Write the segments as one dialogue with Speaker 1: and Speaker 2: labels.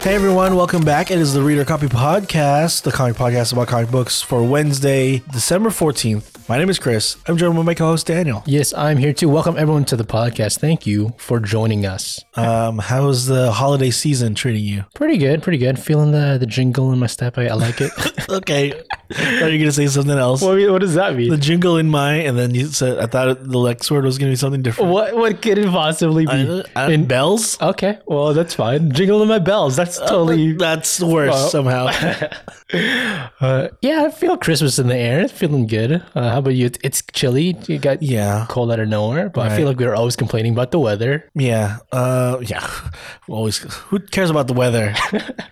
Speaker 1: Hey everyone, welcome back. It is the Reader Copy Podcast, the comic podcast about comic books for Wednesday, December 14th. My name is Chris. I'm joined with my co host Daniel.
Speaker 2: Yes, I'm here too. Welcome everyone to the podcast. Thank you for joining us.
Speaker 1: Um, how's the holiday season treating you?
Speaker 2: Pretty good, pretty good. Feeling the the jingle in my step. I, I like it.
Speaker 1: Okay. thought you were going to say something else.
Speaker 2: what, what does that
Speaker 1: The
Speaker 2: mean?
Speaker 1: jingle in my, and then you said, I thought the next word was going to be something different.
Speaker 2: What what could it possibly be?
Speaker 1: I, I,
Speaker 2: In-
Speaker 1: bells?
Speaker 2: okay, well that's fine. Jingle in my bells. That's
Speaker 1: Uh,
Speaker 2: totally.
Speaker 1: That's worse
Speaker 2: Well-
Speaker 1: somehow.
Speaker 2: Uh, yeah, I feel Christmas in the air. It's feeling good. Uh, how about you? It's- It's chilly. You got
Speaker 1: yeah.
Speaker 2: cold out of nowhere, but I feel like we're always complaining about the weather.
Speaker 1: Yeah. Uh, yeah. Always. Who cares about the weather?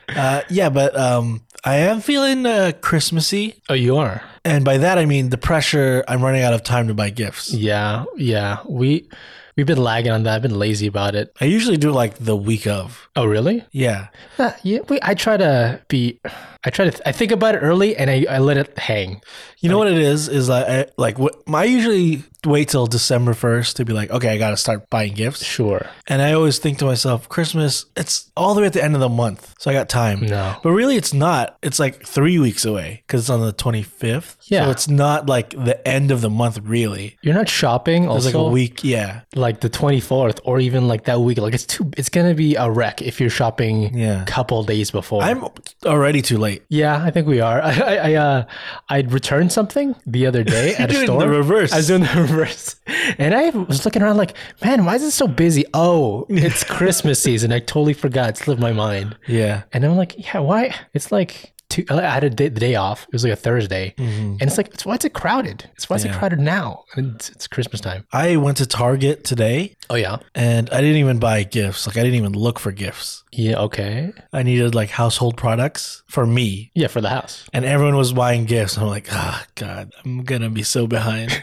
Speaker 1: uh, yeah, but um, I am feeling uh, Christmassy.
Speaker 2: Oh, you are.
Speaker 1: And by that, I mean the pressure I'm running out of time to buy gifts.
Speaker 2: Yeah, yeah. We we've been lagging on that. I've been lazy about it.
Speaker 1: I usually do it like the week of.
Speaker 2: Oh, really?
Speaker 1: Yeah.
Speaker 2: Uh, yeah, we, I try to be. I try to. I think about it early, and I, I let it hang.
Speaker 1: You know what it is? Is like, I, like what, I usually wait till December 1st to be like, okay, I got to start buying gifts.
Speaker 2: Sure.
Speaker 1: And I always think to myself, Christmas, it's all the way at the end of the month. So I got time.
Speaker 2: No.
Speaker 1: But really, it's not. It's like three weeks away because it's on the 25th.
Speaker 2: Yeah.
Speaker 1: So it's not like the end of the month, really.
Speaker 2: You're not shopping.
Speaker 1: It's
Speaker 2: Also,
Speaker 1: like a week. Yeah.
Speaker 2: like the 24th, or even like that week. Like it's too. It's gonna be a wreck if you're shopping.
Speaker 1: Yeah.
Speaker 2: A couple days before.
Speaker 1: I'm already too late.
Speaker 2: yeah, I think we are. I I, I uh I returned something the other day at a
Speaker 1: doing the
Speaker 2: store.
Speaker 1: reverse.
Speaker 2: I was doing the reverse, and I was looking around like, man, why is it so busy? Oh, it's Christmas season. I totally forgot. It slipped my mind.
Speaker 1: Yeah.
Speaker 2: And I'm like, yeah, why? It's like two, I had a day, the day off. It was like a Thursday, and it's like, it's, why is it crowded? It's why is it crowded now? And it's, it's Christmas time.
Speaker 1: I went to Target today
Speaker 2: Oh yeah,
Speaker 1: and I didn't even buy gifts. Like I didn't even look for gifts.
Speaker 2: yeah, okay,
Speaker 1: I needed like household products for me.
Speaker 2: yeah, for the house.
Speaker 1: And everyone was buying gifts. I'm like, ah, God, I'm gonna be so behind.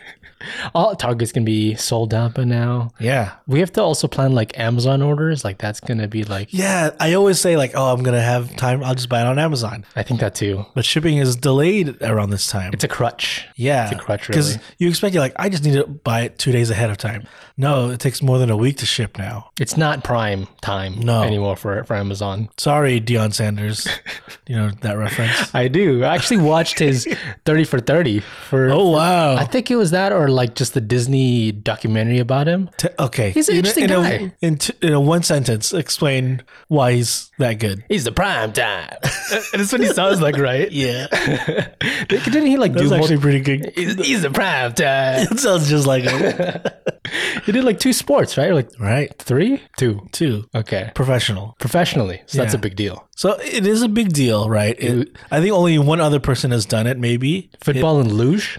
Speaker 2: All Target's gonna be sold out by now.
Speaker 1: yeah.
Speaker 2: We have to also plan like Amazon orders. Like that's gonna be like,
Speaker 1: Yeah. I always say like, oh, I'm gonna have time. I'll just buy it on Amazon.
Speaker 2: I think that too.
Speaker 1: But shipping is delayed around this time.
Speaker 2: It's a crutch.
Speaker 1: yeah.
Speaker 2: a crutch, really.
Speaker 1: you expect you're like, I just need to buy it two days ahead of time. No, it takes more than a week to ship now.
Speaker 2: It's not prime time
Speaker 1: No.
Speaker 2: anymore for for Amazon.
Speaker 1: Sorry, Deion Sanders. you know that reference.
Speaker 2: I do. I actually watched his thirty for thirty for.
Speaker 1: Oh wow.
Speaker 2: I think it was that or like just the Disney documentary about him.
Speaker 1: T- okay.
Speaker 2: He's
Speaker 1: In
Speaker 2: an
Speaker 1: a-
Speaker 2: interesting
Speaker 1: in a,
Speaker 2: guy.
Speaker 1: in, t- in a one sentence, explain why he's that good.
Speaker 2: He's the prime time. That's what he sounds like, right?
Speaker 1: Yeah.
Speaker 2: Didn't he like do
Speaker 1: That's
Speaker 2: mul-
Speaker 1: actually pretty good.
Speaker 2: he's, he's the prime time.
Speaker 1: It sounds just like him.
Speaker 2: he did like two sports, right? Or like
Speaker 1: right.
Speaker 2: three, two.
Speaker 1: Two.
Speaker 2: Okay,
Speaker 1: Professional.
Speaker 2: professionally, so that's
Speaker 1: Yeah.
Speaker 2: a big deal.
Speaker 1: So it is a big deal, right? It, I think only one other person has done it, maybe.
Speaker 2: Football and luge.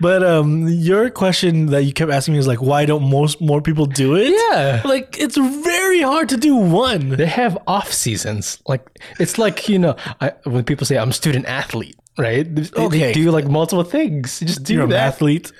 Speaker 1: But um, your question that you kept asking me is like, why don't most more people do it?
Speaker 2: Yeah.
Speaker 1: Like it's very hard to do one.
Speaker 2: They have off seasons. Like it's like you know I, when people say I'm a student athlete, right? They, they
Speaker 1: Okay.
Speaker 2: do like multiple things. You Just do
Speaker 1: You're an
Speaker 2: that.
Speaker 1: athlete.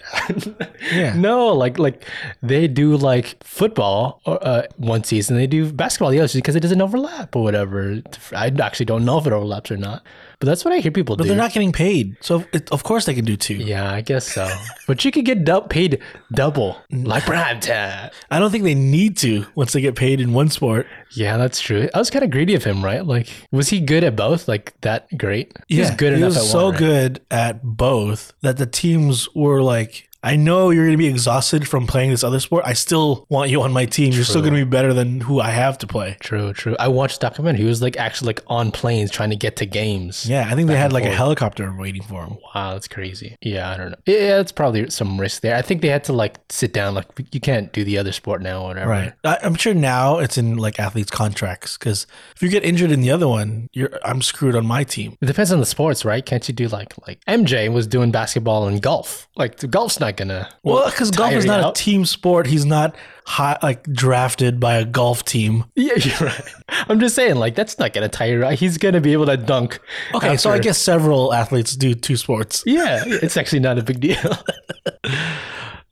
Speaker 1: yeah.
Speaker 2: No, like like they do like football or, uh, one season, they do basketball the other season because it doesn't overlap or whatever. I actually don't know if it overlaps or not, but that's what I hear people do.
Speaker 1: They're not getting paid, so it, of course they can do two.
Speaker 2: yeah, I guess so. but you could get dou- paid double, like prime time.
Speaker 1: I don't think they need to once they get paid in one sport.
Speaker 2: Yeah, that's true. I was kind of greedy of him, right? Like, was he good at both? Like that great? He was good
Speaker 1: he
Speaker 2: enough
Speaker 1: was
Speaker 2: at
Speaker 1: so
Speaker 2: one. right?
Speaker 1: good at both that the teams were like, "I know you're going to be exhausted from playing this other sport. I still want you on my team. You're still going to be better than who I have to play."
Speaker 2: True, true. I watched the documentary. He was like actually like on planes trying to get to games.
Speaker 1: Yeah, I think they had like a helicopter waiting for him.
Speaker 2: Wow, that's crazy. Yeah, I don't know. Yeah, it's probably some risk there. I think they had to like sit down, like you can't do the other sport now or whatever.
Speaker 1: Right. I, I'm sure now it's in like athletes' contracts because if you get injured in the other one, you're I'm screwed on my team.
Speaker 2: It depends on the sports, right? Can't you do like like MJ was doing basketball and golf? Like the golf's not gonna.
Speaker 1: Well, because golf
Speaker 2: tire
Speaker 1: is
Speaker 2: you
Speaker 1: not
Speaker 2: out?
Speaker 1: a team sport. He's not high, like drafted by a golf team.
Speaker 2: Yeah, you're right. I'm just saying, like that's not gonna tire you out. He's gonna be able to dunk.
Speaker 1: Okay, so I
Speaker 2: after-
Speaker 1: guess several athletes do two sports.
Speaker 2: yeah, it's actually not a big deal.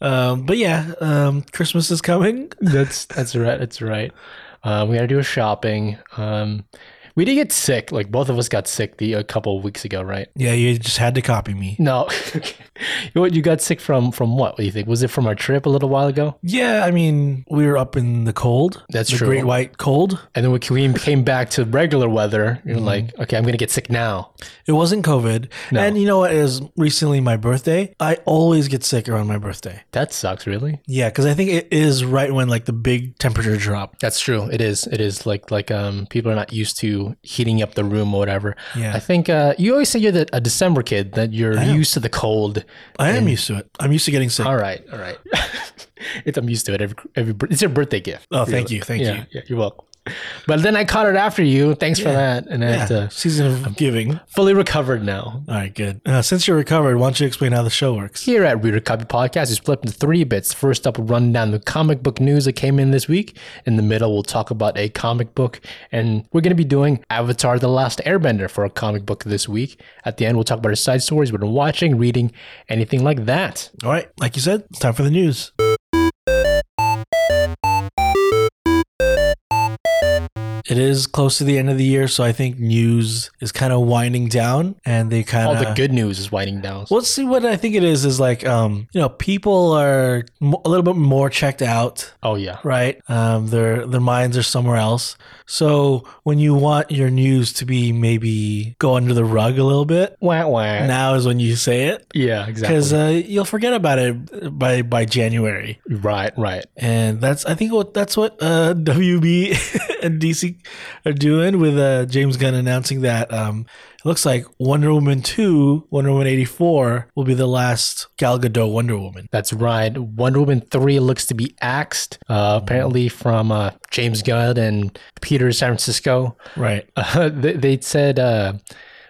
Speaker 1: Um, but yeah, um, Christmas is coming.
Speaker 2: that's that's right. That's right. Uh, we gotta do a shopping. Um, We did get sick. Like both of us got sick the a couple of weeks ago, right?
Speaker 1: Yeah, you just had to copy me.
Speaker 2: No, what you got sick from? From what? What do you think? Was it from our trip a little while ago?
Speaker 1: Yeah, I mean, we were up in the cold.
Speaker 2: That's
Speaker 1: the
Speaker 2: true.
Speaker 1: Great white cold.
Speaker 2: And then when we came back to regular weather, you're like, okay, I'm gonna get sick now.
Speaker 1: It wasn't COVID.
Speaker 2: No.
Speaker 1: And you know what? It was recently my birthday. I always get sick around my birthday.
Speaker 2: That sucks, really.
Speaker 1: Yeah, because I think it is right when like the big temperature drop.
Speaker 2: That's true. It is. It is like like um people are not used to heating up the room or whatever.
Speaker 1: Yeah.
Speaker 2: I think uh, you always say you're the, a December kid that you're
Speaker 1: am.
Speaker 2: used to the cold.
Speaker 1: I am used to it. I'm used to getting sick.
Speaker 2: All right, all right. it's I'm used to it. Every every bir- it's your birthday gift.
Speaker 1: Oh, thank you, thank
Speaker 2: yeah,
Speaker 1: you.
Speaker 2: yeah, you're welcome. But then I caught it after you. Thanks for that. And
Speaker 1: Yeah,
Speaker 2: I'm uh,
Speaker 1: season of giving. All
Speaker 2: fully recovered now.
Speaker 1: right, good. Uh, since you're recovered, why don't you explain how the show works?
Speaker 2: Here at Reader Copy Podcast, we split up into three bits. First up, we'll run down the comic book news that came in this week. In the middle, we'll talk about a comic book, and we're going to be doing Avatar: The Last Airbender for a comic book this week. At the end, we'll talk about our side stories, what we're watching, reading, anything like that.
Speaker 1: All right, like you said, it's time for the news. It is close to the end of the year, so I think news is kind of winding down, and they kind
Speaker 2: All
Speaker 1: of
Speaker 2: the good news is winding down.
Speaker 1: Well, see what I think it is is like um, you know people are mo- a little bit more checked out,
Speaker 2: Oh yeah,
Speaker 1: right? Um, their their minds are somewhere else. So when you want your news to be maybe go under the rug a little bit,
Speaker 2: wah wah.
Speaker 1: now is when you say it
Speaker 2: Yeah,
Speaker 1: because
Speaker 2: exactly.
Speaker 1: uh, you'll forget about it by by January.
Speaker 2: right, right.
Speaker 1: And that's I think what that's what uh, WB and DC are doing with uh, James Gunn announcing that um, it looks like Wonder Woman two, Wonder Woman eighty four will be the last Gal Gadot Wonder Woman.
Speaker 2: That's right. Wonder Woman 3 looks to be axed, uh, apparently from uh, James Gunn and Peter San Francisco.
Speaker 1: Right.
Speaker 2: Uh, they, they said, uh,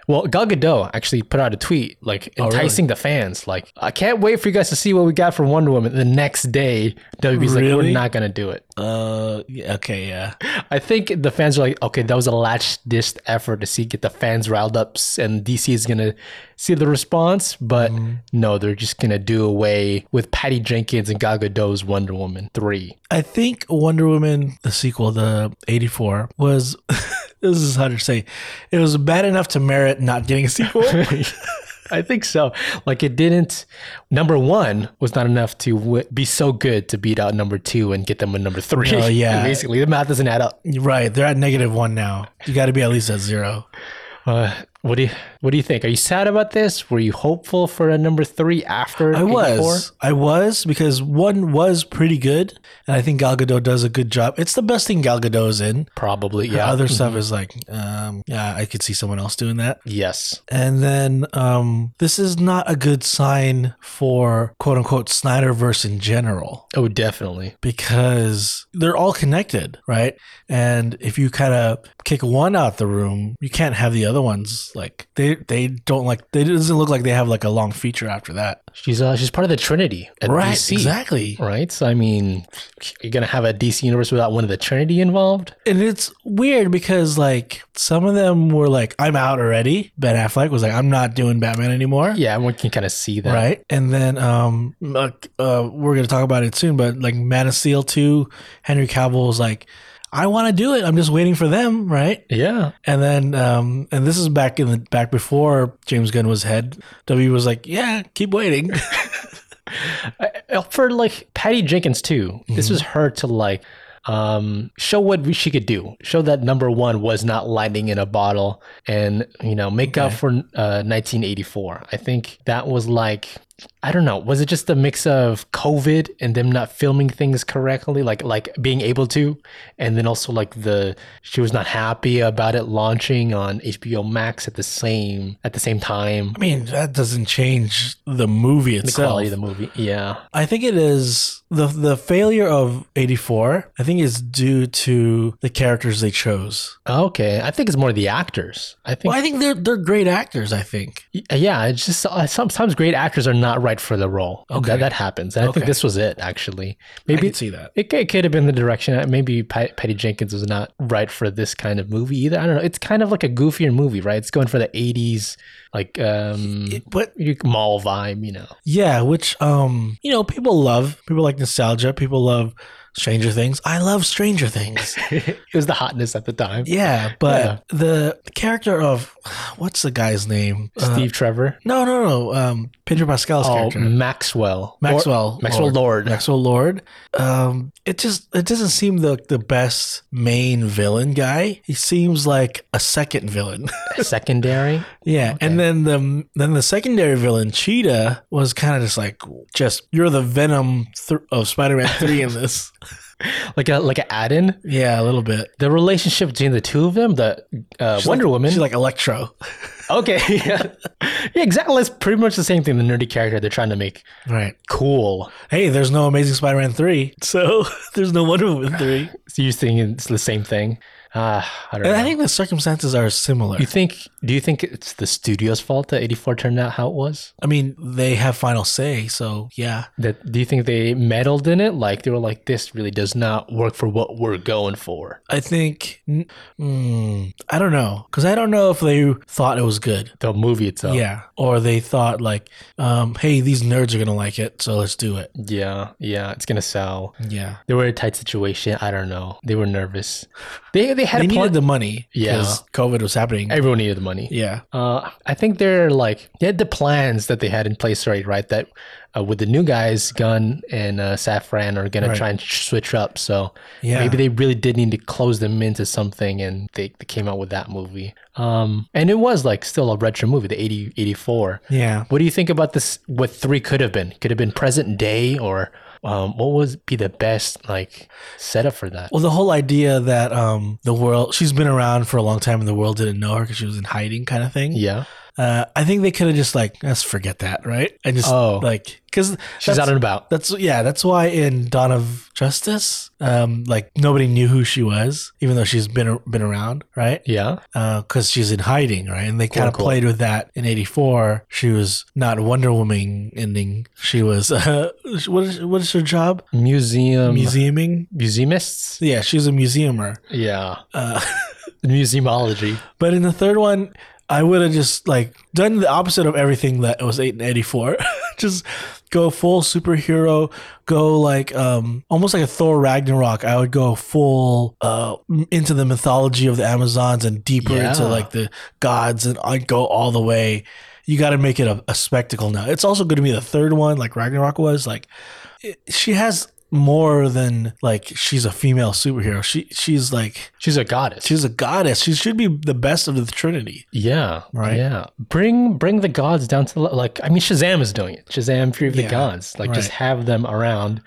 Speaker 2: well, Gal Gadot actually put out a tweet like
Speaker 1: Oh, really?
Speaker 2: enticing the fans. Like, I can't wait for you guys to see what we got from Wonder Woman. The next day, WB's like,
Speaker 1: Really?
Speaker 2: we're not going to do it.
Speaker 1: Uh. yeah, Okay. Yeah.
Speaker 2: I think the fans are like, okay, that was a latch dist effort to see get the fans riled up, s- and DC is gonna see the response, but
Speaker 1: Mm-hmm.
Speaker 2: no, they're just gonna do away with Patty Jenkins and Gal Gadot's Wonder Woman three.
Speaker 1: I think Wonder Woman, the sequel, the eighty four, was. this is how to say, it. it was bad enough to merit not getting a sequel.
Speaker 2: I think so. Like it didn't. Number one was not enough to w- be so good to beat out number two and get them a number three.
Speaker 1: No, Oh, yeah.
Speaker 2: basically the math doesn't add up.
Speaker 1: right. They're at negative one now. You got to be at least at zero.
Speaker 2: Uh, what do you What do you think? Are you sad about this? Were you hopeful for a number three after?
Speaker 1: I
Speaker 2: 84?
Speaker 1: was. I was because one was pretty good, and I think Gal Gadot does a good job. It's the best thing Gal Gadot is in.
Speaker 2: Probably,
Speaker 1: The
Speaker 2: yeah. Mm-hmm.
Speaker 1: other stuff is like, um, yeah, I could see someone else doing that.
Speaker 2: yes.
Speaker 1: And then um, this is not a good sign for quote unquote Snyderverse in general
Speaker 2: Oh, definitely.
Speaker 1: because they're all connected, right? And if you kind of kick one out the room, you can't have the other ones like they they don't like. They it doesn't look like they have like a long feature after that.
Speaker 2: She's uh, she's part of the Trinity at DC,
Speaker 1: exactly.
Speaker 2: right? So I mean, you're gonna have a DC universe without one of the Trinity involved.
Speaker 1: And it's weird because like some of them were like, I'm out already. Ben Affleck was like, I'm not doing Batman anymore.
Speaker 2: Yeah, everyone can kind of see that.
Speaker 1: Right. And then um like uh we're gonna talk about it soon, but like Man of Steel two, Henry Cavill was like, I wanna do it. I'm just waiting for them, right?
Speaker 2: Yeah,
Speaker 1: And then um and this is back in the back before James Gunn was head. W was like, Yeah, keep waiting.
Speaker 2: Uh, for like Patty Jenkins too. This was her to like um show what we- she could do show that number one was not lightning in a bottle and you know make up for uh 1984 i think that was like i don't know was it just a mix of covid and them not filming things correctly like like being able to and then also like the she was not happy about it launching on hbo max at the same at the same time
Speaker 1: I mean, that doesn't change the movie
Speaker 2: the
Speaker 1: itself.
Speaker 2: quality of the movie yeah
Speaker 1: I think it is the the failure of 84. I think is due to the characters they chose.
Speaker 2: Okay, I think it's more the actors. I think,
Speaker 1: Well, I think they're they're great actors. I think
Speaker 2: yeah, it's just uh, sometimes great actors are not right for the role.
Speaker 1: Okay.
Speaker 2: That, that happens, and I
Speaker 1: Okay.
Speaker 2: think this was it actually.
Speaker 1: I
Speaker 2: Maybe
Speaker 1: could see that.
Speaker 2: it, it could have been the direction. Uh, Maybe Pat, Patty Jenkins was not right for this kind of movie either. I don't know. It's kind of like a goofier movie, right? It's going for the '80s, like um,
Speaker 1: It- but
Speaker 2: your mall vibe, you know.
Speaker 1: yeah, which um you know people love people like nostalgia. People love Stranger Things. I love Stranger Things.
Speaker 2: it was the hotness at the time.
Speaker 1: Yeah, but the character of what's the guy's name? Uh,
Speaker 2: Steve Trevor.
Speaker 1: no, no, no. Um, Pedro Pascal's
Speaker 2: Oh,
Speaker 1: character.
Speaker 2: Maxwell.
Speaker 1: Maxwell. Oh,
Speaker 2: Or- Maxwell Lord.
Speaker 1: Maxwell Lord. Um, it just it doesn't seem the the best main villain guy. He seems like a second villain.
Speaker 2: Secondary.
Speaker 1: yeah, and then the then the secondary villain Cheetah was kind of just like just you're the Venom th- of Spider-Man three in this.
Speaker 2: Like a like an add-in.
Speaker 1: Yeah, a little bit.
Speaker 2: The relationship between the two of them, the uh,
Speaker 1: She's
Speaker 2: Wonder
Speaker 1: like-
Speaker 2: Woman.
Speaker 1: She's like Electro.
Speaker 2: okay, yeah. yeah, exactly. It's pretty much the same thing. The nerdy character they're trying to make
Speaker 1: Right.
Speaker 2: cool.
Speaker 1: Hey, there's no Amazing Spider-Man three, so there's no Wonder Woman three.
Speaker 2: So you think it's the same thing? Uh, I don't
Speaker 1: And
Speaker 2: know.
Speaker 1: I think the circumstances are similar.
Speaker 2: you think? Do you think it's the studio's fault that '84 turned out how it was?
Speaker 1: I mean, they have final say, so yeah.
Speaker 2: That do you think they meddled in it? Like they were like, this really does not work for what we're going for.
Speaker 1: I think, mm, I don't know, because I don't know if they thought it was good.
Speaker 2: The movie itself.
Speaker 1: Yeah, or they thought like, um, hey, these nerds are gonna like it, so let's do it.
Speaker 2: yeah, yeah. It's gonna sell.
Speaker 1: Yeah,
Speaker 2: They were in a tight situation. I don't know. They were nervous. They they had
Speaker 1: they
Speaker 2: a
Speaker 1: needed
Speaker 2: plan.
Speaker 1: the money
Speaker 2: Yeah.
Speaker 1: COVID was happening.
Speaker 2: Everyone needed the money.
Speaker 1: yeah,
Speaker 2: Uh, I think they're like they had the plans that they had in place already, right? That uh, with the new guys, Gunn and uh, Safran are gonna
Speaker 1: Right.
Speaker 2: try and sh- switch up. So
Speaker 1: yeah.
Speaker 2: maybe they really did need to close them into something, and they, they came out with that movie. Um, and it was like still a retro movie, the 80, 84.
Speaker 1: yeah.
Speaker 2: What do you think about this? What three could have been? Could have been present day, or um, what would be the best like setup for that?
Speaker 1: Well, the whole idea that um, the world she's been around for a long time and the world didn't know her because she was in hiding, kind of thing.
Speaker 2: Yeah,
Speaker 1: Uh, I think they could have just like let's forget that, right? And just
Speaker 2: Oh.
Speaker 1: like because
Speaker 2: she's out and about.
Speaker 1: That's yeah. That's why in Dawn of Justice, um, like nobody knew who she was, even though she's been been around, right?
Speaker 2: Yeah,
Speaker 1: Because she's in hiding, right? And they kind of
Speaker 2: Cool, cool.
Speaker 1: played with that in '84. She was not Wonder Woman ending. She was uh, what is what is her job?
Speaker 2: museum,
Speaker 1: Museuming.
Speaker 2: museumists.
Speaker 1: Yeah, she's a museumer.
Speaker 2: Yeah.
Speaker 1: Uh,
Speaker 2: museumology.
Speaker 1: but in the third one. I would have just like done the opposite of everything that was eight and eighty four. just go full superhero, go like um almost like a Thor Ragnarok. I would go full uh m- into the mythology of the Amazons and deeper
Speaker 2: Yeah.
Speaker 1: into like the gods and I'd go all the way. You got to make it a, a spectacle now. It's also going to be the third one like Ragnarok was like it, she has more than like she's a female superhero. She she's like
Speaker 2: She's a goddess.
Speaker 1: she's a goddess. She should be the best of the trinity.
Speaker 2: yeah,
Speaker 1: Right.
Speaker 2: Yeah, bring bring the gods down to the, like. I mean, Shazam is doing it. Shazam, Fury of
Speaker 1: Yeah,
Speaker 2: the Gods. Like, just
Speaker 1: right.
Speaker 2: have them around.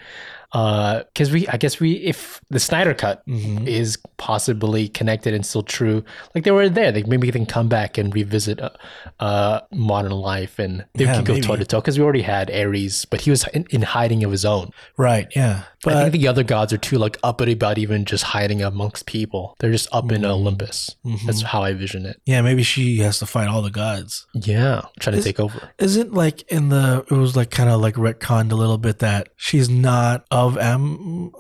Speaker 2: Uh, because we, I guess we, if the Snyder Cut
Speaker 1: Mhm.
Speaker 2: is possibly connected and still true, like they were there, like maybe they can come back and revisit uh, uh modern life and they
Speaker 1: Yeah,
Speaker 2: can go
Speaker 1: maybe.
Speaker 2: toe to toe. Because we already had Ares, but he was in, in hiding of his own.
Speaker 1: Right. Yeah. But
Speaker 2: I think the other gods are too like uppity about even just hiding amongst people. They're just up in Olympus. That's how I vision it.
Speaker 1: yeah, maybe she has to fight all the gods.
Speaker 2: Yeah, trying
Speaker 1: Is-
Speaker 2: to take over.
Speaker 1: Isn't like in the it was like kind of like retconned a little bit that she's not of Am.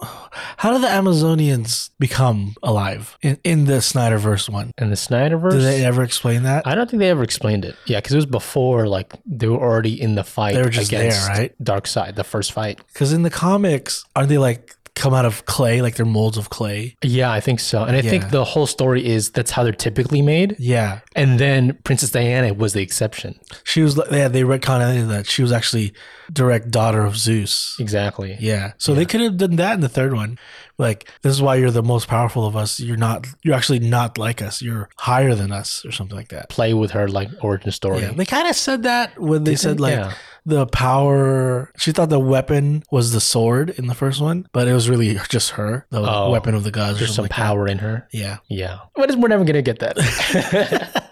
Speaker 1: How do the Amazonians become alive in, in the Snyderverse one?
Speaker 2: And the Snyderverse.
Speaker 1: Did they ever explain that?
Speaker 2: I don't think they ever explained it. Yeah, because it was before like they were already in the fight
Speaker 1: They were just there,
Speaker 2: against
Speaker 1: right?
Speaker 2: Dark Side, the first fight.
Speaker 1: Because in the comics, aren't they like come out of clay, like they're molds of clay?
Speaker 2: Yeah, I think so. And I
Speaker 1: Yeah.
Speaker 2: think the whole story is that's how they're typically made.
Speaker 1: Yeah,
Speaker 2: And then Princess Diana was the exception.
Speaker 1: she was. like- Yeah, they retconned that she was actually direct daughter of Zeus.
Speaker 2: Exactly.
Speaker 1: Yeah. So they could have done that in the third one. Like, this is why you're the most powerful of us. You're not, you're actually not like us. You're higher than us or something like that.
Speaker 2: Play with her like origin story.
Speaker 1: Yeah. They kind of said that when they said, like,
Speaker 2: Yeah.
Speaker 1: the power. She thought the weapon was the sword in the first one, but it was really just her, the
Speaker 2: Oh.
Speaker 1: weapon of the gods or
Speaker 2: There's
Speaker 1: something.
Speaker 2: some power in her.
Speaker 1: like- yeah.
Speaker 2: Yeah. But we're never gonna get that.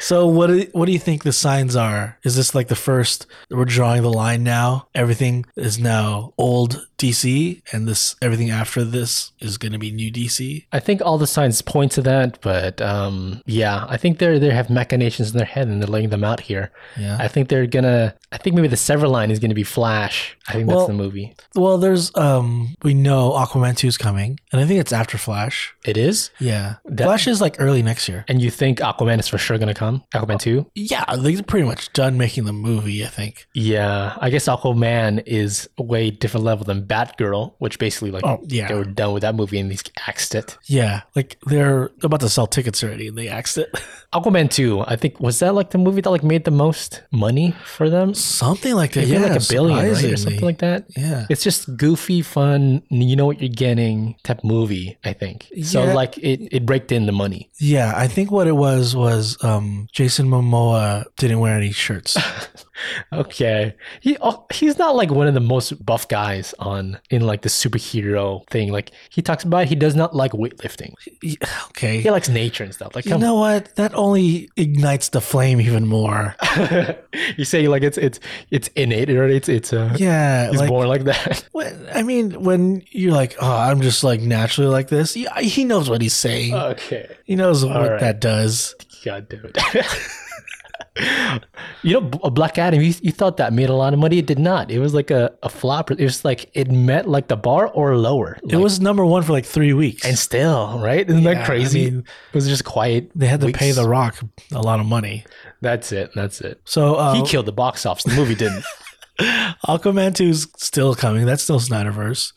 Speaker 1: So what do, what do you think the signs are? Is this like the first we're drawing the line now? Everything is now old DC and this everything after this is going to be new DC.
Speaker 2: I think all the signs point to that, but um, yeah, I think they're they have machinations in their head and they're laying them out here.
Speaker 1: Yeah.
Speaker 2: I think they're gonna. I think maybe the Severline is gonna be Flash. I think
Speaker 1: Well-
Speaker 2: that's the movie.
Speaker 1: Well, there's um we know Aquaman 2 is coming, and I think it's after Flash.
Speaker 2: It is.
Speaker 1: Yeah.
Speaker 2: That-
Speaker 1: Flash is like early next year.
Speaker 2: And you think Aquaman Aquaman is for sure gonna come. Aquaman two.
Speaker 1: Yeah, they're pretty much done making the movie, I think.
Speaker 2: Yeah, I guess Aquaman is a way different level than Batgirl, which basically like
Speaker 1: Oh, yeah.
Speaker 2: they were done with that movie and they axed it.
Speaker 1: Yeah, like they're about to sell tickets already and they axed it.
Speaker 2: Aquaman two, I think was that like the movie that like made the most money for them?
Speaker 1: something like that.
Speaker 2: They
Speaker 1: Yeah,
Speaker 2: made, like a billion right? or
Speaker 1: surprisingly.
Speaker 2: something like that.
Speaker 1: Yeah.
Speaker 2: It's just goofy, fun. You know what you're getting type movie. I think so.
Speaker 1: Yeah.
Speaker 2: Like it, it raked in the money.
Speaker 1: Yeah, I think what it was was um, Jason Momoa didn't wear any shirts.
Speaker 2: Okay, he oh, he's not like one of the most buff guys on in like the superhero thing. Like he talks about, he does not like weightlifting.
Speaker 1: Yeah, okay.
Speaker 2: He likes nature and stuff. Like
Speaker 1: you
Speaker 2: come
Speaker 1: know what? That only ignites the flame even more.
Speaker 2: you say like it's it's it's innate, right? It's it's uh,
Speaker 1: Yeah,
Speaker 2: he's
Speaker 1: like
Speaker 2: born like that.
Speaker 1: when, I mean, when you're like, oh, I'm just like naturally like this. Yeah, he knows what he's saying.
Speaker 2: okay,
Speaker 1: he knows what
Speaker 2: Uh, alright.
Speaker 1: that does.
Speaker 2: god damn it. you know, B- uh, Black Adam. You, you thought that made a lot of money. It did not. It was like a a flop. It was like it met like the bar or lower.
Speaker 1: It was number one for like three weeks.
Speaker 2: and still right. Isn't
Speaker 1: Yeah, I
Speaker 2: that crazy?
Speaker 1: mean,
Speaker 2: it was just quiet.
Speaker 1: they had to pay
Speaker 2: weeks.
Speaker 1: The Rock a lot of money.
Speaker 2: That's it. That's it.
Speaker 1: So uh,
Speaker 2: He killed the box office. The movie didn't.
Speaker 1: Aquaman 2 is still coming. That's still Snyderverse.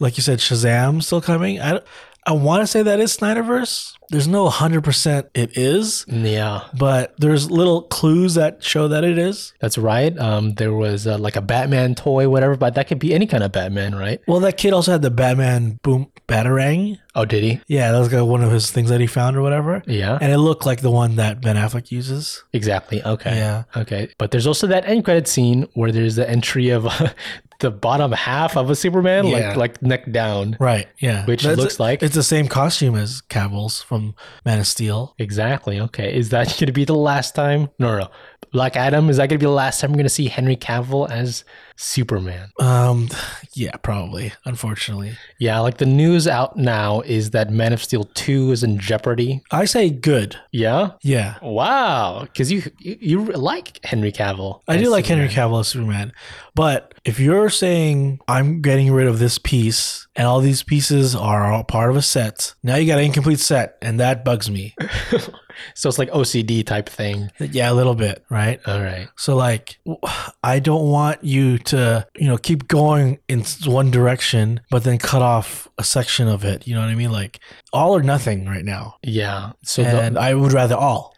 Speaker 1: Like you said, Shazam still coming. I, I want to say that is Snyderverse. There's no 100% it is,
Speaker 2: yeah,
Speaker 1: but there's little clues that show that it is.
Speaker 2: that's right. Um, there was uh, like a Batman toy, whatever, but that could be any kind of Batman, right?
Speaker 1: Well, that kid also had the Batman boom batarang.
Speaker 2: Oh, did he?
Speaker 1: Yeah, that was like one of his things that he found or whatever.
Speaker 2: Yeah.
Speaker 1: And it looked like the one that Ben Affleck uses.
Speaker 2: Exactly. Okay.
Speaker 1: Yeah.
Speaker 2: Okay. But there's also that end credit scene where there's the entry of the bottom half of a Superman,
Speaker 1: Yeah.
Speaker 2: like like neck down.
Speaker 1: Right. Yeah.
Speaker 2: Which looks like-
Speaker 1: it's the same costume as Cavill's from Man of Steel.
Speaker 2: Exactly. Okay. Is that going to be the last time? No, no, no. Black Adam. Is that going to be the last time we're going to see Henry Cavill as Superman?
Speaker 1: Um, yeah, probably. Unfortunately,
Speaker 2: Yeah. Like the news out now is that Man of Steel two is in jeopardy.
Speaker 1: I say good.
Speaker 2: Yeah.
Speaker 1: Yeah.
Speaker 2: Wow. Because you, you you like Henry Cavill.
Speaker 1: I do
Speaker 2: as
Speaker 1: like Henry Cavill as Superman, but if you're saying I'm getting rid of this piece and all these pieces are all part of a set, now you got an incomplete set, and that bugs me.
Speaker 2: Superman. so it's like OCD type thing.
Speaker 1: yeah, a little bit, right?
Speaker 2: All right.
Speaker 1: So like, w- I don't want you to you know keep going in s- one direction, but then cut off a section of it. You know what I mean? Like all or nothing right now,
Speaker 2: Yeah. So the,
Speaker 1: and I would rather all.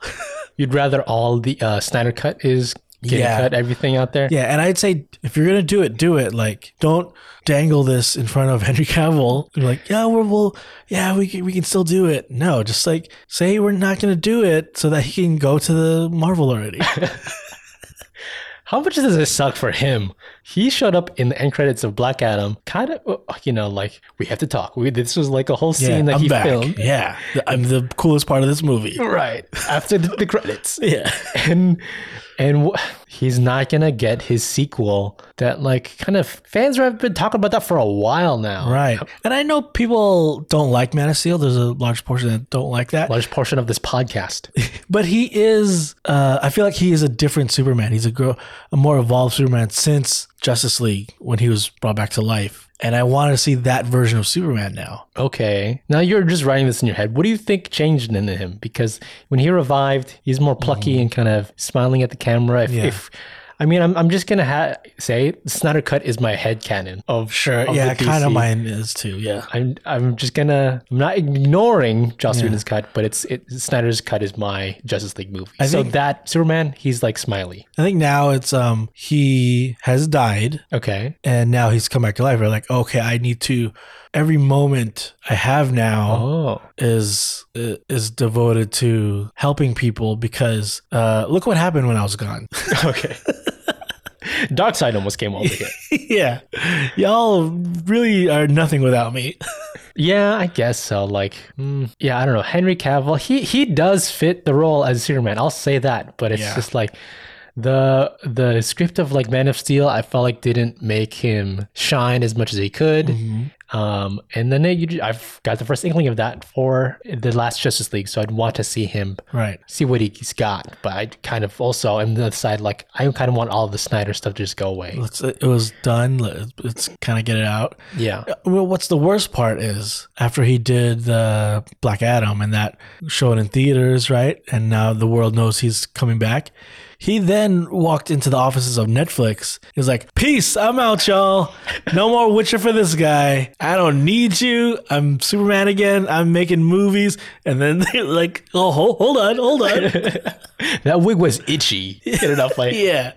Speaker 2: You'd rather all the uh, Snyder cut is getting
Speaker 1: Yeah.
Speaker 2: cut, everything out there.
Speaker 1: Yeah, and I'd say if you're gonna do it, do it. Like, don't dangle this in front of Henry Cavill. You're like, yeah, we're, we'll, yeah, we can, we can still do it. No, just like say we're not gonna do it so that he can go to the Marvel already.
Speaker 2: How much does this suck for him? He showed up in the end credits of Black Adam, kind of, uh, you know, like we have to talk. We, this was like a whole
Speaker 1: yeah,
Speaker 2: scene that
Speaker 1: I'm
Speaker 2: he
Speaker 1: back.
Speaker 2: filmed.
Speaker 1: Yeah, Th- I'm the coolest part of this movie.
Speaker 2: Right after the, the credits,
Speaker 1: Yeah,
Speaker 2: and and w- he's not gonna get his sequel. That like kind of fans have been talking about that for a while now.
Speaker 1: right. And I know people don't like Man of Steel. There's a large portion that don't like that.
Speaker 2: Large portion of this podcast.
Speaker 1: But he is. Uh, I feel like he is a different Superman. He's a, grow, a more evolved Superman since Justice League when he was brought back to life. And I want to see that version of Superman now.
Speaker 2: Okay. Now you're just writing this in your head. What do you think changed in him? Because when he revived, he's more plucky and kind of smiling at the camera. If,
Speaker 1: Mm-hmm. Yeah.
Speaker 2: if I mean, I'm, I'm just gonna ha- say Snyder Cut is my head canon of
Speaker 1: Sure.
Speaker 2: of
Speaker 1: yeah,
Speaker 2: the
Speaker 1: kind of
Speaker 2: DC.
Speaker 1: mine is too. Yeah.
Speaker 2: I'm I'm just gonna I'm not ignoring Joss Whedon's cut, but it's it, Snyder's cut is my Justice League movie. so
Speaker 1: think-
Speaker 2: that Superman, he's like smiley.
Speaker 1: I think now it's um he has died
Speaker 2: Okay.
Speaker 1: and now he's come back to life. We're like, okay, I need to. Every moment I have now
Speaker 2: Oh.
Speaker 1: is is devoted to helping people because uh, look what happened when I was gone.
Speaker 2: Okay. Dark Side almost came over here.
Speaker 1: yeah, y'all really are nothing without me.
Speaker 2: Yeah, I guess so. Like, mm, yeah, I don't know. Henry Cavill, he he does fit the role as Superman. I'll say that, but it's
Speaker 1: Yeah.
Speaker 2: just like the the script of like Man of Steel, I felt like didn't make him shine as much as he could. Um, and then it, you, I've got the first inkling of that for the last Justice League, so I'd want to see him
Speaker 1: Right.
Speaker 2: see what he's got. But I kind of also on the other side, like I kind of want all the Snyder stuff to just go away.
Speaker 1: Let's, it was done. Let's, let's kind of get it out.
Speaker 2: Yeah,
Speaker 1: Uh, Well, what's the worst part is after he did the Black Adam and that showed in theaters, right? And now the world knows he's coming back. He then walked into the offices of Netflix. He was like, "Peace, I'm out, y'all. No more Witcher for this guy. I don't need you. I'm Superman again. I'm making movies." And then they like, "Oh, ho- hold on, hold on.
Speaker 2: that wig was itchy. Get it off my.
Speaker 1: yeah,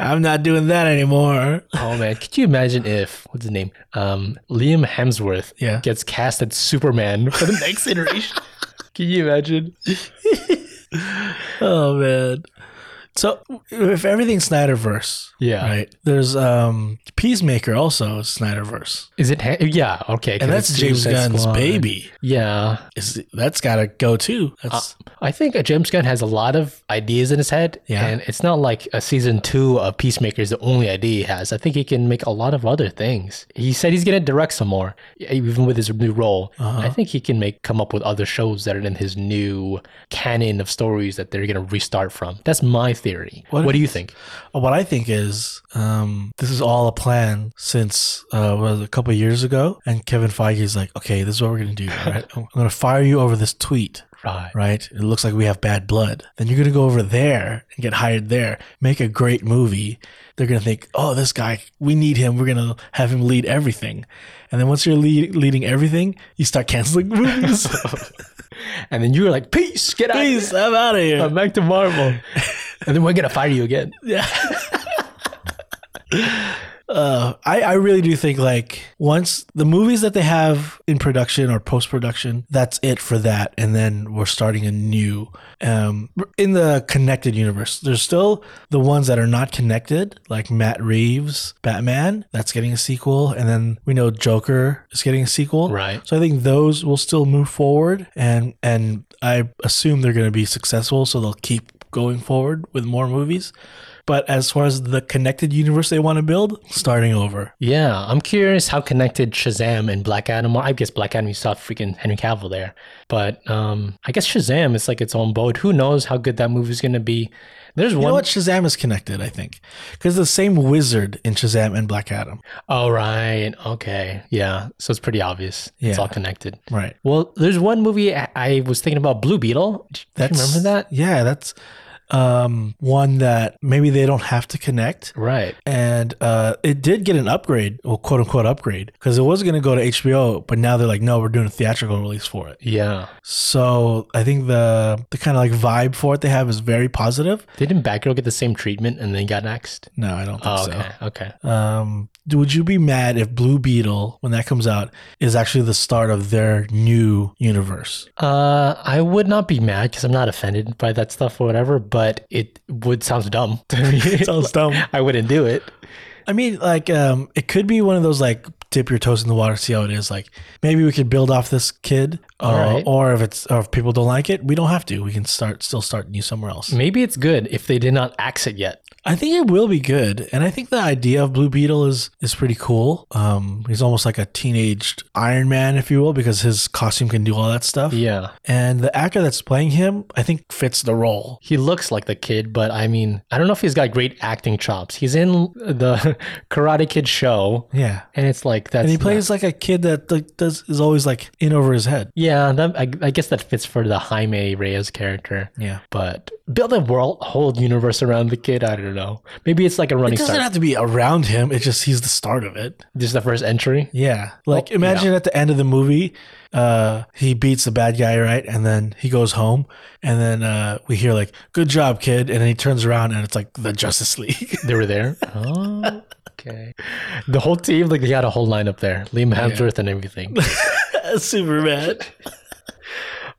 Speaker 1: I'm not doing that anymore."
Speaker 2: Oh man, could you imagine if what's his name? Um, Liam Hemsworth
Speaker 1: Yeah.
Speaker 2: gets cast as Superman for the next iteration. Can you imagine?
Speaker 1: Oh man. So if everything's Snyderverse,
Speaker 2: Yeah.
Speaker 1: right. There's um Peacemaker also is Snyderverse,
Speaker 2: Is it? He- yeah, okay. 'cause
Speaker 1: and that's
Speaker 2: it's
Speaker 1: James
Speaker 2: Suicide
Speaker 1: Gunn's
Speaker 2: Squad.
Speaker 1: baby.
Speaker 2: Yeah,
Speaker 1: Is that's got to go too? That's
Speaker 2: I think uh, James Gunn has a lot of ideas in his head,
Speaker 1: Yeah.
Speaker 2: and it's not like a season two of Peacemaker is the only idea he has. I think he can make a lot of other things. He said he's going to direct some more, e- even with his new role. I think he can make come up with other shows that are in his new canon of stories that they're going to restart from. That's my theory. What, do you think?
Speaker 1: what I think is um this is all a plan since uh was it, a couple of years ago, and Kevin Feige's like, okay, this is what we're gonna do. All right, I'm gonna fire you over this tweet.
Speaker 2: Right.
Speaker 1: right? It looks like we have bad blood. Then you're going to go over there and get hired there, make a great movie. They're going to think, oh, this guy, we need him. We're going to have him lead everything. And then once you're lead, leading everything, you start canceling movies.
Speaker 2: And then you were like, "Peace, get out,
Speaker 1: Please, I'm out of here.
Speaker 2: I'm back to Marvel," and then we're going to fire you again.
Speaker 1: Uh, I, I really do think like once the movies that they have in production or post production, that's it for that, and then we're starting a new. Um, in the connected universe, there's still the ones that are not connected, like Matt Reeves Batman, that's getting a sequel, and then we know Joker is getting a sequel,
Speaker 2: Right.
Speaker 1: So I think those will still move forward, and and I assume they're going to be successful, so they'll keep going forward with more movies. But as far as the connected universe they want to build, starting over.
Speaker 2: Yeah, I'm curious how connected Shazam and Black Adam are. I guess Black Adam, you saw freaking Henry Cavill there. But um, I guess Shazam is like its own boat. Who knows how good that movie's going to be? There's
Speaker 1: You
Speaker 2: one
Speaker 1: know what? Shazam is connected, I think, because the same wizard in Shazam and Black Adam.
Speaker 2: oh, right. Okay. Yeah. So it's pretty obvious. It's
Speaker 1: Yeah.
Speaker 2: all connected.
Speaker 1: Right.
Speaker 2: Well, there's one movie I, I was thinking about Blue Beetle. Do you- Do you
Speaker 1: That's,
Speaker 2: remember that?
Speaker 1: Yeah, that's um, one that maybe they don't have to connect.
Speaker 2: Right.
Speaker 1: And uh, it did get an upgrade, well, quote unquote upgrade, because it was going to go to HBO, but now they're like, no, we're doing a theatrical release for it.
Speaker 2: Yeah.
Speaker 1: So I think the the kind of like vibe for it they have is very positive.
Speaker 2: Didn't Batgirl get the same treatment and then got axed?
Speaker 1: No, I don't think
Speaker 2: Oh,
Speaker 1: so.
Speaker 2: okay. Okay.
Speaker 1: Um, d- would you be mad if Blue Beetle, when that comes out, is actually the start of their new universe?
Speaker 2: Uh, I would not be mad because I'm not offended by that stuff or whatever, but it would sounds dumb to me.
Speaker 1: Sounds dumb.
Speaker 2: I wouldn't do it.
Speaker 1: I mean, like, um, it could be one of those like dip your toes in the water, see how it is. Like, maybe we could build off this kid, uh,
Speaker 2: Alright.
Speaker 1: or if it's or if people don't like it, we don't have to. We can start still start new somewhere else.
Speaker 2: Maybe it's good if they did not axe it yet.
Speaker 1: I think it will be good, and I think the idea of Blue Beetle is is pretty cool. Um, he's almost like a teenaged Iron Man, if you will, because his costume can do all that stuff.
Speaker 2: Yeah.
Speaker 1: And the actor that's playing him, I think, fits the role.
Speaker 2: He looks like the kid, but I mean, I don't know if he's got great acting chops. He's in the Karate Kid show,
Speaker 1: Yeah.
Speaker 2: and it's like that's
Speaker 1: And he
Speaker 2: not-
Speaker 1: plays like a kid that like, does is always like in over his head.
Speaker 2: yeah, that, I, I guess that fits for the Jaime Reyes character.
Speaker 1: Yeah.
Speaker 2: But build a world, whole universe around the kid. I don't know. Maybe it's like a
Speaker 1: It
Speaker 2: running
Speaker 1: doesn't
Speaker 2: start.
Speaker 1: have to be around him. It just he's the start of it.
Speaker 2: This is the first entry.
Speaker 1: Yeah. Like imagine at the end of the movie, uh, he beats the bad guy, right? And then he goes home and then uh, we hear like, Good job, kid, and then he turns around and it's like the Justice League.
Speaker 2: They were there. Oh, okay. The whole team, like they had a whole lineup there. Liam Hemsworth and everything.
Speaker 1: Superman.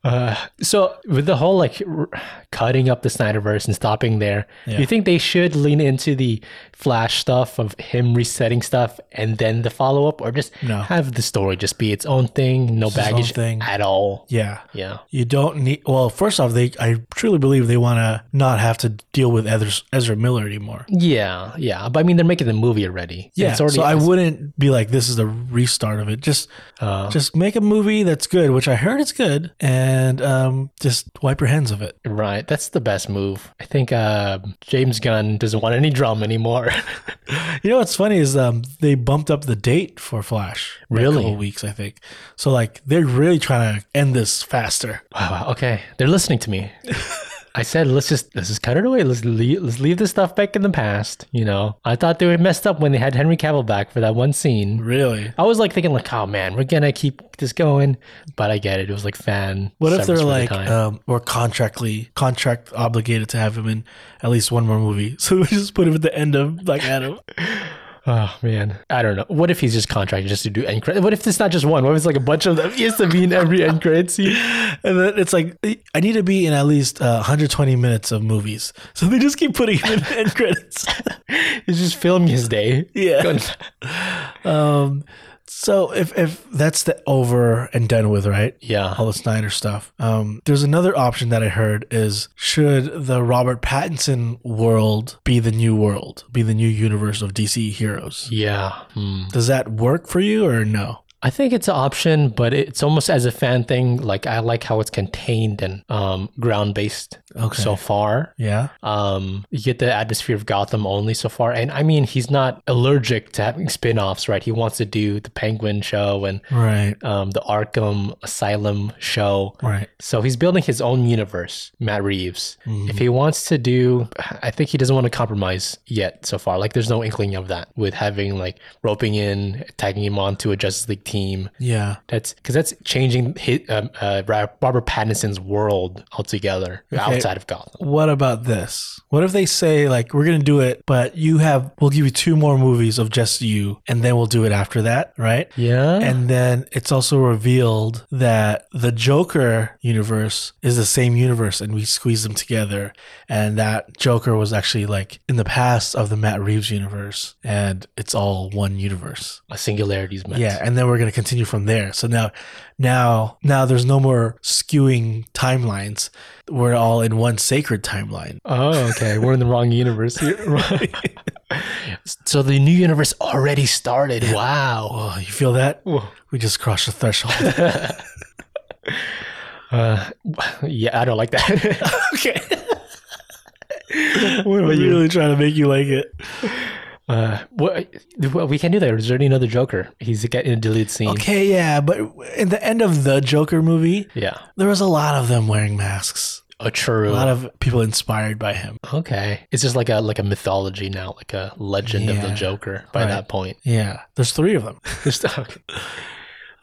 Speaker 2: Uh, so with the whole like r- cutting up the Snyderverse and stopping there,
Speaker 1: Yeah.
Speaker 2: you think they should lean into the Flash stuff of him resetting stuff and then the follow up, or just
Speaker 1: No.
Speaker 2: have the story just be its own thing, no
Speaker 1: its own
Speaker 2: baggage
Speaker 1: thing.
Speaker 2: at all?
Speaker 1: Yeah.
Speaker 2: Yeah,
Speaker 1: You don't need. Well, first off, they I truly believe they want to not have to deal with Ezra, Ezra Miller anymore.
Speaker 2: yeah, yeah. But I mean, they're making the movie already.
Speaker 1: Yeah,
Speaker 2: it's already.
Speaker 1: so I
Speaker 2: it's-
Speaker 1: wouldn't be like this is the restart of it. Just
Speaker 2: uh,
Speaker 1: just make a movie that's good, which I heard is good, and um, just wipe your hands of it.
Speaker 2: Right, that's the best move. I think uh, James Gunn doesn't want any drama anymore.
Speaker 1: You know what's funny is um, they bumped up the date for Flash by
Speaker 2: Really?
Speaker 1: a couple weeks, I think. So like they're really trying to end this faster.
Speaker 2: wow, okay, they're listening to me. I said, let's just let's just cut it away. Let's leave, let's leave this stuff back in the past. You know, I thought they were messed up when they had Henry Cavill back for that one scene.
Speaker 1: Really?
Speaker 2: I was like thinking, like, oh man, we're gonna keep this going. But I get it. It was like fan.
Speaker 1: What if
Speaker 2: service
Speaker 1: they're
Speaker 2: for the
Speaker 1: like
Speaker 2: time.
Speaker 1: um, we're contractly contract obligated to have him in at least one more movie, so we just put him at the end of like Adam.
Speaker 2: oh man, I don't know. What if he's just contracted just to do end credit? What if it's not just one? What if it's like a bunch of them? He has to be in every end credit scene.
Speaker 1: And then it's like I need to be in at least uh, 120 minutes of movies, so they just keep putting him in the end credits.
Speaker 2: He's just filming his day.
Speaker 1: yeah. Um. So if if that's the over and done with, right?
Speaker 2: Yeah.
Speaker 1: all the Snyder stuff. Um, there's another option that I heard is should the Robert Pattinson world be the new world, be the new universe of DC heroes?
Speaker 2: Yeah. Hmm.
Speaker 1: Does that work for you or no?
Speaker 2: I think it's an option, but it's almost as a fan thing. Like I like how it's contained and um, ground based
Speaker 1: Okay.
Speaker 2: so far.
Speaker 1: Yeah.
Speaker 2: Um, you get the atmosphere of Gotham only so far. And I mean, he's not allergic to having spin offs, right? He wants to do the Penguin show and
Speaker 1: Right.
Speaker 2: um, the Arkham Asylum show.
Speaker 1: Right.
Speaker 2: So he's building his own universe, Matt Reeves.
Speaker 1: Mm-hmm.
Speaker 2: If he wants to do, I think he doesn't want to compromise yet so far. Like, there's no inkling of that with having like roping in, tagging him onto a Justice League team.
Speaker 1: Yeah.
Speaker 2: That's because that's changing his, um, uh, Ra- Robert Pattinson's world altogether outside of Gotham.
Speaker 1: What about this? What if they say like we're gonna do it, but you have we'll give you two more movies of just you, and then we'll do it after that, right?
Speaker 2: Yeah.
Speaker 1: And then it's also revealed that the Joker universe is the same universe and we squeeze them together. And that Joker was actually like in the past of the Matt Reeves universe and it's all one universe.
Speaker 2: a singularities meant.
Speaker 1: Yeah. And then we're going to continue from there. So now, now, now there's no more skewing timelines. We're all in one sacred timeline.
Speaker 2: Oh, okay. We're in the wrong universe here. so the new universe already started. Wow.
Speaker 1: Oh, you feel that?
Speaker 2: Whoa.
Speaker 1: We just crossed the threshold.
Speaker 2: Uh, yeah, I don't like that.
Speaker 1: okay.
Speaker 2: what
Speaker 1: We're really trying to make you like it.
Speaker 2: Uh, what, well, we can do that. There's already another Joker. He's in a deleted scene.
Speaker 1: Okay, yeah, but in the end of the Joker movie,
Speaker 2: Yeah.
Speaker 1: there was a lot of them wearing masks.
Speaker 2: A true.
Speaker 1: A lot of people inspired by him.
Speaker 2: okay. It's just like a like a mythology now, like a legend of the
Speaker 1: Yeah.
Speaker 2: Joker by
Speaker 1: Right.
Speaker 2: that point.
Speaker 1: Yeah, there's three of them.
Speaker 2: Just- okay.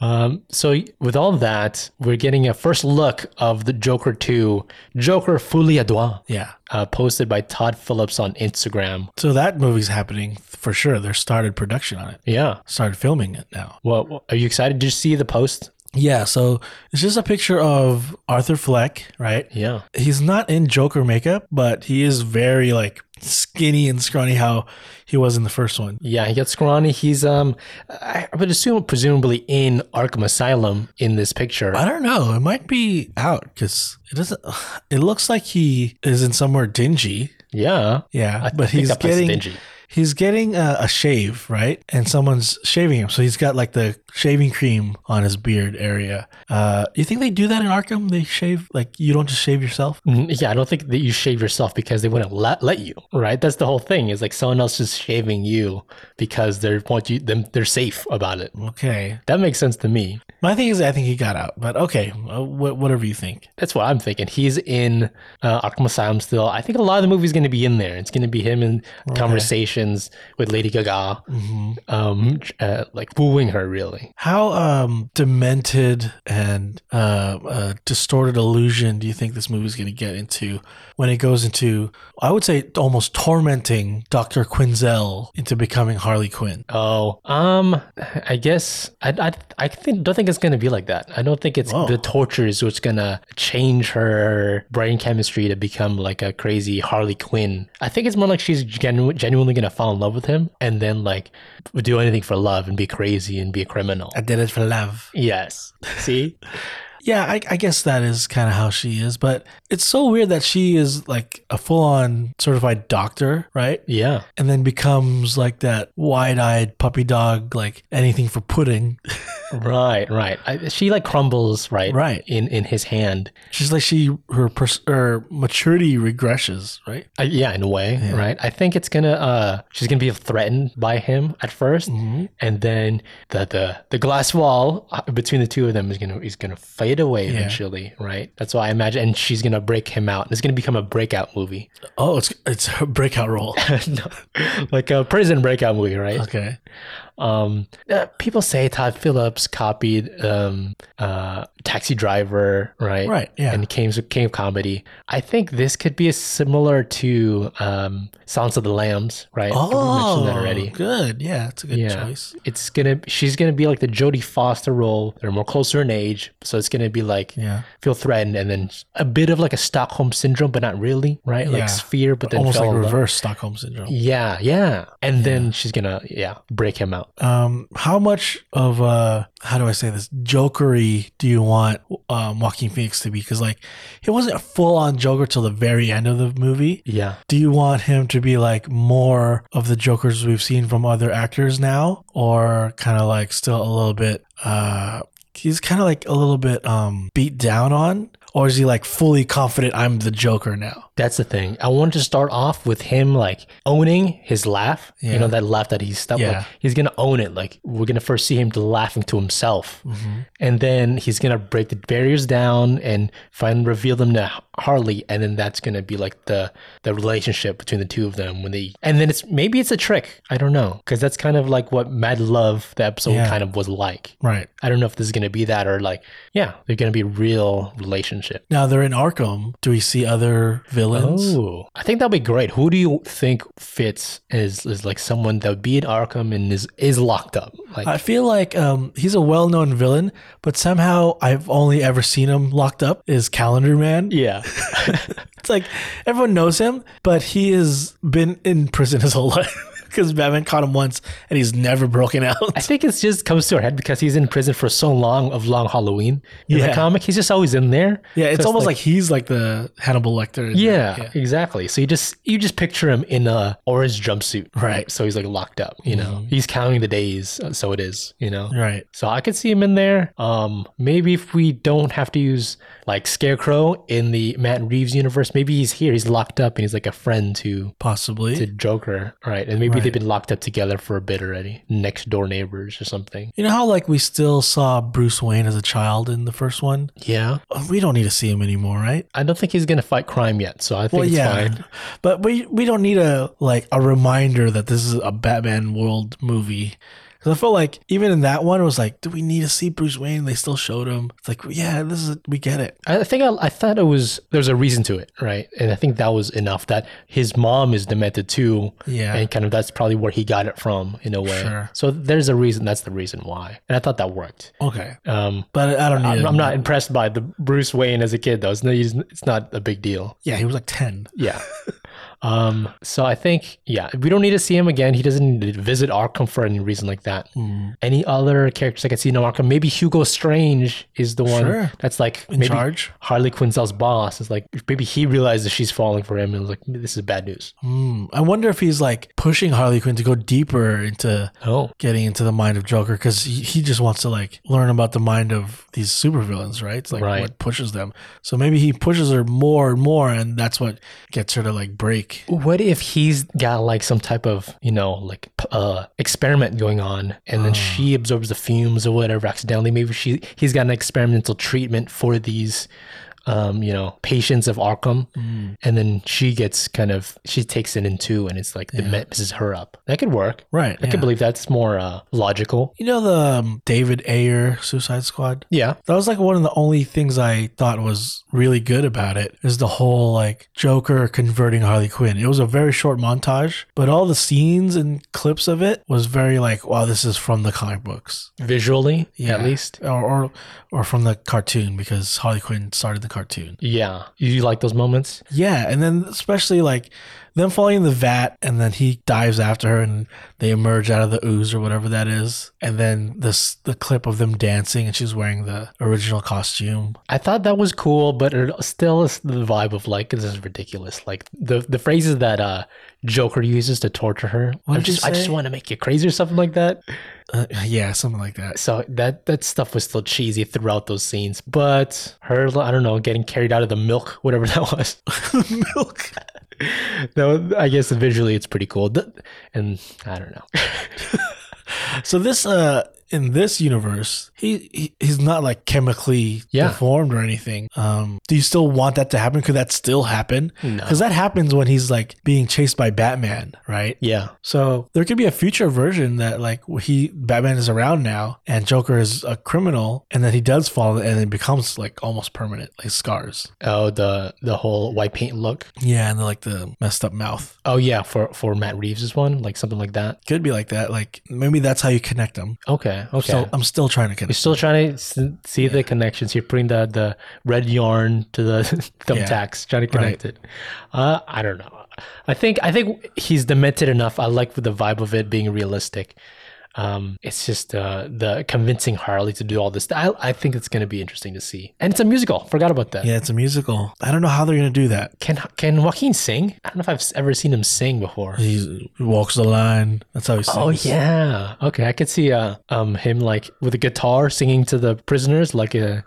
Speaker 2: Um, so with all that, we're getting a first look of the Joker 2, Joker Folie à Deux,
Speaker 1: Yeah,
Speaker 2: uh, posted by Todd Phillips on Instagram.
Speaker 1: so that movie's happening for sure. They started production on it,
Speaker 2: Yeah.
Speaker 1: started filming it now.
Speaker 2: Well, are you excited? Did you see the post?
Speaker 1: Yeah, so it's just a picture of Arthur Fleck, right?
Speaker 2: Yeah.
Speaker 1: He's not in Joker makeup, but he is very like skinny and scrawny how he was in the first one.
Speaker 2: Yeah, he got scrawny. He's um, I I would assume presumably in Arkham Asylum in this picture.
Speaker 1: I don't know. It might be out because it doesn't. It looks like he is in somewhere dingy.
Speaker 2: Yeah,
Speaker 1: Yeah,
Speaker 2: I
Speaker 1: but
Speaker 2: think
Speaker 1: he's
Speaker 2: that place is
Speaker 1: getting
Speaker 2: dingy.
Speaker 1: he's getting a, a shave, right? And someone's shaving him, so he's got like the shaving cream on his beard area. Uh, you think they do that in Arkham? They shave like you don't just shave yourself.
Speaker 2: Mm, yeah. I don't think that you shave yourself because they wouldn't let, let you. Right. That's the whole thing. Is like someone else is shaving you because they want you. Them they're safe about it.
Speaker 1: Okay,
Speaker 2: That makes sense to me.
Speaker 1: my thing is I think he got out, but okay, uh, wh- whatever you think.
Speaker 2: That's what I'm thinking. He's in uh, Arkham Asylum still. I think a lot of the movie's going to be in there. It's going to be him in conversations with Lady Gaga, um, uh, like wooing her really.
Speaker 1: How um, demented and uh, uh, distorted illusion do you think this movie is going to get into when it goes into, I would say, almost tormenting Dr. Quinzel into becoming Harley Quinn?
Speaker 2: Oh, um, I guess I, I, I think don't think it's gonna be like that. I don't think it's
Speaker 1: Whoa.
Speaker 2: the torture is what's gonna change her brain chemistry to become like a crazy Harley Quinn. I think it's more like she's genu- genuinely gonna fall in love with him and then like do anything for love and be crazy and be a criminal.
Speaker 1: I did it for love.
Speaker 2: yes. See,
Speaker 1: Yeah, I, I guess that is kind of how she is, but it's so weird that she is like a full on certified doctor, right?
Speaker 2: yeah.
Speaker 1: And then becomes like that wide eyed puppy dog, like anything for pudding.
Speaker 2: Right, right. I, she like crumbles, right,
Speaker 1: Right.
Speaker 2: in in his hand.
Speaker 1: She's like, she, her, pers- her maturity regresses, right?
Speaker 2: Uh, yeah, in a way, right. I think it's gonna. uh She's gonna be threatened by him at 1st and then the the the glass wall uh, between the two of them is gonna is gonna fade away eventually, right? That's why I imagine, and she's gonna break him out. It's gonna become a breakout movie,
Speaker 1: Oh, it's, it's her breakout role.
Speaker 2: No, like a prison breakout movie, right?
Speaker 1: Okay.
Speaker 2: Um, uh, people say Todd Phillips copied um, uh, Taxi Driver, right?
Speaker 1: Right, yeah.
Speaker 2: And King's King of Comedy. I think this could be similar to um, Sounds of the Lambs, right?
Speaker 1: Oh,
Speaker 2: we mentioned that already.
Speaker 1: good. Yeah, it's a good
Speaker 2: Yeah.
Speaker 1: choice.
Speaker 2: It's gonna. She's gonna be like the Jodie Foster role. They're more closer in age, so it's gonna be like
Speaker 1: Yeah.
Speaker 2: feel threatened, and then a bit of like a Stockholm syndrome, but not really, right?
Speaker 1: Yeah.
Speaker 2: Like fear, but then
Speaker 1: Almost
Speaker 2: fell
Speaker 1: like
Speaker 2: in love.
Speaker 1: reverse Stockholm syndrome.
Speaker 2: Yeah, yeah. And then she's gonna, yeah, break him out.
Speaker 1: Um, how much of uh, how do I say this jokery do you want um, Joaquin Phoenix to be? Because like, he wasn't a full on Joker till the very end of the movie.
Speaker 2: Yeah.
Speaker 1: Do you want him to be like more of the Jokers we've seen from other actors now, or kind of like still a little bit? Uh, he's kind of like a little bit um beat down on, or is he like fully confident? I'm the Joker now.
Speaker 2: That's the thing. I wanted to start off with him like owning his laugh.
Speaker 1: Yeah.
Speaker 2: You know that laugh that he's stuck.
Speaker 1: Yeah.
Speaker 2: Like, he's gonna own it. Like we're gonna first see him laughing to himself, and then he's gonna break the barriers down and find reveal them to Harley, and then that's gonna be like the the relationship between the two of them when they. And then it's maybe it's a trick. I don't know because that's kind of like what Mad Love the episode
Speaker 1: Yeah.
Speaker 2: kind of was like.
Speaker 1: Right.
Speaker 2: I don't know if this is gonna be that or like yeah they're gonna be real relationship.
Speaker 1: Now they're in Arkham. Do we see other villains?
Speaker 2: Oh, I think that'd be great. Who do you think fits is is like someone that would be in Arkham and is is locked up? Like
Speaker 1: I feel like um, he's a well-known villain, but somehow I've only ever seen him locked up is Calendar Man.
Speaker 2: yeah,
Speaker 1: It's like everyone knows him, but he has been in prison his whole life because Batman caught him once and he's never broken out.
Speaker 2: I think it's just comes to our head because he's in prison for so long of Long Halloween. In
Speaker 1: Yeah.
Speaker 2: the comic, he's just always in there.
Speaker 1: Yeah, it's
Speaker 2: So
Speaker 1: almost like, he's like the Hannibal Lecter. in
Speaker 2: yeah,
Speaker 1: that.
Speaker 2: exactly. So you just you just picture him in a orange jumpsuit,
Speaker 1: Right. Mm-hmm.
Speaker 2: So he's like locked up. You know, he's counting the days. uh, So it is. You know.
Speaker 1: yeah. Right.
Speaker 2: So I could see him in there. Um, maybe if we don't have to use like Scarecrow in the Matt Reeves universe, maybe he's here. He's locked up and he's like a friend to
Speaker 1: Possibly.
Speaker 2: to Joker, right? And maybe
Speaker 1: Right.
Speaker 2: they've been locked up together for a bit already, next door neighbors or something.
Speaker 1: you know how like we still saw Bruce Wayne as a child in the first one?
Speaker 2: Yeah,
Speaker 1: We don't need to see him anymore, right?
Speaker 2: I don't think he's gonna fight crime yet, so I think
Speaker 1: Well,
Speaker 2: it's
Speaker 1: yeah,
Speaker 2: fine.
Speaker 1: but we we don't need a like a reminder that this is a Batman world movie. Because I felt like even in that one, it was like, do we need to see Bruce Wayne? They still showed him. It's like, yeah, this is we get it.
Speaker 2: I think I, I thought it was there's a reason to it, right? And I think that was enough that his mom is demented too.
Speaker 1: Yeah.
Speaker 2: And kind of that's probably where he got it from in a way.
Speaker 1: Sure.
Speaker 2: So there's a reason. That's the reason why. And I thought that worked.
Speaker 1: Okay,
Speaker 2: Um,
Speaker 1: but I don't need.
Speaker 2: I'm,
Speaker 1: him.
Speaker 2: I'm not impressed by the Bruce Wayne as a kid though. It's not, he's- it's not a big deal.
Speaker 1: Yeah, he was like ten.
Speaker 2: Yeah. um. So I think yeah, we don't need to see him again. He doesn't need to visit Arkham for any reason like that.
Speaker 1: Mm.
Speaker 2: Any other characters I could see in Arkham? Maybe Hugo Strange is the one
Speaker 1: Sure.
Speaker 2: that's like
Speaker 1: In
Speaker 2: maybe
Speaker 1: charge?
Speaker 2: Harley Quinn's boss is like maybe he realizes she's falling for him and like this is bad news.
Speaker 1: Hmm. I wonder if he's like pushing Harley Quinn to go deeper into
Speaker 2: Oh.
Speaker 1: getting into the mind of Joker because he, he just wants to like learn about the mind of these supervillains, right? It's like
Speaker 2: Right.
Speaker 1: what pushes them. So maybe he pushes her more and more, and that's what gets her to like break.
Speaker 2: What if he's got like some type of you know like p- uh experiment going on, and then
Speaker 1: Ah.
Speaker 2: she absorbs the fumes or whatever accidentally? Maybe she he's got an experimental treatment for these um, you know, patients of Arkham,
Speaker 1: Mm.
Speaker 2: and then she gets kind of she takes it in two, and it's like it messes her up. That could work.
Speaker 1: Right.
Speaker 2: I
Speaker 1: yeah.
Speaker 2: can believe that's more uh, logical.
Speaker 1: You know the um, David Ayer Suicide Squad?
Speaker 2: Yeah.
Speaker 1: That was like one of the only things I thought was really good about it is the whole like Joker converting Harley Quinn. It was a very short montage, but all the scenes and clips of it was very like, wow, this is from the comic books.
Speaker 2: Visually,
Speaker 1: Yeah.
Speaker 2: at least.
Speaker 1: Or, or or from the cartoon because Harley Quinn started the cartoon.
Speaker 2: Yeah. You like those moments?
Speaker 1: Yeah, and then especially like them falling in the vat, and then he dives after her, and they emerge out of the ooze or whatever that is, and then this the clip of them dancing, and she's wearing the original costume.
Speaker 2: I thought that was cool, but it still is the vibe of like this is ridiculous. Like the the phrases that uh Joker uses to torture her. I
Speaker 1: did you
Speaker 2: just I just
Speaker 1: say?
Speaker 2: want to make you crazy or something like that.
Speaker 1: Uh, yeah, something like that.
Speaker 2: So that that stuff was still cheesy throughout those scenes. But her I don't know, getting carried out of the milk, whatever that was.
Speaker 1: Milk.
Speaker 2: No, I guess visually it's pretty cool. Th- And I don't know.
Speaker 1: So this uh in this universe, he, he he's not like chemically
Speaker 2: Yeah.
Speaker 1: deformed or anything. Um, do you still want that to happen? Could that still happen?
Speaker 2: No.
Speaker 1: Because that happens when he's like being chased by Batman, right?
Speaker 2: Yeah.
Speaker 1: So there could be a future version that like he Batman is around now and Joker is a criminal and then he does fall and it becomes like almost permanent, like scars.
Speaker 2: Oh, the the whole white paint look.
Speaker 1: Yeah, and like the messed up mouth.
Speaker 2: Oh yeah, for for Matt Reeves' one, like something like that.
Speaker 1: Could be like that. Like maybe that's how you connect them.
Speaker 2: Okay, okay.
Speaker 1: So I'm still trying to
Speaker 2: You're
Speaker 1: connect.
Speaker 2: still trying to s- see the connections. You're putting the the red yarn to the thumbtacks, trying to connect it. Uh, I don't know. I think I think he's demented enough. I like the vibe of it being realistic. Um, it's just uh, the convincing Harley to do all this. I, I think it's going to be interesting to see. And it's a musical. Forgot about that.
Speaker 1: Yeah, it's a musical. I don't know how they're gonna do that.
Speaker 2: Can can Joaquin sing? I don't know if I've s- ever seen him sing before.
Speaker 1: He walks the line. That's how he sings.
Speaker 2: Oh yeah. Okay, I could see uh, um him like with a guitar singing to the prisoners like a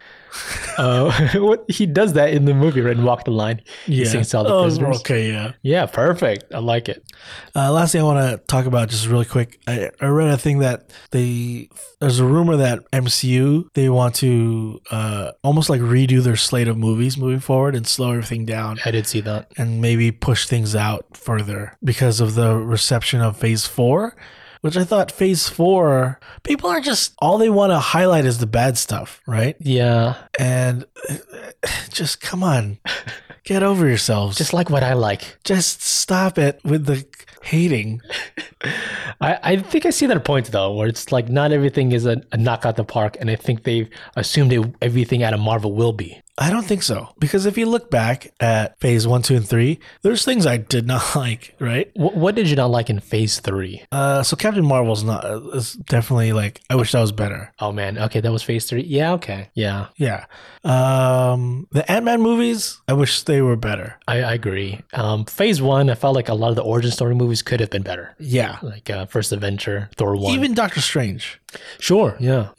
Speaker 2: uh what he does that in the movie right and walk the line. He
Speaker 1: yeah.
Speaker 2: sings to all the
Speaker 1: Oh,
Speaker 2: prisoners.
Speaker 1: okay, yeah.
Speaker 2: Yeah, perfect. I like it.
Speaker 1: Uh, last thing I want to talk about, just really quick. I, I read a thing that they there's a rumor that MCU they want to uh, almost like redo their slate of movies moving forward and slow everything down
Speaker 2: I did see that.
Speaker 1: and maybe push things out further because of the reception of Phase Four, which I thought Phase Four people are just all they want to highlight is the bad stuff, right?
Speaker 2: Yeah.
Speaker 1: And just come on, get over yourselves.
Speaker 2: Just like what I like.
Speaker 1: just stop it with the hating.
Speaker 2: I, I think I see their point though, where it's like not everything is a, a knock out the park, and I think they've assumed it, everything out of Marvel will be.
Speaker 1: I don't think so. Because if you look back at phase one, two, and three, there's things I did not like, right?
Speaker 2: What, what did you not like in Phase Three?
Speaker 1: Uh, so Captain Marvel's not, uh, is definitely like, I wish that was better.
Speaker 2: Oh man, okay, that was Phase Three. Yeah, okay, yeah,
Speaker 1: Yeah. Um, the Ant Man movies, I wish they were better.
Speaker 2: I, I agree. Um, phase one, I felt like a lot of the origin story movies could have been better,
Speaker 1: Yeah.
Speaker 2: like uh, First Adventure, Thor one.
Speaker 1: Even Doctor Strange.
Speaker 2: sure, yeah,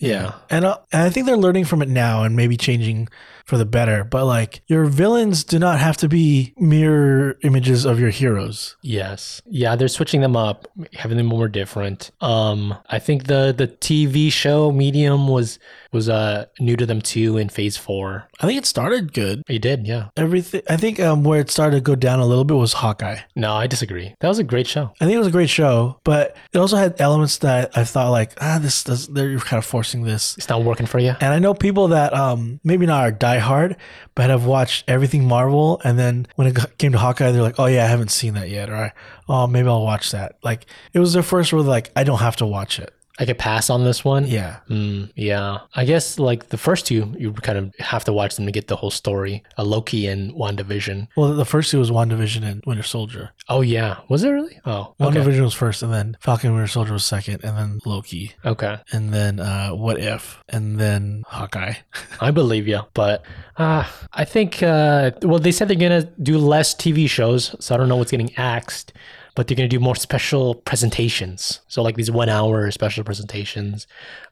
Speaker 1: And, uh, and I think they're learning from it now and maybe changing for the better. But like, your villains do not have to be mirror images of your heroes.
Speaker 2: yes, yeah. They're switching them up, having them more different. Um, I think the the TV show medium was was uh new to them too in phase four.
Speaker 1: I think it started good.
Speaker 2: You did, yeah.
Speaker 1: Everything. I think um, where it started to go down a little bit was Hawkeye.
Speaker 2: No, I disagree. That was a great show.
Speaker 1: I think it was a great show, but it also had elements that I thought like, ah, this does they're kind of forcing this.
Speaker 2: It's not working for you.
Speaker 1: And I know people that um maybe not are diehard, but have watched everything Marvel, and then when it got- came to Hawkeye, they're like, oh yeah, I haven't seen that yet, or oh maybe I'll watch that. Like it was their first where they're like I don't have to watch it.
Speaker 2: I could pass on this one.
Speaker 1: Yeah,
Speaker 2: Mm, yeah, I guess like the first two, you kind of have to watch them to get the whole story. Uh, Loki and WandaVision.
Speaker 1: well the first two was WandaVision and Winter Soldier.
Speaker 2: Oh yeah, was it really? Oh, okay.
Speaker 1: WandaVision was first, and then Falcon and Winter Soldier was second, and then Loki,
Speaker 2: okay.
Speaker 1: and then uh, What If, and then Hawkeye.
Speaker 2: I believe you, but uh, I think uh, well, they said they're gonna do less TV shows, so I don't know what's getting axed, but they're gonna do more special presentations. So like these one-hour special presentations,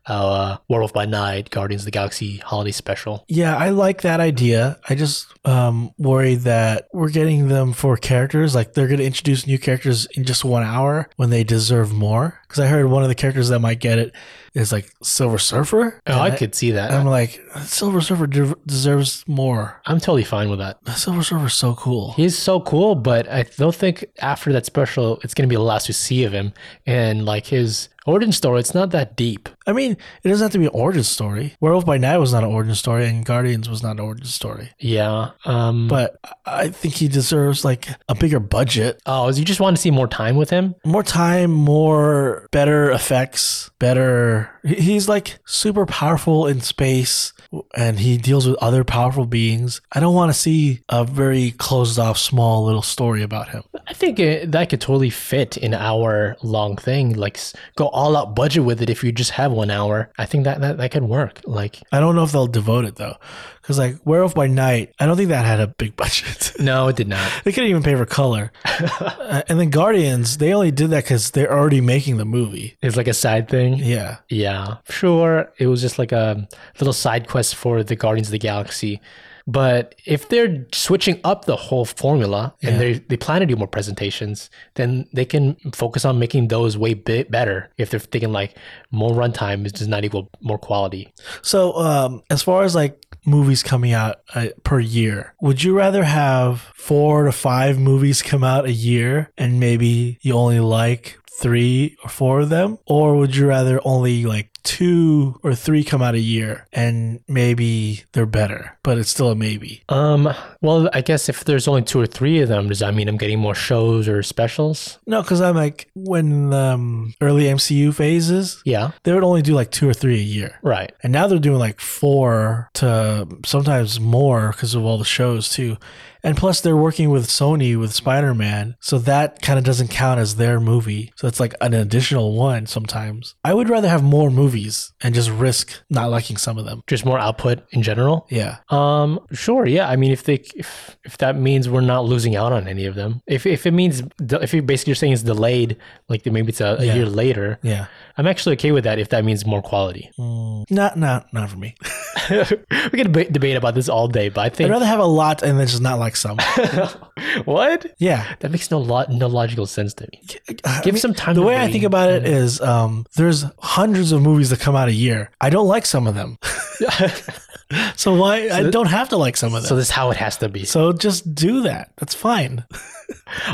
Speaker 2: uh, Werewolf by Night, Guardians of the Galaxy Holiday Special.
Speaker 1: Yeah, I like that idea. I just um, worry that we're getting them for characters. Like they're going to introduce new characters in just one hour when they deserve more. because I heard one of the characters that might get it is like Silver Surfer.
Speaker 2: Oh,
Speaker 1: And
Speaker 2: I could see that.
Speaker 1: and I'm
Speaker 2: I'm,
Speaker 1: like, Silver Surfer de- deserves more.
Speaker 2: totally fine with that.
Speaker 1: Silver Surfer's so cool.
Speaker 2: He's so cool, but I don't think after that special, it's going to be the last we see of him. And like his origin story, it's not that deep.
Speaker 1: I mean, it doesn't have to be an origin story. Werewolf by Night was not an origin story, and Guardians was not an origin story.
Speaker 2: Yeah. Um, but
Speaker 1: But I- I think he deserves like a bigger budget,
Speaker 2: oh, you just want to see more time with him?
Speaker 1: more time, more better effects, better. he- He's like super powerful in space, and he deals with other powerful beings. I don't want to see a very closed off, small little story about him.
Speaker 2: I think uh that could totally fit in our long thing. Like, s- go all out budget with it if you just have one hour. I think that that, that could work. Like,
Speaker 1: I don't know if they'll devote it though, because like Werewolf by Night, I don't think that had a big budget.
Speaker 2: no, it did not.
Speaker 1: They couldn't even pay for color. Uh, and then Guardians, they only did that because they're already making the movie.
Speaker 2: It's like a side thing.
Speaker 1: Yeah.
Speaker 2: Yeah, sure. It was just like a little side quest for the Guardians of the Galaxy. But if they're switching up the whole formula and they they plan to do more presentations, then they can focus on making those way bit better. If they're thinking like more runtime is does not equal more quality.
Speaker 1: So, um, as far as like movies coming out uh, per year, would you rather have four to five movies come out a year and maybe you only like three or four of them? Or would you rather only like two or three come out a year and maybe they're better, but it's still a maybe?
Speaker 2: Um, well, I guess if there's only two or three of them, does that mean I'm getting more shows or specials?
Speaker 1: No, because I'm like, when um, early MCU phases,
Speaker 2: Yeah,
Speaker 1: they would only do like two or three a year.
Speaker 2: right.
Speaker 1: And now they're doing like four to sometimes more because of all the shows too. And plus, they're working with Sony with Spider Man. So that kind of doesn't count as their movie. So it's like an additional one sometimes. I would rather have more movies and just risk not liking some of them.
Speaker 2: Just more output in general.
Speaker 1: Yeah.
Speaker 2: Um, sure, yeah. I mean, if they if if that means we're not losing out on any of them, if if it means de- if you're basically saying it's delayed, like then maybe it's a, a
Speaker 1: Yeah.
Speaker 2: year later,
Speaker 1: Yeah.
Speaker 2: I'm actually okay with that if that means more quality.
Speaker 1: Mm, not, not, not for me.
Speaker 2: we could deba- debate about this all day, but I
Speaker 1: I'd
Speaker 2: think
Speaker 1: rather have a lot and then just not like some.
Speaker 2: what
Speaker 1: Yeah.
Speaker 2: that makes no lot no logical sense to me. Give
Speaker 1: I
Speaker 2: some time.
Speaker 1: The
Speaker 2: to
Speaker 1: way I
Speaker 2: read.
Speaker 1: think about it is, um, there's hundreds of movies that come out a year. I don't like some of them, so why I don't have to like some of them.
Speaker 2: so this is how it has to be.
Speaker 1: So just do that. That's fine.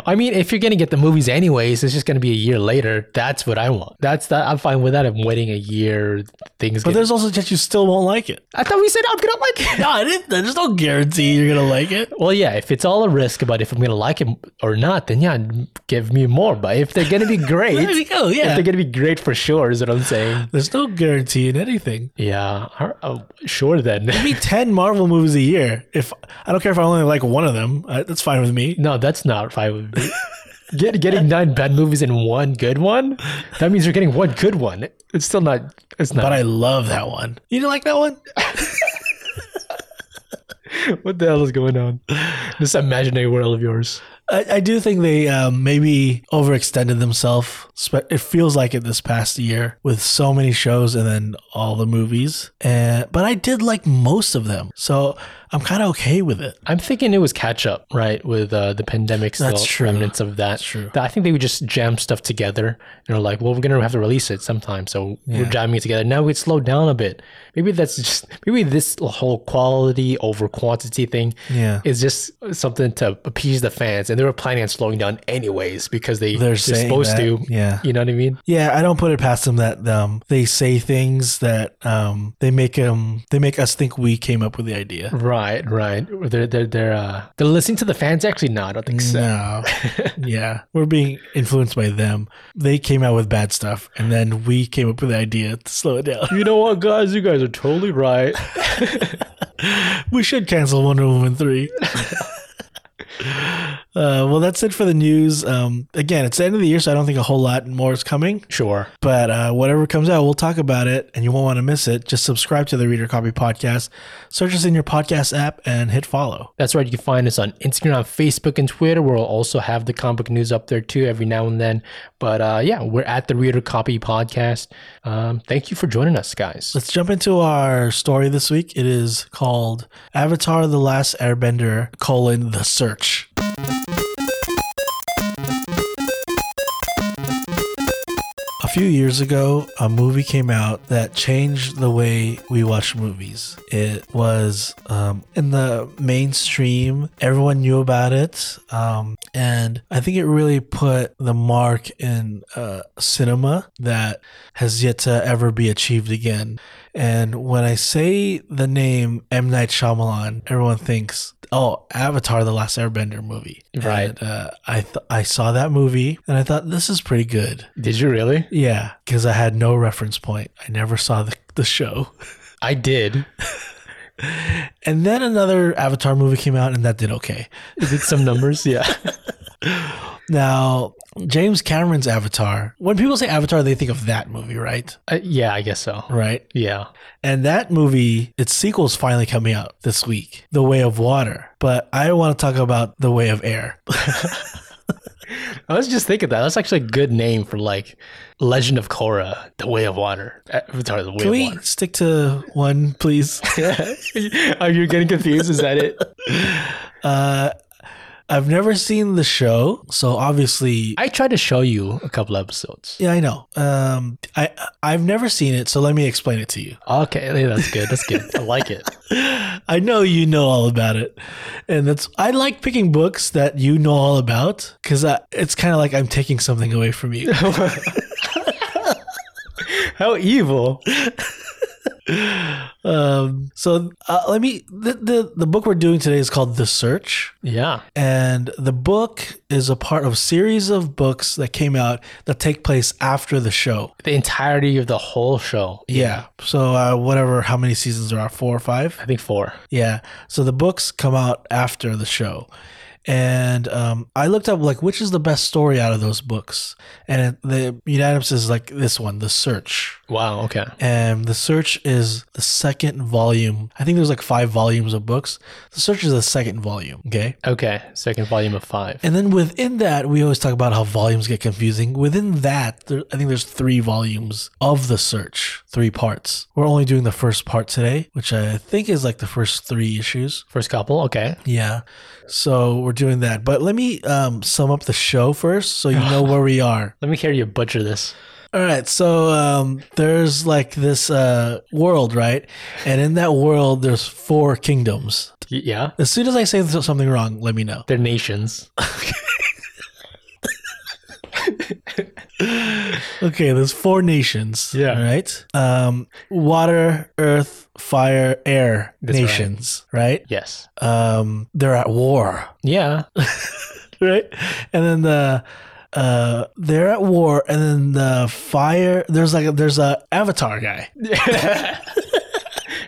Speaker 2: I mean, if you're gonna get the movies anyways, it's just gonna be a year later. That's what I want. That's that. I'm fine with that. I'm waiting a year. Things.
Speaker 1: But
Speaker 2: get-
Speaker 1: there's also a chance you still won't like it.
Speaker 2: I thought we said I'm gonna like it.
Speaker 1: No, it is- there's no guarantee you're gonna like it.
Speaker 2: Well, yeah, if it's all a risk, but if I'm gonna like it or not, then yeah, give me more. But if they're gonna be
Speaker 1: There
Speaker 2: great,
Speaker 1: you go.
Speaker 2: if
Speaker 1: Yeah.
Speaker 2: they're gonna be great for sure, is what I'm saying.
Speaker 1: There's no guarantee in anything.
Speaker 2: Yeah, all- oh, sure then.
Speaker 1: Give me ten Marvel movies a year. If I don't care if I only like one of them, uh, that's fine with me.
Speaker 2: no, that's not fine with me. Get, getting nine bad movies and one good one, that means you're getting one good one. It's still not. It's
Speaker 1: But
Speaker 2: not.
Speaker 1: I love that one. You didn't like that one?
Speaker 2: what the hell is going on? This imaginary world of yours.
Speaker 1: I, I do think they um, maybe overextended themselves. Spe- It feels like it this past year with so many shows and then all the movies. And but I did like most of them, so I'm kind of okay with it.
Speaker 2: I'm thinking it was catch up, right? With uh, the pandemic still
Speaker 1: That's true.
Speaker 2: remnants of that. That's
Speaker 1: true.
Speaker 2: I think they would just jam stuff together and are like, well, we're gonna have to release it sometime, so we're jamming it together. Now we slow down a bit. Maybe that's just maybe this whole quality over quantity thing
Speaker 1: Yeah.
Speaker 2: is just something to appease the fans, and they were planning on slowing down anyways because they
Speaker 1: They're
Speaker 2: they're
Speaker 1: saying
Speaker 2: supposed
Speaker 1: that,
Speaker 2: to.
Speaker 1: yeah.
Speaker 2: you know what I mean.
Speaker 1: Yeah, I don't put it past them that um, they say things that um, they make um, they make us think we came up with the idea.
Speaker 2: Right, right. They're they're they're uh, they're listening to the fans. Actually, no, I don't think
Speaker 1: Mm.
Speaker 2: so.
Speaker 1: No. yeah, we're being influenced by them. They came out with bad stuff, and then we came up with the idea to slow it down.
Speaker 2: You know what, guys? You guys are totally right.
Speaker 1: we should cancel Wonder Woman 3. uh, well, that's it for the news. Um, again, it's the end of the year, so I don't think a whole lot more is coming.
Speaker 2: Sure.
Speaker 1: But uh, whatever comes out, we'll talk about it, and you won't want to miss it. Just subscribe to the Reader Copy Podcast, search us in your podcast app, and hit follow.
Speaker 2: That's right. You can find us on Instagram, Facebook, and Twitter. We'll also have the comic book news up there too every now and then. But uh, yeah, we're at the Reader Copy Podcast. Um, thank you for joining us, guys.
Speaker 1: Let's jump into our story this week. It is called Avatar: The Last Airbender: colon The Search. A few years ago, a movie came out that changed the way we watch movies. It was um, in the mainstream, everyone knew about it. Um, and I think it really put the mark in uh, cinema that has yet to ever be achieved again. And when I say the name M. Night Shyamalan, everyone thinks, oh, Avatar, the last Airbender movie.
Speaker 2: Right.
Speaker 1: And, uh, I, th- I saw that movie and I thought, this is pretty good.
Speaker 2: Did you really?
Speaker 1: Yeah, because I had no reference point. I never saw the, the show.
Speaker 2: I did.
Speaker 1: And then another Avatar movie came out, and that did okay.
Speaker 2: Is it some numbers? Yeah.
Speaker 1: Now, James Cameron's Avatar, when people say Avatar, they think of that movie, right?
Speaker 2: Uh, yeah, I guess so.
Speaker 1: Right.
Speaker 2: Yeah.
Speaker 1: And that movie, its sequel's finally coming out this week The Way of Water. But I want to talk about The Way of Air.
Speaker 2: I was just thinking that. That's actually a good name for like Legend of Korra, The Way of Water. Avatar, The Way
Speaker 1: Can
Speaker 2: of
Speaker 1: we
Speaker 2: Water.
Speaker 1: stick to one, please?
Speaker 2: Are you getting confused? Is that it?
Speaker 1: Uh, I've never seen the show, so obviously
Speaker 2: I tried to show you a couple episodes.
Speaker 1: Yeah, I know. Um, I I've never seen it, so let me explain it to you.
Speaker 2: Okay, yeah, that's good. That's good. I like it.
Speaker 1: I know you know all about it, and that's I like picking books that you know all about because it's kind of like I'm taking something away from you.
Speaker 2: How evil.
Speaker 1: um, so uh, let me the, the the book we're doing today is called The Search,
Speaker 2: Yeah.
Speaker 1: and the book is a part of a series of books that came out that take place after the show.
Speaker 2: The entirety of the whole show.
Speaker 1: Yeah. So uh, whatever, how many seasons there are, four or five.
Speaker 2: I think four.
Speaker 1: Yeah. So the books come out after the show. And um, I looked up like which is the best story out of those books, and it, the unanimous is like this one, The Search.
Speaker 2: Wow. Okay.
Speaker 1: And The Search is the second volume. I think there's like five volumes of books. The Search is the second volume. Okay.
Speaker 2: Okay. Second volume of five.
Speaker 1: And then within that, we always talk about how volumes get confusing. Within that, there, I think there's three volumes of the search, three parts. We're only doing the first part today, which I think is like the first three issues.
Speaker 2: First couple. Okay.
Speaker 1: Yeah. So we're doing that. But let me um, sum up the show first so you know where we are.
Speaker 2: Let me hear you butcher this.
Speaker 1: All right. So um, there's like this uh, world, right? And in that world, there's four kingdoms.
Speaker 2: Y- Yeah.
Speaker 1: As soon as I say something wrong, let me know.
Speaker 2: They're nations.
Speaker 1: Okay, there's four nations.
Speaker 2: Yeah.
Speaker 1: All right. Um, water, earth, fire, air
Speaker 2: That's right.
Speaker 1: nations, right.
Speaker 2: Yes.
Speaker 1: Um, they're at war,
Speaker 2: Yeah.
Speaker 1: right? And then the uh, they're at war, and then the fire. There's like a, there's a avatar guy.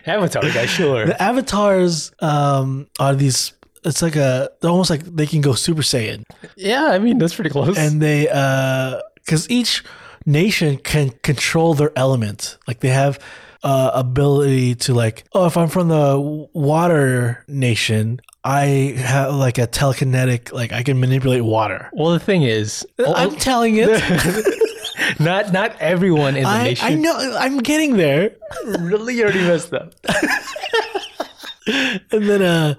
Speaker 2: Avatar guy, sure.
Speaker 1: The avatars um are these. It's like a they're almost like they can go Super Saiyan,
Speaker 2: Yeah, I mean that's pretty close.
Speaker 1: and they uh because each nation can control their element like they have uh ability to like oh if i'm from the w- water nation i have like a telekinetic like i can manipulate water Oh.
Speaker 2: well, the thing is,
Speaker 1: Uh, i'm telling it
Speaker 2: not not everyone in the
Speaker 1: I,
Speaker 2: nation
Speaker 1: I know i'm getting there
Speaker 2: really already messed up.
Speaker 1: and then uh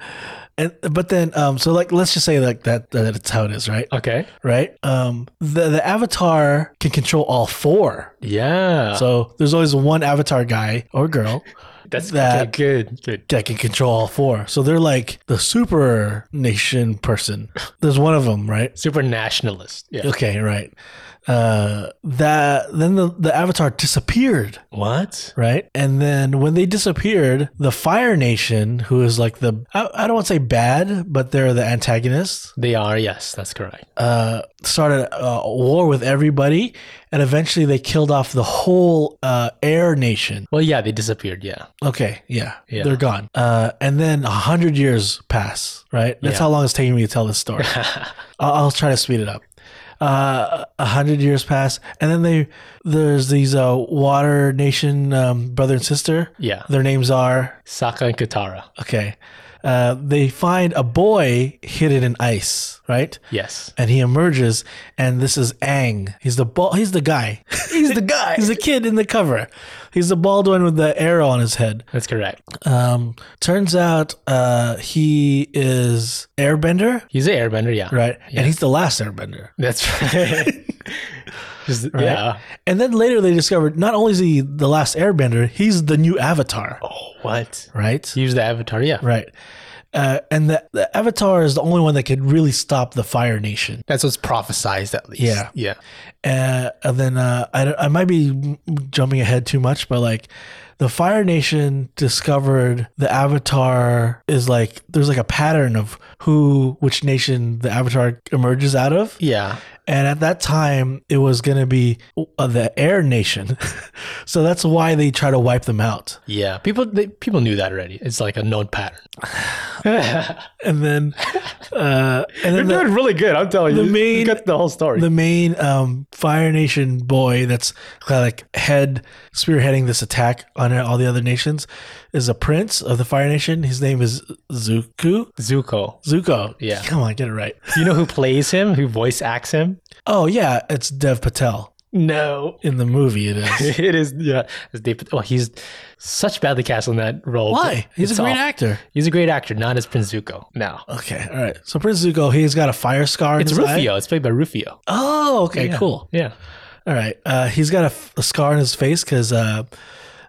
Speaker 1: and but then um so like let's just say like that that it's how it is right
Speaker 2: Okay.
Speaker 1: right um the the avatar can control all four
Speaker 2: Yeah.
Speaker 1: so there's always one avatar guy or girl
Speaker 2: that's
Speaker 1: that-
Speaker 2: okay, good. Good.
Speaker 1: that can control all four. So they're like the super nation person. There's one of them, right?
Speaker 2: Super nationalist. Yeah.
Speaker 1: Okay, right. Uh, that then the, the avatar disappeared,
Speaker 2: What?
Speaker 1: right? And then when they disappeared, the Fire Nation, who is like the I, I don't want to say bad, but they're the antagonists,
Speaker 2: They are. Yes, that's correct.
Speaker 1: uh, started a war with everybody, and eventually they killed off the whole uh, Air Nation.
Speaker 2: Well, yeah, they disappeared. Yeah.
Speaker 1: Okay, yeah,
Speaker 2: Yeah.
Speaker 1: they're gone. Uh, and then a hundred years pass, right? That's
Speaker 2: Yeah.
Speaker 1: how long it's taking me to tell this story. I'll, I'll try to speed it up. Uh, a hundred years pass, and then they there's these uh, water nation um, brother and sister.
Speaker 2: yeah.
Speaker 1: Their names are
Speaker 2: Saka and Katara.
Speaker 1: okay. Uh, they find a boy hidden in ice, right?
Speaker 2: Yes.
Speaker 1: And he emerges, and this is Aang. He's the ball. He's the guy.
Speaker 2: He's the guy.
Speaker 1: He's the kid in the cover. He's the bald one with the arrow on his head.
Speaker 2: That's correct.
Speaker 1: Um, turns out uh, he is Airbender,
Speaker 2: He's an airbender. Yeah.
Speaker 1: right? And he's the last Airbender.
Speaker 2: That's right. Just-
Speaker 1: right?
Speaker 2: Yeah.
Speaker 1: And then later they discovered not only is he the last airbender, he's the new avatar,
Speaker 2: Oh, what?
Speaker 1: right?
Speaker 2: Use the avatar. Yeah.
Speaker 1: Right. Uh, and the, the avatar is the only one that could really stop the Fire Nation.
Speaker 2: That's what's prophesized at least.
Speaker 1: Yeah.
Speaker 2: Yeah.
Speaker 1: Uh, and then uh, I, don't- I might be jumping ahead too much, but like the Fire Nation discovered the Avatar is like there's like a pattern of who which nation the Avatar emerges out of,
Speaker 2: Yeah.
Speaker 1: and at that time it was gonna be uh, the Air Nation, so that's why they try to wipe them out.
Speaker 2: Yeah. People they, people knew that already. It's like a known pattern.
Speaker 1: And then, uh, and then the-
Speaker 2: really good. I'm telling
Speaker 1: the main-
Speaker 2: the whole story.
Speaker 1: the main um, Fire Nation boy that's kind of like head spearheading this attack on all the other nations is a prince of the Fire Nation. His name is Zuko.
Speaker 2: Zuko.
Speaker 1: Zuko.
Speaker 2: Yeah.
Speaker 1: Come on, get it right.
Speaker 2: Do you know who plays him? Who voice acts him?
Speaker 1: Oh yeah, it's Dev Patel
Speaker 2: No.
Speaker 1: in the movie. It is.
Speaker 2: it is yeah. It's Dave- oh, he's such badly cast in that role.
Speaker 1: Why? He's
Speaker 2: It's
Speaker 1: a great
Speaker 2: awful.
Speaker 1: actor.
Speaker 2: He's a great actor, not as Prince Zuko. No.
Speaker 1: Okay, all right. So Prince Zuko, he's got a fire scar. in
Speaker 2: It's
Speaker 1: his eye.
Speaker 2: Rufio. It's played by Rufio.
Speaker 1: Oh, okay,
Speaker 2: Yeah.
Speaker 1: cool.
Speaker 2: Yeah.
Speaker 1: All right. Uh, he's got a, f- a scar on his face because uh,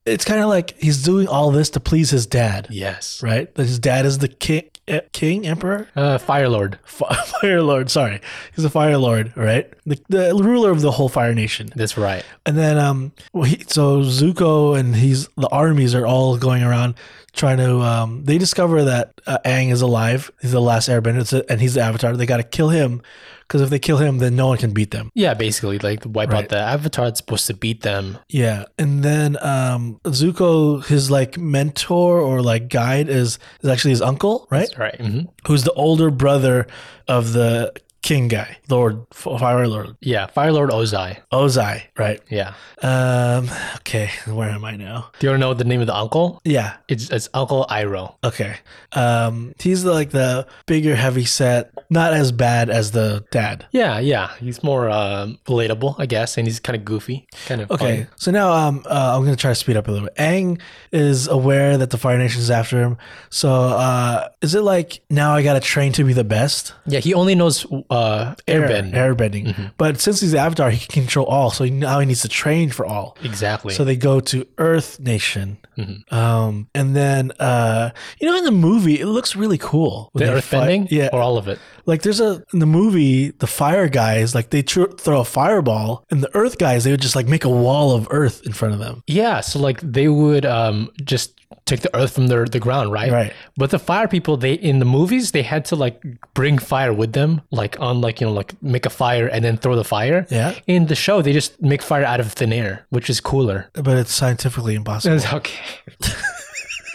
Speaker 1: it's kind of like he's doing all this to please his dad.
Speaker 2: Yes.
Speaker 1: right? That his dad is the king, eh, king, emperor,
Speaker 2: Uh, Fire Lord.
Speaker 1: Fi- fire lord. Sorry, he's a fire lord, right? The, the ruler of the whole fire nation.
Speaker 2: That's right.
Speaker 1: And then, um, well, he, so Zuko and he's the armies are all going around trying to. Um, they discover that uh, Aang is alive. He's the last Airbender, it's a- and he's the Avatar. They got to kill him because if they kill him, then no one can beat them.
Speaker 2: Yeah, basically, like wipe
Speaker 1: Right.
Speaker 2: out the avatar that's supposed to beat them.
Speaker 1: Yeah, and then um, Zuko, his like mentor or like guide is is actually his uncle, right?
Speaker 2: All right. mhm.
Speaker 1: who's the older brother of the king guy, Lord Fire Lord
Speaker 2: Yeah, Fire Lord Ozai.
Speaker 1: Ozai, right?
Speaker 2: Yeah.
Speaker 1: Um, okay, where am I now?
Speaker 2: Do you want to know the name of the uncle?
Speaker 1: Yeah,
Speaker 2: It's, it's Uncle Iroh.
Speaker 1: okay. Um, he's like the bigger, heavy set, not as bad as the dad.
Speaker 2: Yeah, yeah. He's more um, relatable, I guess, and he's kind of goofy, kind of
Speaker 1: Okay,
Speaker 2: funny.
Speaker 1: so now um, uh, I'm gonna try to speed up a little bit. Aang is aware that the Fire Nation is after him, so uh, is it like now I gotta train to be the best?
Speaker 2: Yeah, he only knows uh, airbend.
Speaker 1: Air, airbending. Mm-hmm. But since he's the Avatar, he can control all, so he, now he needs to train for all.
Speaker 2: Exactly.
Speaker 1: So they go to Earth Nation,
Speaker 2: Mm-hmm.
Speaker 1: um, and then uh, you know in the movie it looks really cool.
Speaker 2: the
Speaker 1: When they fight-
Speaker 2: earthbending?
Speaker 1: yeah.
Speaker 2: Or all of it?
Speaker 1: like there's a in the movie the fire guys like they tr- throw a fireball, and the Earth guys they would just like make a wall of Earth in front of them.
Speaker 2: Yeah, so like they would um, just take the earth from their, the ground, right?
Speaker 1: Right.
Speaker 2: But the fire people, they in the movies, they had to like bring fire with them, like on like you know like make a fire and then throw the fire.
Speaker 1: Yeah.
Speaker 2: In the show, they just make fire out of thin air, which is cooler.
Speaker 1: But it's scientifically impossible.
Speaker 2: It's okay.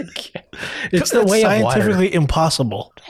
Speaker 2: okay. It's the
Speaker 1: That's
Speaker 2: way of water.
Speaker 1: scientifically impossible.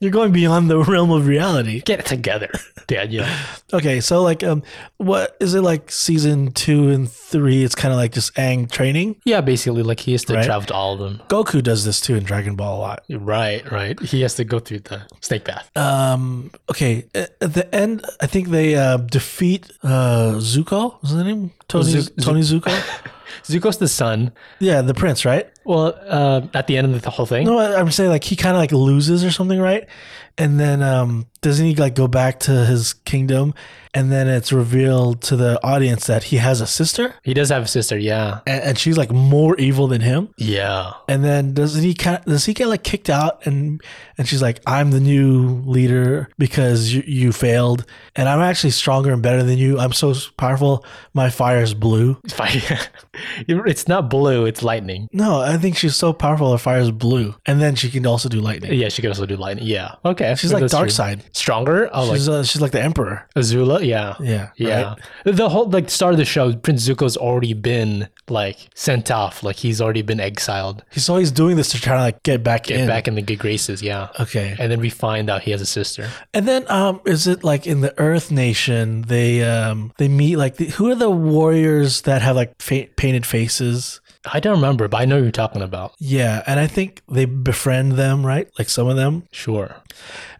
Speaker 1: You're going beyond the realm of reality.
Speaker 2: Get it together, Daniel.
Speaker 1: Okay, so like, um, what is it like? Season two and three, it's kind of like just Aang training.
Speaker 2: yeah, basically, like he has to
Speaker 1: Right.
Speaker 2: travel to all of them.
Speaker 1: Goku does this too in Dragon Ball a lot.
Speaker 2: Right, right. He has to go through the snake path.
Speaker 1: Um, okay, a- at the end, I think they uh, defeat uh, Zuko. Was the name Tony?
Speaker 2: Zu-
Speaker 1: Tony Zuko?
Speaker 2: Zuko's the son.
Speaker 1: yeah, the prince, right?
Speaker 2: Well, uh, at the end of the whole thing.
Speaker 1: No, I- I'm saying like he kind of like loses or something, right? And then um, doesn't he like go back to his kingdom? And then it's revealed to the audience that he has a sister,
Speaker 2: He does have a sister, yeah.
Speaker 1: and, and she's like more evil than him.
Speaker 2: Yeah.
Speaker 1: And then doesn't he kind of, does he get like kicked out and and she's like I'm the new leader because you, you failed and I'm actually stronger and better than you I'm so s- powerful my fire is blue
Speaker 2: It's fine. it's not blue, it's lightning.
Speaker 1: no I think she's so powerful her fire is blue and then she can also do lightning
Speaker 2: Yeah, she can also do lightning. Yeah. Okay.
Speaker 1: she's like
Speaker 2: that's
Speaker 1: dark
Speaker 2: true.
Speaker 1: side
Speaker 2: Stronger? Oh, like
Speaker 1: she's uh, she's like the emperor
Speaker 2: Azula? Yeah.
Speaker 1: yeah
Speaker 2: Yeah.
Speaker 1: right?
Speaker 2: The whole, like, start of the show, Prince Zuko's already been, like, sent off. Like, he's already been exiled.
Speaker 1: he's always doing this to try to like get back
Speaker 2: Get
Speaker 1: in
Speaker 2: back in the good graces, yeah.
Speaker 1: okay
Speaker 2: And then we find out he has a sister.
Speaker 1: and then um is it like in the Earth Nation they um they meet like the, who are the warriors that have like fa- painted faces
Speaker 2: I don't remember, but I know who you're talking about.
Speaker 1: Yeah, and I think they befriend them, right? Like some of them.
Speaker 2: Sure.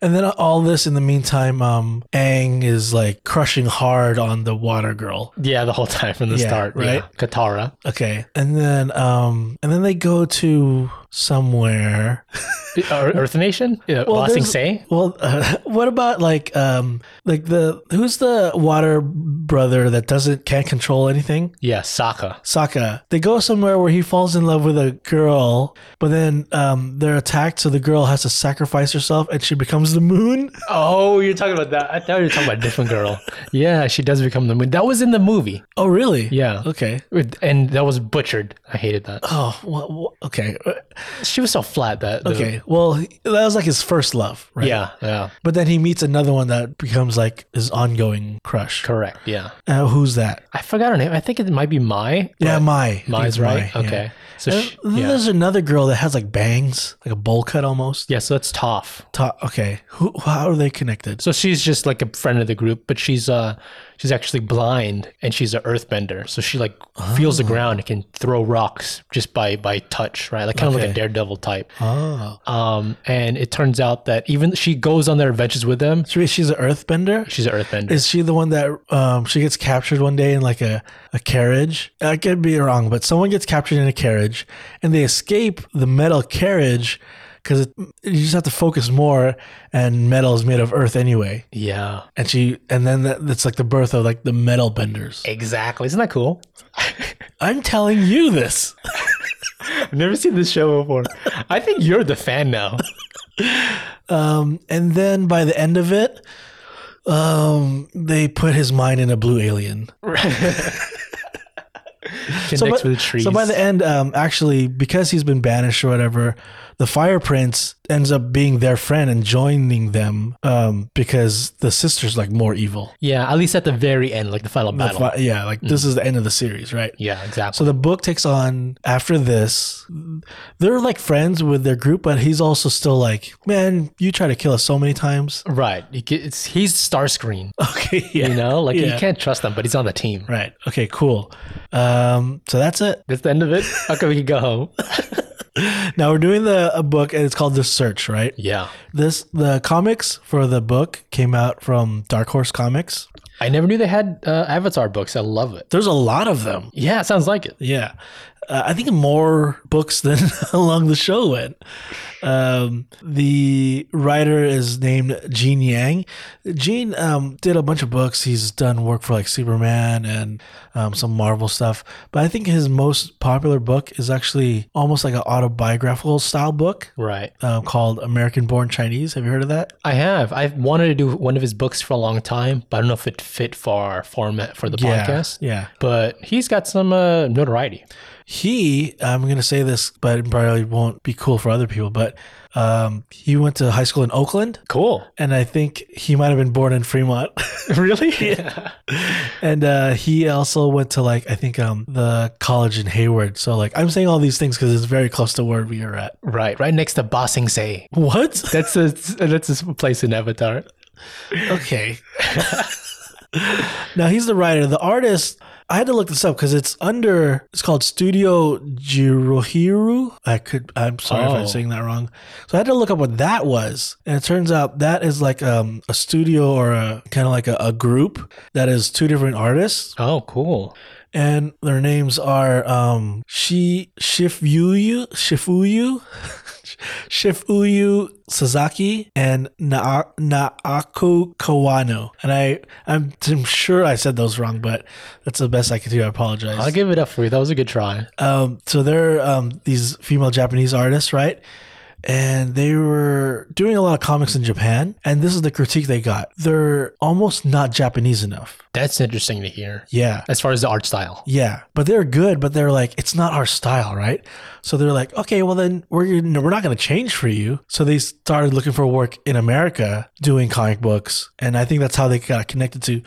Speaker 1: And then all this in the meantime, um, Aang is like crushing hard on the water girl.
Speaker 2: Yeah, the whole time from the
Speaker 1: Yeah,
Speaker 2: start.
Speaker 1: right?
Speaker 2: Yeah. Katara.
Speaker 1: Okay. And then um and then they go to somewhere.
Speaker 2: Earth Nation, yeah,
Speaker 1: Well,
Speaker 2: Lost in
Speaker 1: there's-
Speaker 2: Say.
Speaker 1: Well, uh, what about like um like the who's the water brother that doesn't can't control anything?
Speaker 2: Yeah, Sokka.
Speaker 1: Sokka. They go somewhere where he falls in love with a girl, but then um they're attacked, so the girl has to sacrifice herself, and she becomes the moon.
Speaker 2: Oh, you're talking about that. I thought you were talking about a different girl. Yeah, she does become the moon. That was in the movie.
Speaker 1: Oh, really?
Speaker 2: Yeah.
Speaker 1: Okay.
Speaker 2: With- And that was butchered. I hated that.
Speaker 1: Oh, wha- wha- okay. Uh,
Speaker 2: She was so flat that. the-
Speaker 1: Okay. Well, he- that was like his first love, right?
Speaker 2: Yeah, yeah.
Speaker 1: But then he meets another one that becomes like his ongoing crush.
Speaker 2: Correct. Yeah.
Speaker 1: Uh, who's that?
Speaker 2: I forgot her name. I think it might be Mai.
Speaker 1: Yeah,
Speaker 2: but-
Speaker 1: Mai. I think
Speaker 2: Mai's
Speaker 1: it's
Speaker 2: right.
Speaker 1: Mai, yeah.
Speaker 2: Okay. So
Speaker 1: And
Speaker 2: she,
Speaker 1: then
Speaker 2: yeah.
Speaker 1: there's another girl that has like bangs, like a bowl cut almost.
Speaker 2: yeah, so that's Toph.
Speaker 1: Ta- okay, who? How are they connected?
Speaker 2: So she's just like a friend of the group, but she's uh she's actually blind and she's an earthbender. So she like feels the ground and can throw rocks just by by touch, right? Like kind of like a
Speaker 1: Okay.
Speaker 2: daredevil type.
Speaker 1: Oh,
Speaker 2: Um and it turns out that even she goes on their adventures with them.
Speaker 1: so wait, she's an Earthbender.
Speaker 2: She's an earthbender.
Speaker 1: Is she the one that um, she gets captured one day in like a, a carriage? I could be wrong, but someone gets captured in a carriage and they escape the metal carriage because you just have to focus more, and metal is made of earth anyway.
Speaker 2: yeah.
Speaker 1: And she, and then that, that's like the birth of like the metal benders.
Speaker 2: Exactly. Isn't that cool?
Speaker 1: I'm telling you this.
Speaker 2: I've never seen this show before. I think you're the fan now.
Speaker 1: Um, and then by the end of it, um, they put his mind in a blue alien.
Speaker 2: Connects
Speaker 1: So by,
Speaker 2: with the trees.
Speaker 1: so by the end, um, actually, because he's been banished or whatever, the Fire Prince ends up being their friend and joining them um, because the sister's like more evil.
Speaker 2: yeah, at least at the very end, like the final
Speaker 1: The
Speaker 2: battle.
Speaker 1: fi- yeah, like this is the end of the series, right?
Speaker 2: Mm. yeah, exactly.
Speaker 1: So the book takes on after this. They're like friends with their group, but he's also still like, man, you try to kill us so many times.
Speaker 2: Right. He gets, he's Starscream.
Speaker 1: Okay, yeah.
Speaker 2: You know, like
Speaker 1: Yeah.
Speaker 2: you can't trust him, but he's on the team.
Speaker 1: Right. Okay, cool. Um, so that's it.
Speaker 2: That's the end of it. Okay, we can go home.
Speaker 1: Now we're doing the a book and it's called The Search, right?
Speaker 2: Yeah.
Speaker 1: This the comics for the book came out from Dark Horse Comics.
Speaker 2: I never knew they had uh, Avatar books. I love it.
Speaker 1: There's a lot of them.
Speaker 2: Yeah, it sounds like it.
Speaker 1: Yeah. Uh, I think more books than along the show went. Um, the writer is named Gene Yang. Gene um, did a bunch of books. He's done work for like Superman and um, some Marvel stuff. But I think his most popular book is actually almost like an autobiographical style book
Speaker 2: Right.
Speaker 1: uh, called American Born Chinese. Have you heard of that?
Speaker 2: I have. I've wanted to do one of his books for a long time, but I don't know if it fit for our format for the podcast.
Speaker 1: Yeah.
Speaker 2: But he's got some uh, notoriety.
Speaker 1: He, I'm going to say this, but it probably won't be cool for other people, but um, he went to high school in Oakland.
Speaker 2: Cool.
Speaker 1: and I think he might have been born in Fremont.
Speaker 2: really? Yeah.
Speaker 1: and uh, he also went to like I think um, the college in Hayward. So like I'm saying all these things because it's very close to where we are at.
Speaker 2: Right. Right next to Ba Sing Se.
Speaker 1: What?
Speaker 2: That's a that's a place in Avatar.
Speaker 1: okay. now he's the writer, the artist. I had to look this up because it's under. It's called Studio Jirohiru. I could. I'm sorry if
Speaker 2: Oh.
Speaker 1: I'm saying that wrong. So I had to look up what that was, and it turns out that is like um, a studio or a kind of like a, a group that is two different artists.
Speaker 2: Oh, cool.
Speaker 1: and their names are um Shi Shifuyu Shifuyu Shifuyu Sasaki and Na- Naako Kawano. And I I'm, I'm sure I said those wrong, but that's the best I could do. I apologize.
Speaker 2: I'll give it up for you. That was a good try.
Speaker 1: Um, so they're um, these female Japanese artists, right? And they were doing a lot of comics in Japan, and this is the critique they got. They're almost not Japanese enough.
Speaker 2: That's interesting to hear.
Speaker 1: Yeah.
Speaker 2: As far as the art style.
Speaker 1: Yeah, but they're good, but they're like it's not our style, right? So they're like, okay, well then we're gonna- we're not going to change for you. So they started looking for work in America doing comic books, and I think that's how they got connected to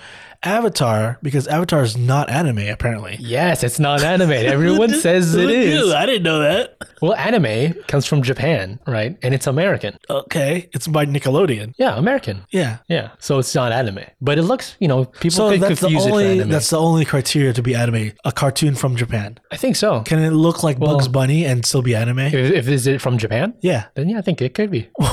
Speaker 1: Avatar because Avatar is not anime apparently.
Speaker 2: Yes, it's not anime. Everyone says it
Speaker 1: Look
Speaker 2: is.
Speaker 1: you, I didn't know that.
Speaker 2: Well, anime comes from Japan, right? And it's American.
Speaker 1: Okay, it's by Nickelodeon.
Speaker 2: Yeah, American.
Speaker 1: Yeah.
Speaker 2: Yeah. So it's not anime. But it looks, you know, people
Speaker 1: So
Speaker 2: could
Speaker 1: that's the
Speaker 2: confuse it
Speaker 1: only
Speaker 2: for anime.
Speaker 1: that's the only criteria to be anime. A cartoon from Japan.
Speaker 2: I think so.
Speaker 1: Can it look like Bugs Bunny and still be anime?
Speaker 2: If, if is it from Japan?
Speaker 1: Yeah.
Speaker 2: Then yeah, I think it could be.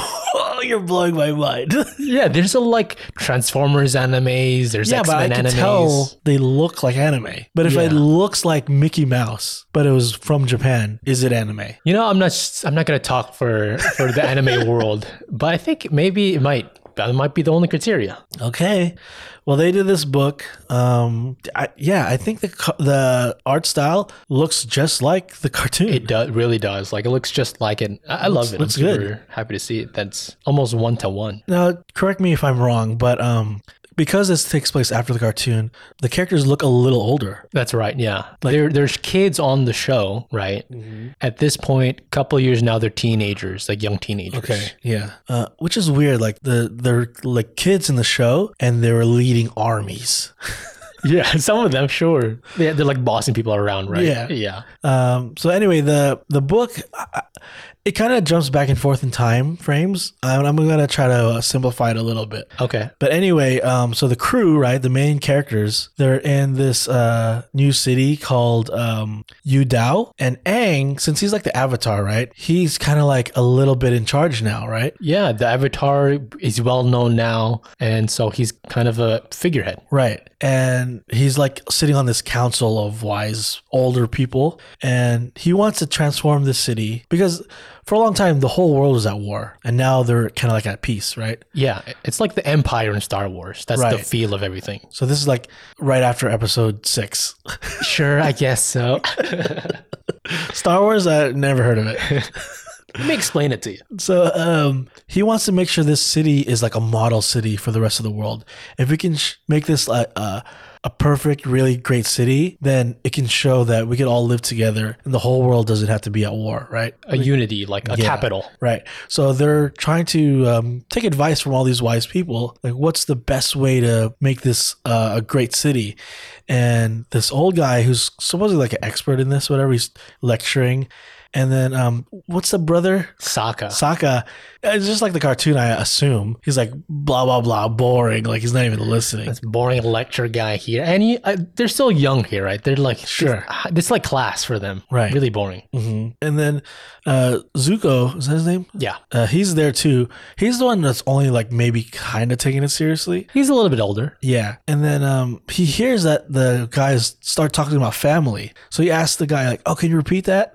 Speaker 1: you're blowing my mind.
Speaker 2: Yeah, there's a like Transformers animes. There's
Speaker 1: yeah, but I
Speaker 2: X-Men
Speaker 1: can
Speaker 2: animes.
Speaker 1: tell they look like anime. But if it
Speaker 2: Yeah.
Speaker 1: looks like Mickey Mouse, but it was from Japan, is it anime?
Speaker 2: You know, I'm not. I'm not gonna talk for for the anime world, but I think maybe it might. That might be the only criteria.
Speaker 1: Okay. Well, they did this book. Um, I, yeah, I think the co- the art style looks just like the cartoon.
Speaker 2: It does really does. Like it looks just like it. I, I love it.
Speaker 1: looks
Speaker 2: I'm
Speaker 1: good.
Speaker 2: super Happy to see it. That's almost one to one.
Speaker 1: Now, correct me if I'm wrong, but um, because this takes place after the cartoon, the characters look a little older.
Speaker 2: That's right. Yeah, there, there's kids on the show, right? At this point, couple years now, they're teenagers, like young teenagers.
Speaker 1: Yeah. Uh, which is weird. Like the they're like kids in the show, and they were leading armies.
Speaker 2: Yeah, some of them, sure. Yeah, they're like bossing people around, right?
Speaker 1: Yeah.
Speaker 2: Yeah.
Speaker 1: Um, so anyway, the the book I- I- it kind of jumps back and forth in time frames. Um, I'm gonna try to uh, simplify it a little bit.
Speaker 2: Okay.
Speaker 1: But anyway, um, so the crew, right, the main characters, they're in this uh, new city called um, Udao. And Aang, since he's like the avatar, right, he's kind of like a little bit in charge now, right?
Speaker 2: Yeah, the Avatar is well known now, and so he's kind of a figurehead.
Speaker 1: Right. And he's like sitting on this council of wise older people. And he wants to transform the city because for a long time, the whole world was at war. And now they're kind of like at peace, right?
Speaker 2: Yeah, it's like the Empire in Star Wars. That's the
Speaker 1: Right.
Speaker 2: feel of everything.
Speaker 1: So this is like right after episode six.
Speaker 2: Sure, I guess so.
Speaker 1: Star Wars, I never heard of it.
Speaker 2: Let me explain it to you.
Speaker 1: So um, he wants to make sure this city is like a model city for the rest of the world. If we can sh- make this like a, a perfect, really great city, then it can show that we can all live together and the whole world doesn't have to be at war, right?
Speaker 2: A unity, like a
Speaker 1: Yeah.
Speaker 2: capital.
Speaker 1: Right. So they're trying to um, take advice from all these wise people. Like, what's the best way to make this uh, a great city? And this old guy who's supposedly like an expert in this, whatever, he's lecturing. And then, um, what's the brother?
Speaker 2: Saka.
Speaker 1: Saka, uh, it's just like the cartoon, I assume. He's like, blah, blah, blah, boring. Like, he's not even listening.
Speaker 2: this boring lecture guy here. And he, uh, they're still young here, right? They're like,
Speaker 1: Sure.
Speaker 2: This, this is like class for them.
Speaker 1: Right.
Speaker 2: Really boring.
Speaker 1: hmm And then uh, Zuko, is that his name?
Speaker 2: Yeah.
Speaker 1: Uh, he's there too. He's the one that's only like maybe kind of taking it seriously.
Speaker 2: He's a little bit older.
Speaker 1: Yeah. And then um, he hears that the guys start talking about family. So he asks the guy, like, oh, can you repeat that?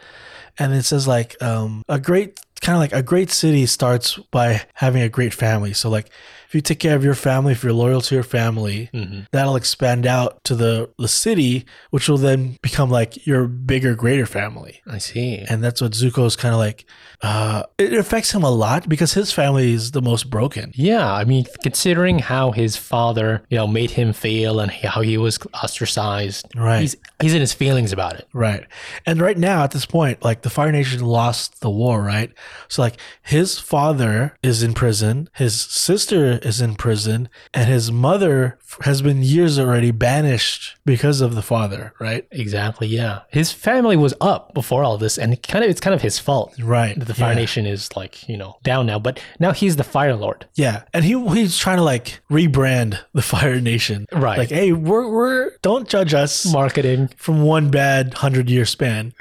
Speaker 1: And it says, like, um, a great, kind of like a great city starts by having a great family. So, like, if you take care of your family, if you're loyal to your family,
Speaker 2: hmm
Speaker 1: that'll expand out to the, the city, which will then become like your bigger, greater family.
Speaker 2: I see.
Speaker 1: And that's what Zuko's kind of like. Uh, it affects him a lot because his family is the most broken.
Speaker 2: Yeah, I mean, considering how his father, you know, made him feel and how he was ostracized,
Speaker 1: Right.
Speaker 2: he's he's in his feelings about it.
Speaker 1: Right. And right now at this point, like the Fire Nation lost the war, right? So like his father is in prison, his sister is in prison, and his mother f- has been years already banished because of the father, right?
Speaker 2: Exactly. Yeah, his family was up before all this, and it kind of it's kind of his fault.
Speaker 1: Right.
Speaker 2: that The Fire
Speaker 1: yeah.
Speaker 2: Nation is like you know down now, but now he's the Fire Lord.
Speaker 1: Yeah. And he he's trying to like rebrand the Fire Nation.
Speaker 2: Right.
Speaker 1: Like, hey, we're we're don't judge us
Speaker 2: Marketing,
Speaker 1: from one bad hundred year span.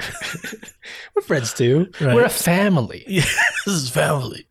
Speaker 2: we're friends too. We're a family.
Speaker 1: Yeah, this is family.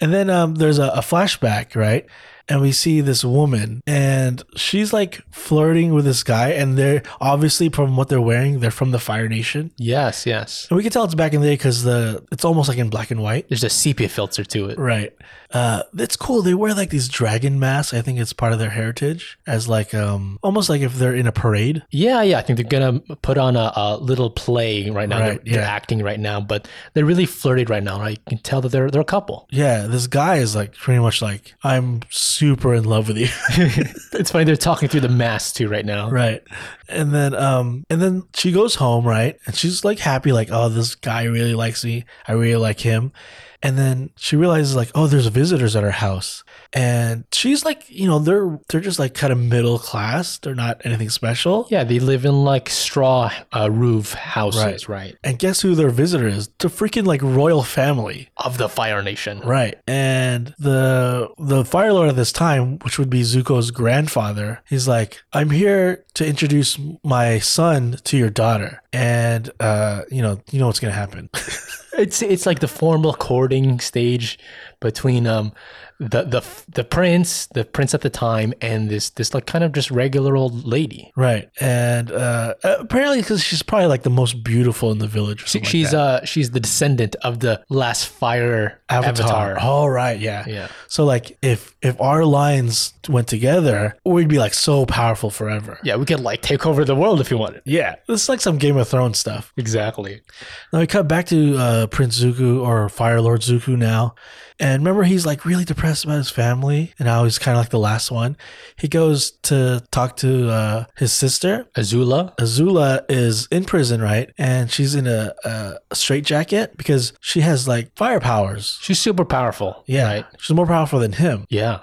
Speaker 1: And then um, there's a, a flashback, right? And we see this woman, and she's like flirting with this guy, and they're obviously from what they're wearing, they're from the Fire Nation.
Speaker 2: Yes, yes.
Speaker 1: And we can tell it's back in the day because the it's almost like in black and white.
Speaker 2: There's a sepia filter to it.
Speaker 1: Right. Uh, that's cool. They wear like these dragon masks. I think it's part of their heritage, as like um, almost like if they're in a parade.
Speaker 2: Yeah, yeah. I think they're gonna put on a, a little play right now.
Speaker 1: Right,
Speaker 2: they're, they're
Speaker 1: yeah.
Speaker 2: acting right now, but they're really flirted right now. Right? You can tell that they're they're a couple.
Speaker 1: Yeah, this guy is like pretty much like I'm super in love with you.
Speaker 2: it's funny they're talking through the mask too right now.
Speaker 1: Right. And then um and then she goes home, right? And she's like happy, like, oh, this guy really likes me. I really like him. And then she realizes like, oh, there's visitors at her house. And she's like, you know, they're they're just like kind of middle class. They're not anything special.
Speaker 2: Yeah, they live in like straw uh, roof houses, right.
Speaker 1: And guess who their visitor is? The freaking like royal family.
Speaker 2: Of the Fire Nation.
Speaker 1: Right. And the the Fire Lord at this time, which would be Zuko's grandfather, he's like, I'm here to introduce my son to your daughter. And uh, you know, you know what's gonna happen.
Speaker 2: it's it's like the formal courting stage between um the the the prince, the prince at the time, and this this like kind of just regular old lady.
Speaker 1: Right. And uh, apparently, because she's probably like the most beautiful in the village. Or
Speaker 2: She,
Speaker 1: something like
Speaker 2: she's
Speaker 1: that.
Speaker 2: uh she's the descendant of the last fire avatar.
Speaker 1: Oh right, yeah.
Speaker 2: Yeah.
Speaker 1: So like, if if our lines went together, we'd be like so powerful forever.
Speaker 2: Yeah, we could like take over the world if you wanted.
Speaker 1: Yeah, this is like some Game of Thrones stuff.
Speaker 2: Exactly.
Speaker 1: Now we cut back to uh, Prince Zuku or Fire Lord Zuku now, and remember he's like really depressed about his family and how he's kind of like the last one. He goes to talk to uh, his sister.
Speaker 2: Azula.
Speaker 1: Azula is in prison, right? And she's in a, a straitjacket because she has like fire powers.
Speaker 2: She's super powerful.
Speaker 1: Yeah,
Speaker 2: Right?
Speaker 1: she's more powerful than him.
Speaker 2: Yeah.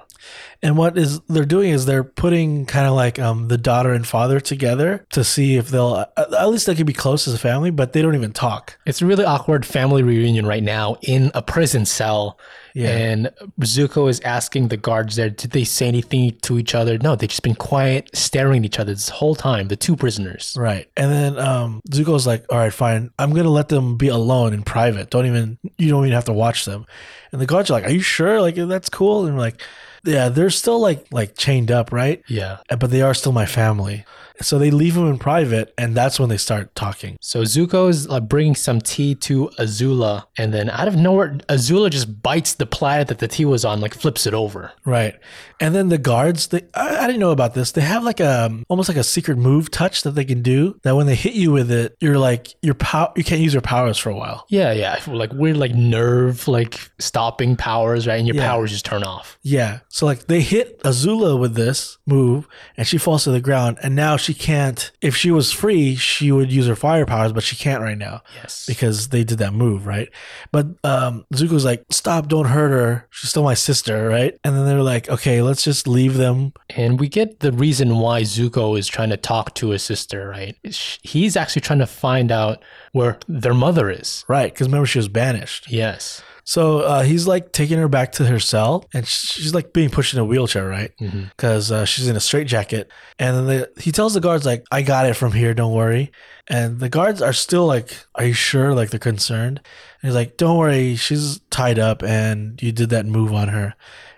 Speaker 1: And what is they're doing is they're putting kind of like um, the daughter and father together to see if they'll at at least they could be close as a family, but they don't even talk.
Speaker 2: It's a really awkward family reunion right now in a prison cell.
Speaker 1: Yeah.
Speaker 2: And Zuko is asking the guards there, did they say anything to each other? No, they've just been quiet, staring at each other this whole time, the two prisoners.
Speaker 1: Right. And then um, Zuko's like, all right, fine. I'm going to let them be alone in private. Don't even, you don't even have to watch them. And the guards are like, are you sure? Like, that's cool. And we're like, yeah, they're still like, like chained up, right? Uh,
Speaker 2: Yeah.
Speaker 1: But they are still my family. So they leave them in private. And that's when they start talking.
Speaker 2: So Zuko is uh, bringing some tea to Azula, and then out of nowhere, Azula just bites the platter that the tea was on, like flips it over.
Speaker 1: Right. And then the guards, they, I, I didn't know about this. They have like a, almost like a secret move touch that they can do that when they hit you with it, you're like, your pow- you can't use your powers for a while.
Speaker 2: Yeah, yeah, like weird, like nerve, like stopping powers, right? And your
Speaker 1: Yeah.
Speaker 2: powers just turn off.
Speaker 1: Yeah. So like they hit Azula with this move and she falls to the ground and now she can't if she was free, she would use her fire powers, but she can't right now
Speaker 2: Yes.
Speaker 1: because they did that move, right? But um Zuko's like, "Stop, don't hurt her. She's still my sister, right?" And then they're like, "Okay, let's just leave them."
Speaker 2: And we get the reason why Zuko is trying to talk to his sister, right? Sh- He's actually trying to find out where their mother is.
Speaker 1: Right, because remember she was banished.
Speaker 2: Yes.
Speaker 1: So uh, he's like taking her back to her cell, and sh- she's like being pushed in a wheelchair, right?
Speaker 2: Mm-hmm.
Speaker 1: Because uh, she's in a straitjacket. And then the, he tells the guards like, "I got it from here, don't worry." And the guards are still like, "Are you sure?" Like they're concerned. And he's like, "Don't worry, she's tied up, and you did that move on her."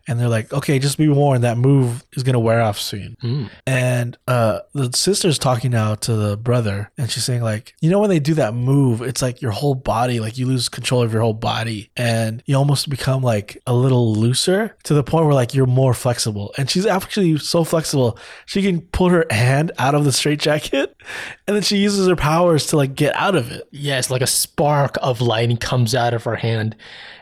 Speaker 1: And they're like, "Okay, just be warned, that move is gonna wear off soon."
Speaker 2: Mm.
Speaker 1: And uh, the sister's talking now to the brother, and she's saying like, you know, when they do that move, it's like your whole body, like you lose control of your whole body, and you almost become like a little looser to the point where like you're more flexible. And she's actually so flexible, she can pull her hand out of the straitjacket, and then she uses her powers to like get out of it.
Speaker 2: Yes, like a spark of lightning comes out of her hand,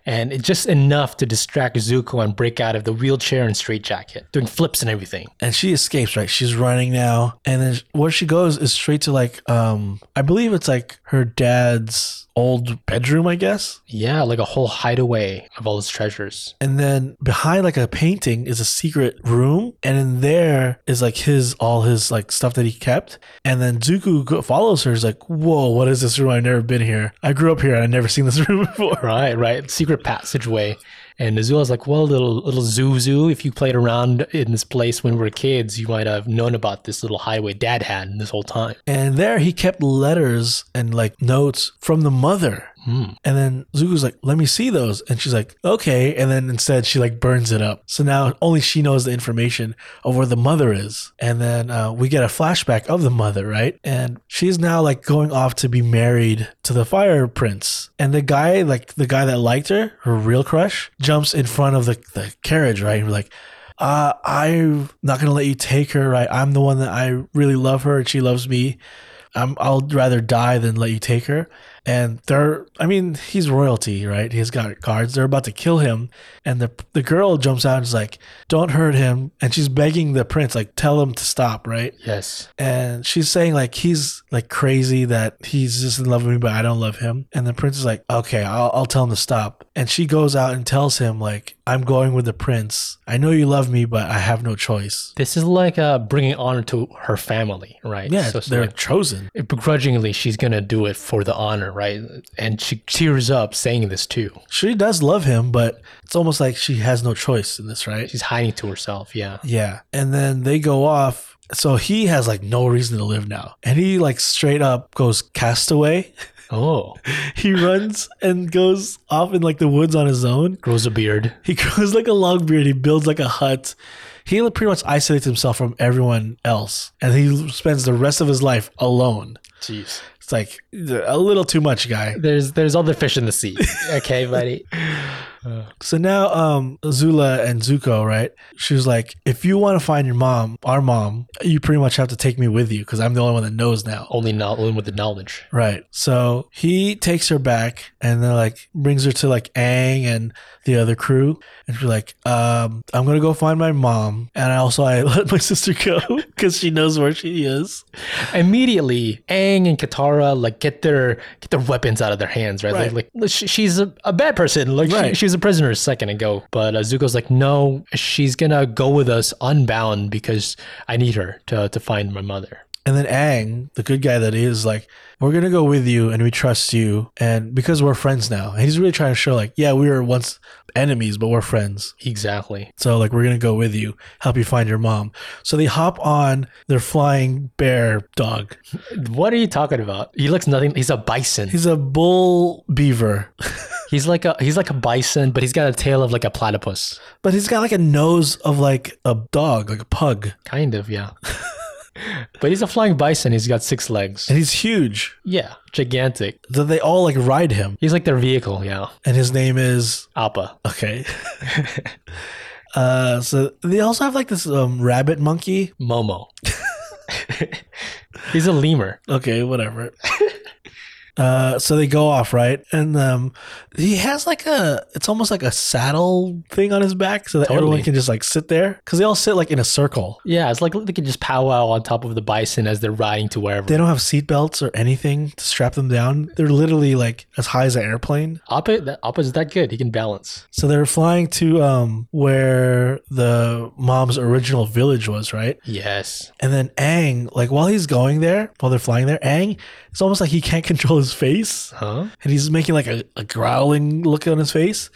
Speaker 2: and it's just enough to distract Zuko and break out of the wheelchair and straitjacket, doing flips and everything.
Speaker 1: and she escapes right she's running now and then where she goes is straight to like um i believe it's like her dad's old bedroom i guess
Speaker 2: Yeah, like a whole hideaway of all his treasures.
Speaker 1: and then behind like a painting is a secret room and in there is like his all his like stuff that he kept and then zuku go- follows her he's like whoa what is this room i've never been here i grew up here and i've never seen this room before
Speaker 2: Right, right. Secret passageway. And Azula's like, well, little little Zuzu, if you played around in this place when we were kids, you might have known about this little highway dad had this whole time.
Speaker 1: and there he kept letters and like notes from the mother
Speaker 2: Hmm.
Speaker 1: And then Zuko's like, let me see those. And she's like, okay. And then instead she like burns it up. So now only she knows the information of where the mother is. And then uh, we get a flashback of the mother, right? And she's now like going off to be married to the fire prince. And the guy, like the guy that liked her, her real crush, jumps in front of the, the carriage, right? And we're like, uh, I'm not gonna let you take her, right? I'm the one that I really love her and she loves me. I'm, I'll rather die than let you take her. And they're, I mean, he's royalty, right? He's got guards. They're about to kill him. And the, the girl jumps out and is like, don't hurt him. And she's begging the prince, like, tell him to stop, right?
Speaker 2: Yes.
Speaker 1: And she's saying, like, he's like crazy that he's just in love with me, but I don't love him. And the prince is like, okay, I'll, I'll tell him to stop. And she goes out and tells him, like, I'm going with the prince. I know you love me, but I have no choice.
Speaker 2: This is like uh, bringing honor to her family, right?
Speaker 1: Yeah,
Speaker 2: So, so
Speaker 1: they're
Speaker 2: like,
Speaker 1: chosen.
Speaker 2: begrudgingly, she's going to do it for the honor, right? And she tears up saying this too.
Speaker 1: She does love him, but it's almost like she has no choice in this, right?
Speaker 2: She's hiding to herself. Yeah.
Speaker 1: Yeah. And then they go off. So he has like no reason to live now. And he like straight up goes castaway.
Speaker 2: Oh,
Speaker 1: he runs and goes off in like the woods on his own.
Speaker 2: grows a beard.
Speaker 1: He grows like a long beard. He builds like a hut. He pretty much isolates himself from everyone else, and he spends the rest of his life alone.
Speaker 2: Jeez.
Speaker 1: It's like a little too much, guy.
Speaker 2: There's there's other fish in the sea. Okay, buddy.
Speaker 1: So now, um, Zula and Zuko, right? She was like, if you want to find your mom, our mom, you pretty much have to take me with you because I'm the only one that knows now.
Speaker 2: Only not one with the knowledge.
Speaker 1: Right. So he takes her back and then like brings her to like Aang and the other crew. And she's like, um, I'm going to go find my mom. And I also, I let my sister go because she knows where she is.
Speaker 2: Immediately, Aang and Katara like get their get their weapons out of their hands, right?
Speaker 1: Right.
Speaker 2: Like, like she, she's a, a bad person. Like she,
Speaker 1: Right.
Speaker 2: she was a prisoner a second ago, but uh, Zuko's like, no, she's gonna go with us unbound because I need her to to find my mother.
Speaker 1: And then Aang, the good guy that he is, like, we're gonna go with you and we trust you, and because we're friends now, and he's really trying to show, like, yeah, we were once enemies, but we're friends.
Speaker 2: Exactly.
Speaker 1: So like, we're gonna go with you, help you find your mom. So they hop on their flying bear dog.
Speaker 2: What are you talking about? He looks nothing. He's a bison.
Speaker 1: He's a bull beaver,
Speaker 2: He's like a he's like a bison, but he's got a tail of like a platypus.
Speaker 1: but he's got like a nose of like a dog, like a pug,
Speaker 2: Kind of, yeah. but he's a flying bison. He's got six legs.
Speaker 1: and he's huge.
Speaker 2: Yeah, gigantic.
Speaker 1: So they all like ride him,
Speaker 2: He's like their vehicle. Yeah,
Speaker 1: and his name is
Speaker 2: Appa.
Speaker 1: okay. Uh, so they also have like this um, rabbit monkey
Speaker 2: Momo. he's a lemur.
Speaker 1: okay, whatever. Uh, so they go off right, and um, he has like a it's almost like a saddle thing on his back, so that
Speaker 2: Totally.
Speaker 1: everyone can just like sit there because they all sit like in a circle.
Speaker 2: Yeah, it's like they can just powwow on top of the bison as they're riding to wherever.
Speaker 1: They don't have seatbelts or anything to strap them down. They're literally like as high as an airplane.
Speaker 2: Appa, that, Appa's that good. He can balance.
Speaker 1: So they're flying to um where the mom's original village was, right?
Speaker 2: Yes.
Speaker 1: And then Aang, like while he's going there, while they're flying there, Aang, it's almost like he can't control his face.
Speaker 2: Huh?
Speaker 1: and he's making like a, a growling look on his face.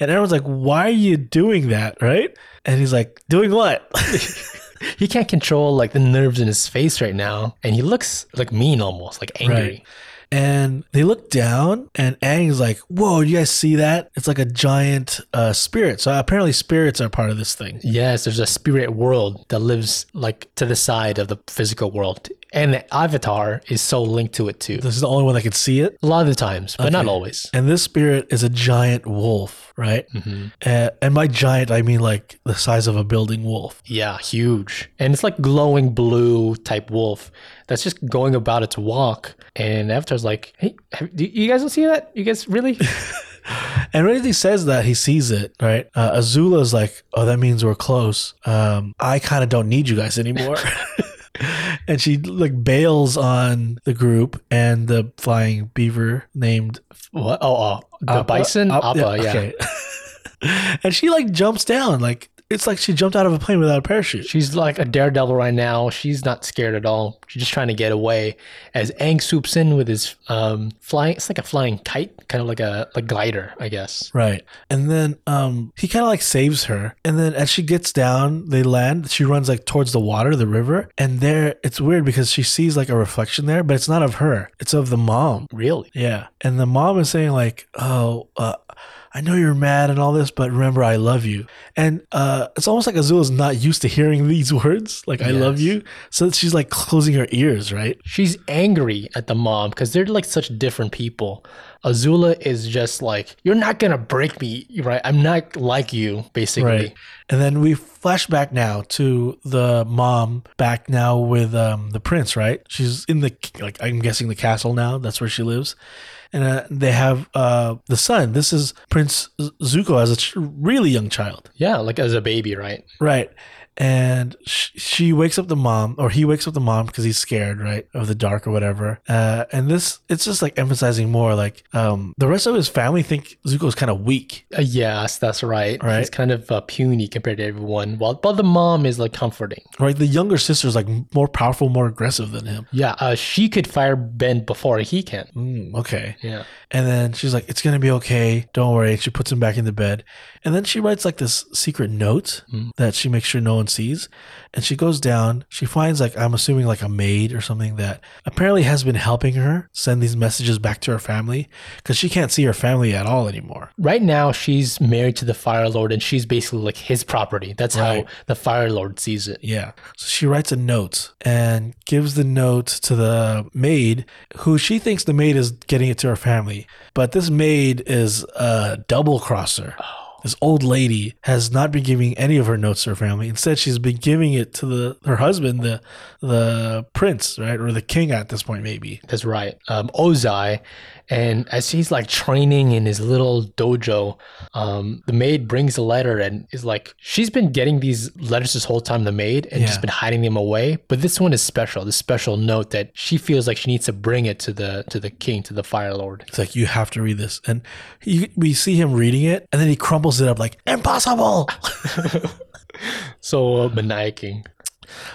Speaker 1: And everyone's like, why are you doing that? Right? And he's like, doing what?
Speaker 2: He can't control like the nerves in his face right now, and he looks like mean almost, like angry.
Speaker 1: Right. and they look down, and Aang's like, whoa, you guys see that? It's like a giant uh, spirit. So apparently, spirits are part of this thing.
Speaker 2: Yes, there's a spirit world that lives like to the side of the physical world. And the avatar is so linked to it too.
Speaker 1: This is the only one that could see it.
Speaker 2: A lot of the times, but not always.
Speaker 1: And this spirit is a giant wolf, right?
Speaker 2: Mm-hmm.
Speaker 1: Uh, and by giant, I mean like the size of a building wolf.
Speaker 2: Yeah, huge. And it's like glowing blue type wolf that's just going about its walk. And Avatar's like, hey, have, do you guys don't see that? You guys really?
Speaker 1: And when he says that, he sees it, right? Uh, Azula's like, oh, that means we're close. Um, I kind of don't need you guys anymore. and she like bails on the group and the flying beaver named
Speaker 2: what? Oh, oh, the bison?
Speaker 1: Appa,
Speaker 2: Appa, yeah.
Speaker 1: okay. and she like jumps down. Like, it's like she jumped out of a plane without a parachute.
Speaker 2: She's like a daredevil right now. She's not scared at all. She's just trying to get away. As Aang swoops in with his um flying, it's like a flying kite, kind of like a like glider, I guess.
Speaker 1: Right. And then um, he kind of like saves her. And then as she gets down, they land. She runs like towards the water, the river. And there, it's weird because she sees like a reflection there, but it's not of her, it's of the mom.
Speaker 2: Really?
Speaker 1: Yeah. And the mom is saying like, "Oh, uh, I know you're mad and all this, but remember, I love you." And uh, it's almost like Azula's not used to hearing these words, like "I love
Speaker 2: Yes.
Speaker 1: you," so she's like closing her ears, right?
Speaker 2: She's angry at the mom because they're like such different people. Azula is just like, you're not gonna break me, right? I'm not like you, basically.
Speaker 1: And then we flash back now to the mom back now with um, the prince, right? She's in the like I'm guessing the castle now. That's where she lives. And uh, they have uh, the son. This is Prince Zuko as a ch- really young child.
Speaker 2: Yeah, like as a baby, right?
Speaker 1: Right. And sh- she wakes up the mom, or he wakes up the mom because he's scared, right, of the dark or whatever. Uh, and this, it's just like emphasizing more like um, the rest of his family think Zuko's kind of weak.
Speaker 2: Uh, yes, that's right.
Speaker 1: Right.
Speaker 2: He's kind of uh, puny compared to everyone. While but the mom is like comforting.
Speaker 1: Right. The younger sister's like more powerful, more aggressive than him.
Speaker 2: Yeah, uh, she could fire bend before he can.
Speaker 1: Mm, okay.
Speaker 2: Yeah.
Speaker 1: And then she's like, it's going to be okay. Don't worry. She puts him back in the bed. And then she writes like this secret note that she makes sure no one sees. And she goes down. She finds like I'm assuming like a maid or something that apparently has been helping her send these messages back to her family because she can't see her family at all anymore.
Speaker 2: Right now, she's married to the Fire Lord, and she's basically like his property. That's
Speaker 1: Right.
Speaker 2: how the Fire Lord sees it.
Speaker 1: Yeah. So she writes a note and gives the note to the maid, who she thinks the maid is getting it to her family. But this maid is a double crosser. This old lady has not been giving any of her notes to her family. Instead, she's been giving it to the her husband, the the prince, right, or the king at this point, maybe.
Speaker 2: That's right, um, Ozai. And as he's like training in his little dojo, um, the maid brings a letter and is like, she's been getting these letters this whole time, the maid, and
Speaker 1: Yeah.
Speaker 2: just been hiding them away. But this one is special, this special note that she feels like she needs to bring it to the to the king, to the Fire Lord.
Speaker 1: It's like you have to read this, and he, we see him reading it, and then he crumbles it up like impossible. uh,
Speaker 2: So maniaking.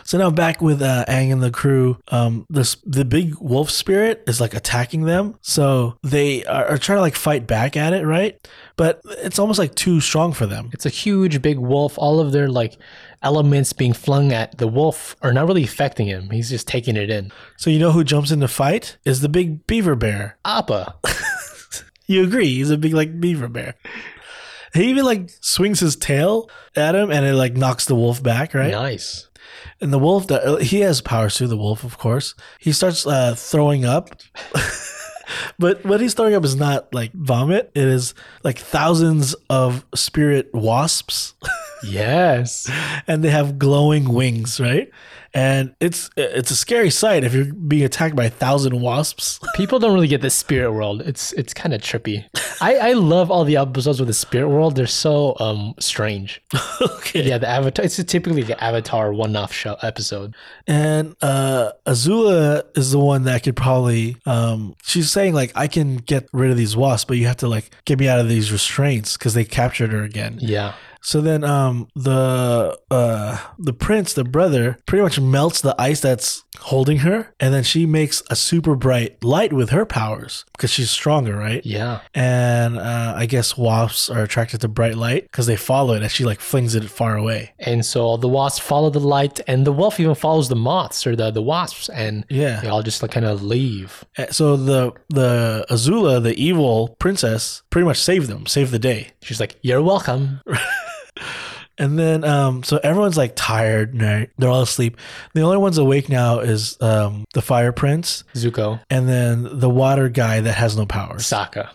Speaker 1: So now back with uh, Aang and the crew. Um, this the big wolf spirit is like attacking them, so they are, are trying to like fight back at it, right? But it's almost like too strong for them.
Speaker 2: It's a huge, big wolf. All of their like elements being flung at the wolf are not really affecting him. He's just taking it in.
Speaker 1: So you know who jumps in to fight is the big beaver bear.
Speaker 2: Appa.
Speaker 1: You agree? He's a big like beaver bear. He even like swings his tail at him, and it like knocks the wolf back, right?
Speaker 2: Nice.
Speaker 1: And the wolf, that he has powers too. The wolf, of course, he starts uh, throwing up. but what he's throwing up is not like vomit. It is like thousands of spirit wasps,
Speaker 2: Yes.
Speaker 1: and they have glowing wings, right? And it's it's a scary sight if you're being attacked by a thousand wasps.
Speaker 2: People don't really get the spirit world. It's it's kind of trippy. I, I love all the episodes with the spirit world. They're so um strange.
Speaker 1: okay.
Speaker 2: Yeah, the avatar. It's typically the Avatar one-off show episode.
Speaker 1: And uh, Azula is the one that could probably. Um, she's saying like, I can get rid of these wasps, but you have to like get me out of these restraints because they captured her again.
Speaker 2: Yeah.
Speaker 1: So then, um, the uh, the prince, the brother, pretty much melts the ice that's holding her, and then she makes a super bright light with her powers because she's stronger, right?
Speaker 2: Yeah.
Speaker 1: And uh, I guess wasps are attracted to bright light because they follow it as she like flings it far away.
Speaker 2: And so the wasps follow the light, and the wolf even follows the moths or the the wasps, and
Speaker 1: Yeah.
Speaker 2: they all just like kind of leave.
Speaker 1: Uh, So the the Azula, the evil princess, pretty much saved them, saved the day.
Speaker 2: She's like, "You're welcome."
Speaker 1: And then, um, so everyone's like tired, right? They're all asleep. The only ones awake now is um, the fire prince.
Speaker 2: Zuko,
Speaker 1: and then the water guy that has no powers.
Speaker 2: Sokka.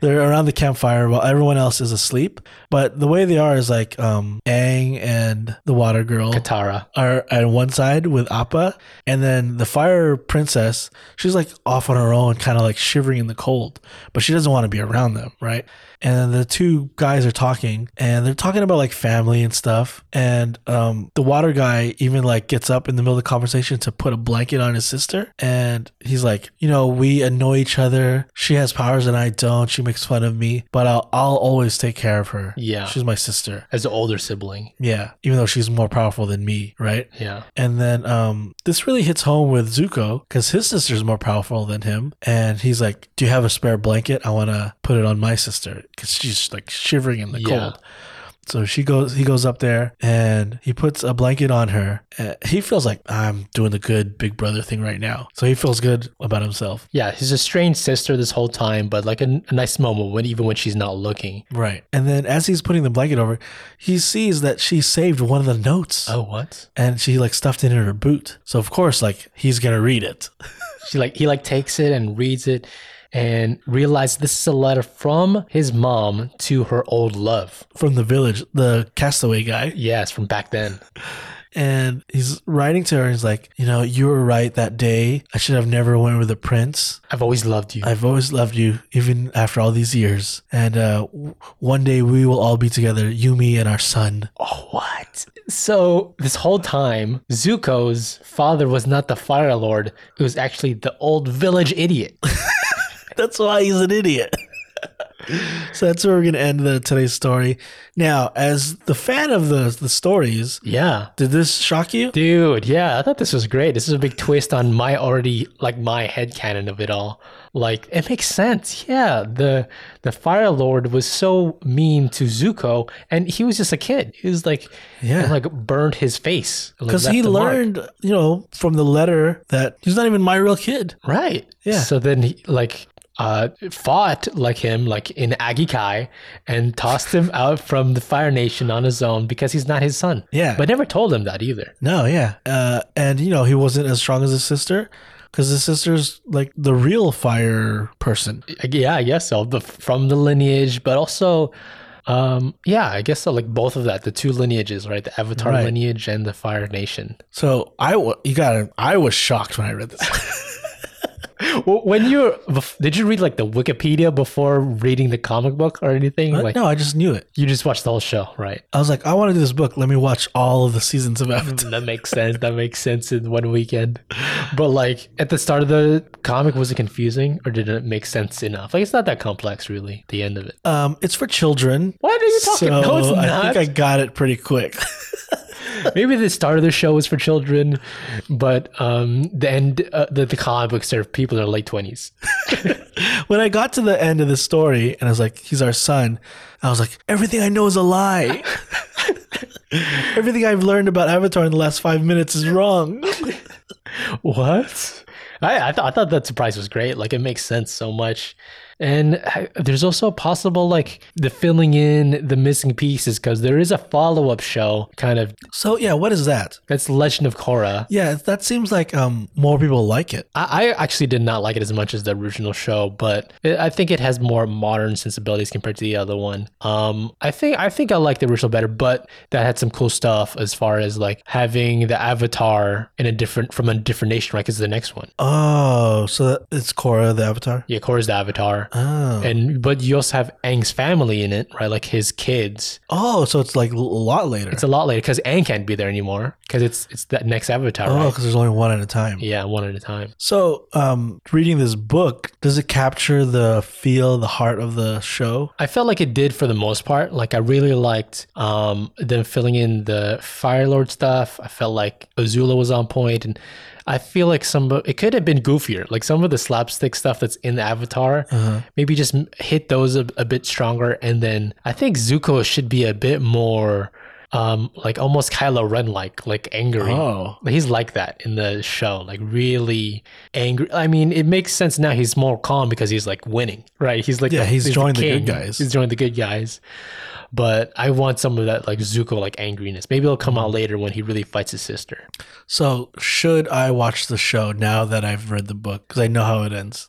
Speaker 1: They're around the campfire while everyone else is asleep. But the way they are is like um Aang and the water girl
Speaker 2: Katara.
Speaker 1: are on one side with Appa, and then the fire princess, she's like off on her own, kind of like shivering in the cold, but she doesn't want to be around them, right? And then the two guys are talking, and they're talking about like family and stuff. And um, the water guy even like gets up in the middle of the conversation to put a blanket on his sister, and he's like, you know, we annoy each other. She has powers and I don't. She makes fun of me, but I'll I'll always take care of her.
Speaker 2: Yeah.
Speaker 1: she's my sister.
Speaker 2: As an older sibling.
Speaker 1: Yeah, even though she's more powerful than me, right?
Speaker 2: Yeah.
Speaker 1: And then um, this really hits home with Zuko because his sister's more powerful than him. And he's like, Do you have a spare blanket? I want to put it on my sister because she's like shivering in the
Speaker 2: Yeah.
Speaker 1: cold. So she goes, he goes up there and he puts a blanket on her. Uh, he feels like I'm doing the good big brother thing right now. So he feels good about himself.
Speaker 2: Yeah, he's a strange sister this whole time, but like a, a nice moment when even when she's not looking.
Speaker 1: Right. And then as he's putting the blanket over, he sees that she saved one of the notes
Speaker 2: Oh, what?
Speaker 1: and she like stuffed it in her boot. So of course, like he's going to read it.
Speaker 2: She like he like takes it and reads it, and realizes this is a letter from his mom to her old love.
Speaker 1: from the village, the castaway guy,
Speaker 2: Yes, from back then.
Speaker 1: and he's writing to her. And he's like, you know, you were right that day. I should have never went with the prince.
Speaker 2: I've always loved you.
Speaker 1: I've always loved you, even after all these years. And uh, w- one day we will all be together, you, me, and our son.
Speaker 2: oh, what? So this whole time, Zuko's father was not the Fire Lord. It was actually the old village idiot.
Speaker 1: That's why he's an idiot. so that's where we're gonna end the today's story. Now, as the fan of the the stories,
Speaker 2: yeah.
Speaker 1: did this shock you?
Speaker 2: Dude, yeah, I thought this was great. This is a big twist on my already like my head canon of it all. like it makes sense. Yeah, the the Fire Lord was so mean to Zuko, and he was just a kid. He was like,
Speaker 1: Yeah.
Speaker 2: and, like burned his face like,
Speaker 1: Because
Speaker 2: left
Speaker 1: he
Speaker 2: a mark.
Speaker 1: learned, you know, from the letter that he's not even my real kid.
Speaker 2: Right.
Speaker 1: Yeah.
Speaker 2: So then he like uh, fought like him, like in Aggie Kai, and tossed him out from the Fire Nation on his own because he's not his son.
Speaker 1: Yeah.
Speaker 2: But never told him that either.
Speaker 1: No, yeah. Uh, and, you know, he wasn't as strong as his sister because his sister's like the real fire person.
Speaker 2: Yeah, I guess so. But from the lineage, but also, um, yeah, I guess so. Like both of that, the two lineages, right? The Avatar
Speaker 1: Right.
Speaker 2: lineage and the Fire Nation.
Speaker 1: So I, wa- you got I was shocked when I read this.
Speaker 2: Well, when you were- bef- did you read like the Wikipedia before reading the comic book or anything?
Speaker 1: But
Speaker 2: Like
Speaker 1: no, I just knew it.
Speaker 2: you just watched the whole show, right?
Speaker 1: I was like, I want to do this book. Let me watch all of the seasons of Avatar.
Speaker 2: that makes sense. That makes sense in one weekend. But like at the start of the comic, was it confusing or did it make sense enough? Like it's not that complex, really. The end of it.
Speaker 1: Um, it's for children.
Speaker 2: Mm-hmm. What are you talking?
Speaker 1: So
Speaker 2: no, it's
Speaker 1: I
Speaker 2: not.
Speaker 1: think I got it pretty quick.
Speaker 2: Maybe the start of the show was for children, but um, the end, uh, the, the comic books are people in their late twenties.
Speaker 1: when I got to the end of the story and I was like, he's our son, I was like, everything I know is a lie. everything I've learned about Avatar in the last five minutes is wrong.
Speaker 2: What? I I, th- I thought that surprise was great. Like it makes sense so much. And I, there's also a possible like the filling in the missing pieces because there is a follow up show kind of
Speaker 1: So yeah, what is that?
Speaker 2: That's Legend of Korra.
Speaker 1: Yeah, that seems like um more people like it.
Speaker 2: I, I actually did not like it as much as the original show, but it, I think it has more modern sensibilities compared to the other one. Um, I think I think I like the original better, but that had some cool stuff as far as like having the avatar in a different from a different nation, right? Because the next one,
Speaker 1: Oh, so that, it's Korra the Avatar.
Speaker 2: yeah, Korra's the avatar,
Speaker 1: Oh,
Speaker 2: and but you also have Aang's family in it, right? Like his kids.
Speaker 1: oh, so it's like a lot later.
Speaker 2: It's a lot later because Aang can't be there anymore because it's it's that next avatar,
Speaker 1: oh,
Speaker 2: right?
Speaker 1: because there's only one at a time.
Speaker 2: Yeah, one at a time.
Speaker 1: So, um, reading this book, does it capture the feel, the heart of the show?
Speaker 2: I felt like it did for the most part. Like I really liked um, them filling in the Fire Lord stuff. I felt like Azula was on point, and I feel like some of- it could have been goofier. Like some of the slapstick stuff that's in Avatar,
Speaker 1: Uh-huh.
Speaker 2: maybe just m- hit those a, a bit stronger. And then I think Zuko should be a bit more um, like almost Kylo Ren like, like angry.
Speaker 1: Oh,
Speaker 2: He's like that in the show, like really angry. I mean, it makes sense now. He's more calm because he's like winning, right? He's like
Speaker 1: Yeah, he's joined the good
Speaker 2: king.
Speaker 1: guys.
Speaker 2: He's joined the good guys. But I want some of that like Zuko like angriness. Maybe it'll come
Speaker 1: Mm-hmm.
Speaker 2: out later when he really fights his sister.
Speaker 1: So, should I watch the show now that I've read the book? Because I know how it ends.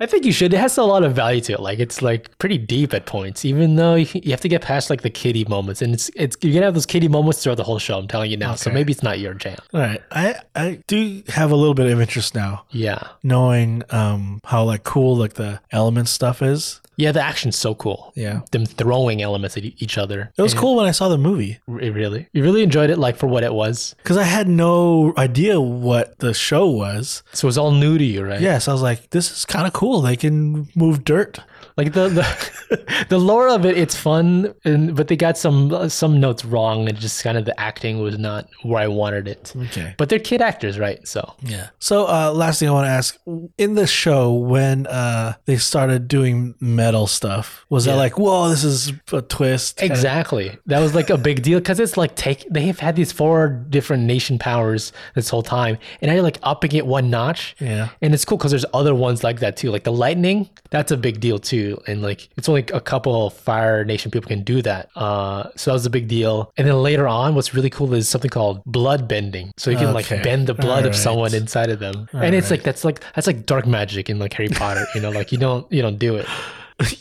Speaker 2: I think you should. It has a lot of value to it. Like it's like pretty deep at points, even though you, you have to get past like the kitty moments, and it's it's you're gonna have those kitty moments throughout the whole show. I'm telling you now. So
Speaker 1: Okay.
Speaker 2: maybe it's not your jam.
Speaker 1: All right. I, I do have a little bit of interest now,
Speaker 2: Yeah,
Speaker 1: knowing um, how like cool like the element stuff is.
Speaker 2: yeah. The action's so cool.
Speaker 1: Yeah.
Speaker 2: Them throwing elements at e- each other.
Speaker 1: It was cool when I saw the movie
Speaker 2: It really, you really enjoyed it, like for what it was.
Speaker 1: because I had no idea what the show was.
Speaker 2: So it was all new to you, right?
Speaker 1: Yes, I was like, this is kind of cool. They can move dirt.
Speaker 2: Like the the, the lore of it, it's fun, and but they got some some notes wrong, and just kind of the acting was not where I wanted it.
Speaker 1: Okay.
Speaker 2: But they're kid actors, right? So
Speaker 1: Yeah. So uh, last thing I want to ask in the show when uh, they started doing metal stuff, was that
Speaker 2: Yeah.
Speaker 1: like, whoa, this is a twist? kinda-
Speaker 2: Exactly. That was like a big deal because it's like take they have had these four different nation powers this whole time, and now you're like upping it one notch.
Speaker 1: Yeah.
Speaker 2: And it's cool because there's other ones like that too. Like the lightning, that's a big deal too. And like it's only a couple of Fire Nation people can do that. Uh, so that was a big deal. And then later on, what's really cool is something called blood bending. So you can
Speaker 1: Okay.
Speaker 2: like bend the blood of
Speaker 1: Alright.
Speaker 2: someone inside of them. and it's like that's like that's like dark magic in like Harry Potter. you know, like you don't you don't do it.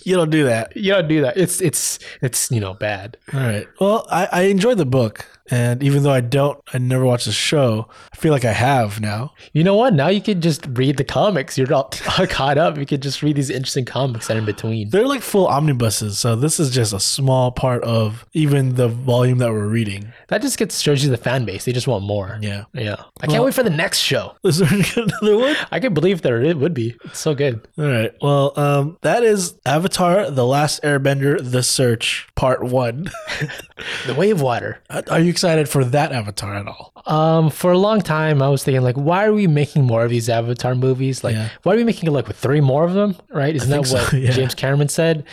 Speaker 1: you don't do that.
Speaker 2: You don't do that. It's it's it's you know bad.
Speaker 1: All right. Well, I, I enjoyed the book, and even though I don't, I never watched the show. I feel like I have now.
Speaker 2: You know what? Now you can just read the comics. You're not caught up. You can just read these interesting comics that are in between.
Speaker 1: They're like full omnibuses, so this is just a small part of even the volume that we're reading.
Speaker 2: That just gets shows you the fan base. They just want more.
Speaker 1: Yeah.
Speaker 2: Yeah. I can't wait for the next show.
Speaker 1: Is there another one?
Speaker 2: I can believe there it would be. It's so good.
Speaker 1: All right. Well, um, that is Avatar: The Last Airbender: The Search, Part One.
Speaker 2: The Wave Water.
Speaker 1: Are you excited for that Avatar at all?
Speaker 2: Um, for a long time, I was thinking like, why are we making more of these Avatar movies? Like,
Speaker 1: Yeah.
Speaker 2: why are we making like with three more of them? Right? Isn't
Speaker 1: think
Speaker 2: that
Speaker 1: so,
Speaker 2: what
Speaker 1: yeah.
Speaker 2: James Cameron said?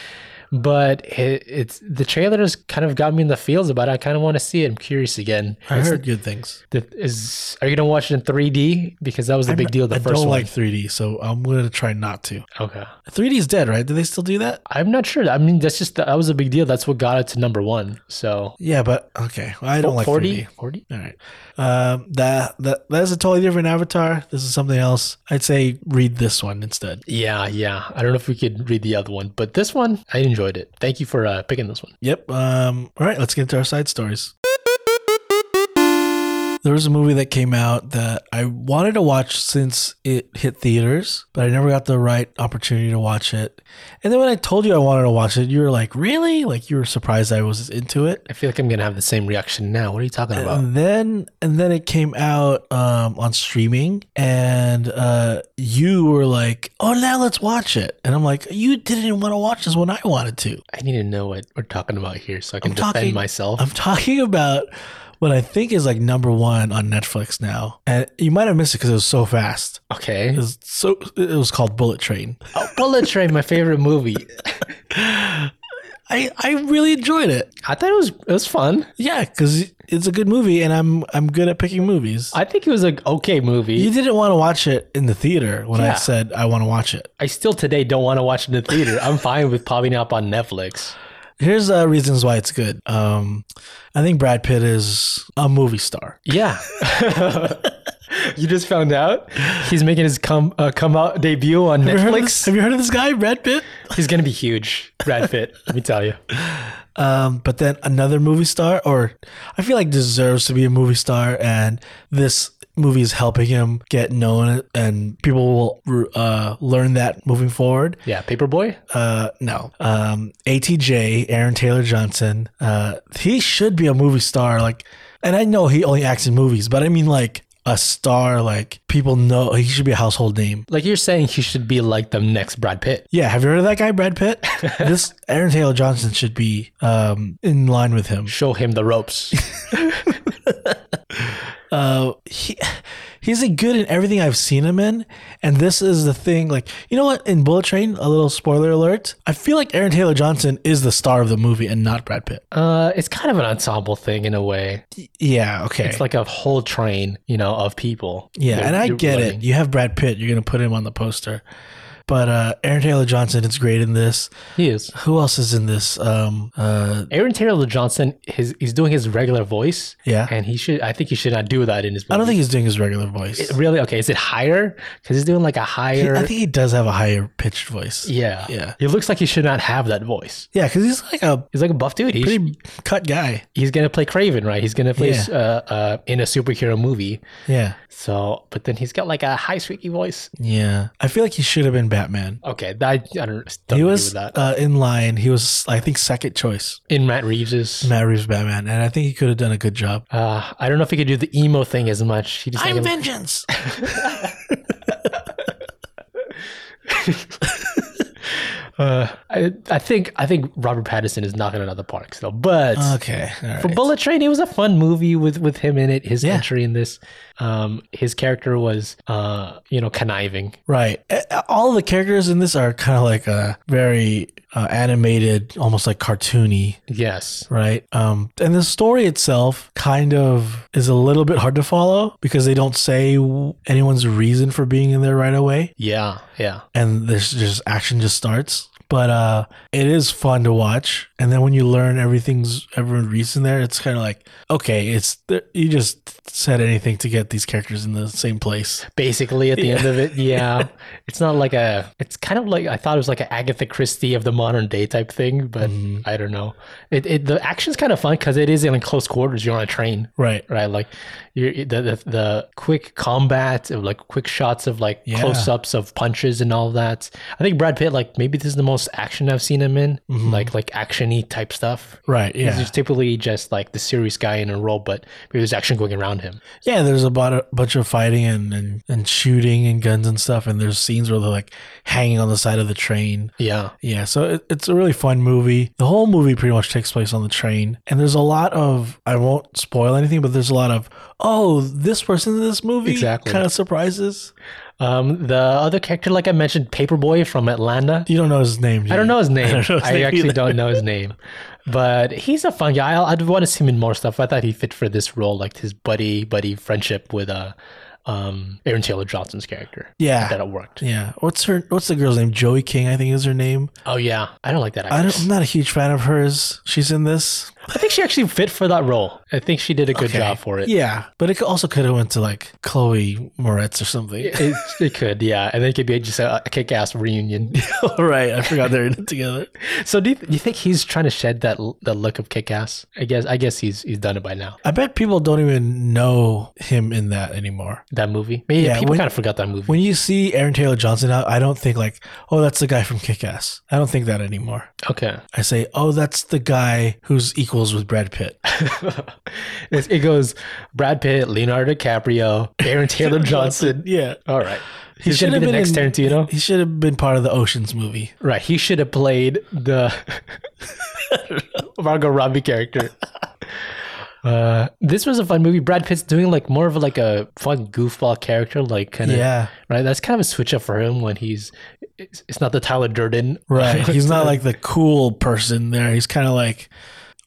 Speaker 2: But it, it's the trailers kind of got me in the feels about it. I kind of want to see it. I'm curious again.
Speaker 1: I
Speaker 2: It's-
Speaker 1: heard good things.
Speaker 2: the- is are you gonna watch it in 3D? Because that was the
Speaker 1: I'm-
Speaker 2: big deal. The
Speaker 1: I
Speaker 2: first
Speaker 1: don't
Speaker 2: one.
Speaker 1: like 3D, so I'm gonna try not to.
Speaker 2: okay.
Speaker 1: 3D is dead, right? Do they still do that?
Speaker 2: I'm not sure. I mean, that's just that was a big deal. That's what got it to number one. So
Speaker 1: Yeah, but okay. I don't like
Speaker 2: 40,
Speaker 1: 3D.
Speaker 2: 40.
Speaker 1: All right. Um, that that that's a totally different Avatar. This is something else. I'd say read this one instead.
Speaker 2: Yeah, yeah. I don't know if we could read the other one, but this one I enjoyed it. Thank you for uh, picking this one.
Speaker 1: Yep. Um, all right, let's get into our side stories. There was a movie that came out that I wanted to watch since it hit theaters, but I never got the right opportunity to watch it. And then when I told you I wanted to watch it, you were like, "Really?" Like you were surprised I was into it.
Speaker 2: I feel like I'm gonna have the same reaction now. What are you talking about?
Speaker 1: And then and then it came out um, on streaming, and uh, you were like, "Oh, now let's watch it." And I'm like, "You didn't want to watch this when I wanted to."
Speaker 2: I need to know what we're talking about here so I can
Speaker 1: I'm
Speaker 2: defend
Speaker 1: talking-
Speaker 2: myself.
Speaker 1: I'm talking about what I think is like number one on Netflix now, and you might have missed it because it was so fast.
Speaker 2: okay.
Speaker 1: It was so it was called Bullet Train.
Speaker 2: Oh, Bullet Train, my favorite movie.
Speaker 1: I I really enjoyed it.
Speaker 2: I thought it was it was fun.
Speaker 1: Yeah, because it's a good movie, and I'm I'm good at picking movies.
Speaker 2: I think it was a okay movie.
Speaker 1: you didn't want to watch it in the theater when I
Speaker 2: Yeah.
Speaker 1: said I want to watch it.
Speaker 2: I still today don't want to watch it in the theater. I'm fine with popping up on Netflix.
Speaker 1: Here's uh, reasons why it's good. Um, I think Brad Pitt is a movie star.
Speaker 2: Yeah. you just found out he's making his come uh, come out debut on
Speaker 1: Have you heard of this-
Speaker 2: Netflix.
Speaker 1: have you heard of this guy, Brad Pitt?
Speaker 2: He's gonna be huge, Brad Pitt. let me tell you.
Speaker 1: Um, but then another movie star, or I feel like deserves to be a movie star, and this movie is helping him get known, and people will uh, learn that moving forward.
Speaker 2: Yeah, Paperboy.
Speaker 1: Uh, no, um, ATJ, Aaron Taylor Johnson, uh, he should be a movie star. Like, and I know he only acts in movies, but I mean like a star. Like people know he should be a household name.
Speaker 2: Like you're saying, he should be like the next Brad Pitt.
Speaker 1: Yeah, have you heard of that guy, Brad Pitt? this Aaron Taylor Johnson should be um, in line with him.
Speaker 2: Show him the ropes.
Speaker 1: uh, he he's a good in everything I've seen him in, and this is the thing. Like you know what? In Bullet Train, a little spoiler alert. I feel like Aaron Taylor Johnson is the star of the movie and not Brad Pitt.
Speaker 2: Uh, it's kind of an ensemble thing in a way.
Speaker 1: Yeah. Okay.
Speaker 2: It's like a whole train, you know, of people.
Speaker 1: yeah,
Speaker 2: They're-
Speaker 1: and I
Speaker 2: they're
Speaker 1: get
Speaker 2: running.
Speaker 1: it. You have Brad Pitt. You're gonna put him on the poster. But uh, Aaron Taylor Johnson is great in this.
Speaker 2: He is.
Speaker 1: Who else is in this? Um, uh,
Speaker 2: Aaron Taylor Johnson, his he's doing his regular voice,
Speaker 1: yeah,
Speaker 2: and he should. I think he should not do that in his.
Speaker 1: I don't
Speaker 2: movies.
Speaker 1: think he's doing his regular voice.
Speaker 2: Really? Okay. Is it higher? Because he's doing like a
Speaker 1: He-
Speaker 2: higher.
Speaker 1: I think he does have a higher pitched voice.
Speaker 2: yeah.
Speaker 1: yeah,
Speaker 2: He looks like he should not have that voice.
Speaker 1: yeah, because he's like a
Speaker 2: He's like a buff dude. He's,
Speaker 1: pretty cut guy.
Speaker 2: he's gonna play Craven, right? He's gonna play
Speaker 1: Yeah.
Speaker 2: uh, uh, in a superhero movie.
Speaker 1: Yeah.
Speaker 2: So, but then he's got like a high squeaky voice.
Speaker 1: Yeah, I feel like he should have been Batman.
Speaker 2: Okay, that, I don't. don't
Speaker 1: He
Speaker 2: agree
Speaker 1: was
Speaker 2: with that.
Speaker 1: uh, in line. He was, I think, second choice.
Speaker 2: in Matt Reeves's.
Speaker 1: Matt Reeves Batman, and I think he could have done a good job.
Speaker 2: Uh, I don't know if he could do the emo thing as much. He just like-
Speaker 1: vengeance.
Speaker 2: uh, I, I think I think Robert Pattinson is knocking it out of the park still, but.
Speaker 1: okay, all right.
Speaker 2: For Bullet Train, it was a fun movie with with him in it. His
Speaker 1: Yeah.
Speaker 2: entry in this, um, his character was, uh, you know, conniving.
Speaker 1: right. A- All the characters in this are kind of like uh very uh, animated, almost like cartoony,
Speaker 2: Yes,
Speaker 1: right? Um, and the story itself kind of is a little bit hard to follow because they don't say w- anyone's reason for being in there right away.
Speaker 2: yeah, yeah.
Speaker 1: and there's just action just starts. But uh, it is fun to watch, and then when you learn everything's everyone reads in there, it's kind of like okay, it's you just said anything to get these characters in the same place.
Speaker 2: Basically, at the
Speaker 1: Yeah.
Speaker 2: end of it, yeah, it's not like a. It's kind of like I thought it was like an Agatha Christie of the modern day type thing, but
Speaker 1: Mhm.
Speaker 2: I don't know. It, it the action's kind of fun because it is in close quarters. You're on a train,
Speaker 1: Right.
Speaker 2: right? Like you're, the, the the quick combat of like quick shots of like
Speaker 1: Yeah.
Speaker 2: close ups of punches and all that. I think Brad Pitt like maybe this is the most most action I've seen him in,
Speaker 1: Mhm.
Speaker 2: like like actiony type stuff.
Speaker 1: Right. Yeah.
Speaker 2: He's typically just like the serious guy in a role, but there's action going around him.
Speaker 1: Yeah, there's a bot- a bunch of fighting and, and, and shooting and guns and stuff, and there's scenes where they're like hanging on the side of the train.
Speaker 2: Yeah,
Speaker 1: Yeah, so it, it's a really fun movie. The whole movie pretty much takes place on the train, and there's a lot of I won't spoil anything, but there's a lot of oh, this person in this movie
Speaker 2: Exactly.
Speaker 1: kind of surprises.
Speaker 2: Um, the other character, like I mentioned, Paperboy from Atlanta.
Speaker 1: You don't know his name. do
Speaker 2: I don't
Speaker 1: you?
Speaker 2: know his name. I,
Speaker 1: don't know his name
Speaker 2: actually
Speaker 1: either.
Speaker 2: don't know his name, but he's a fun guy. I, I'd want to see him in more stuff. I thought he fit for this role, like his buddy buddy friendship with uh, um, Aaron Taylor Johnson's character.
Speaker 1: Yeah.
Speaker 2: that it worked.
Speaker 1: Yeah, what's her? What's the girl's name? Joey King, I think is her name.
Speaker 2: Oh yeah, I don't like that.
Speaker 1: I
Speaker 2: Actress.
Speaker 1: don't, I'm not a huge fan of hers. She's in this.
Speaker 2: I think she actually fit for that role. I think she did a good
Speaker 1: Okay.
Speaker 2: job for it.
Speaker 1: Yeah, but it also could have went to like Chloe Moretz or something.
Speaker 2: It, it could, yeah, and then it could be just a, a kick-ass reunion.
Speaker 1: right, I forgot they're in it together.
Speaker 2: so, do you, do you think he's trying to shed that l- the look of kick-ass? I guess, I guess he's he's done it by now.
Speaker 1: I bet people don't even know him in that anymore.
Speaker 2: That movie, Maybe
Speaker 1: Yeah,
Speaker 2: people
Speaker 1: when-
Speaker 2: kind of forgot that movie.
Speaker 1: When you see Aaron Taylor Johnson out, I don't think like, oh, that's the guy from Kick Ass. I don't think that anymore.
Speaker 2: Okay.
Speaker 1: I say, oh, that's the guy who's equals with Brad Pitt.
Speaker 2: It's- it goes Brad Pitt, Leonardo DiCaprio, Aaron Taylor Johnson.
Speaker 1: yeah.
Speaker 2: All right. He's
Speaker 1: should
Speaker 2: going to
Speaker 1: have
Speaker 2: be the
Speaker 1: been
Speaker 2: next
Speaker 1: in-
Speaker 2: Tarantino.
Speaker 1: He should have been part of the Oceans movie.
Speaker 2: Right. He should have played the Margot Robbie character. Uh, this was a fun movie. Brad Pitt's doing like more of like a fun goofball character, like kind of
Speaker 1: Yeah.
Speaker 2: right. That's kind of a switch up for him when he's. It's, it's not the Tyler Durden,
Speaker 1: Right. He's not like the cool person there. He's kind of like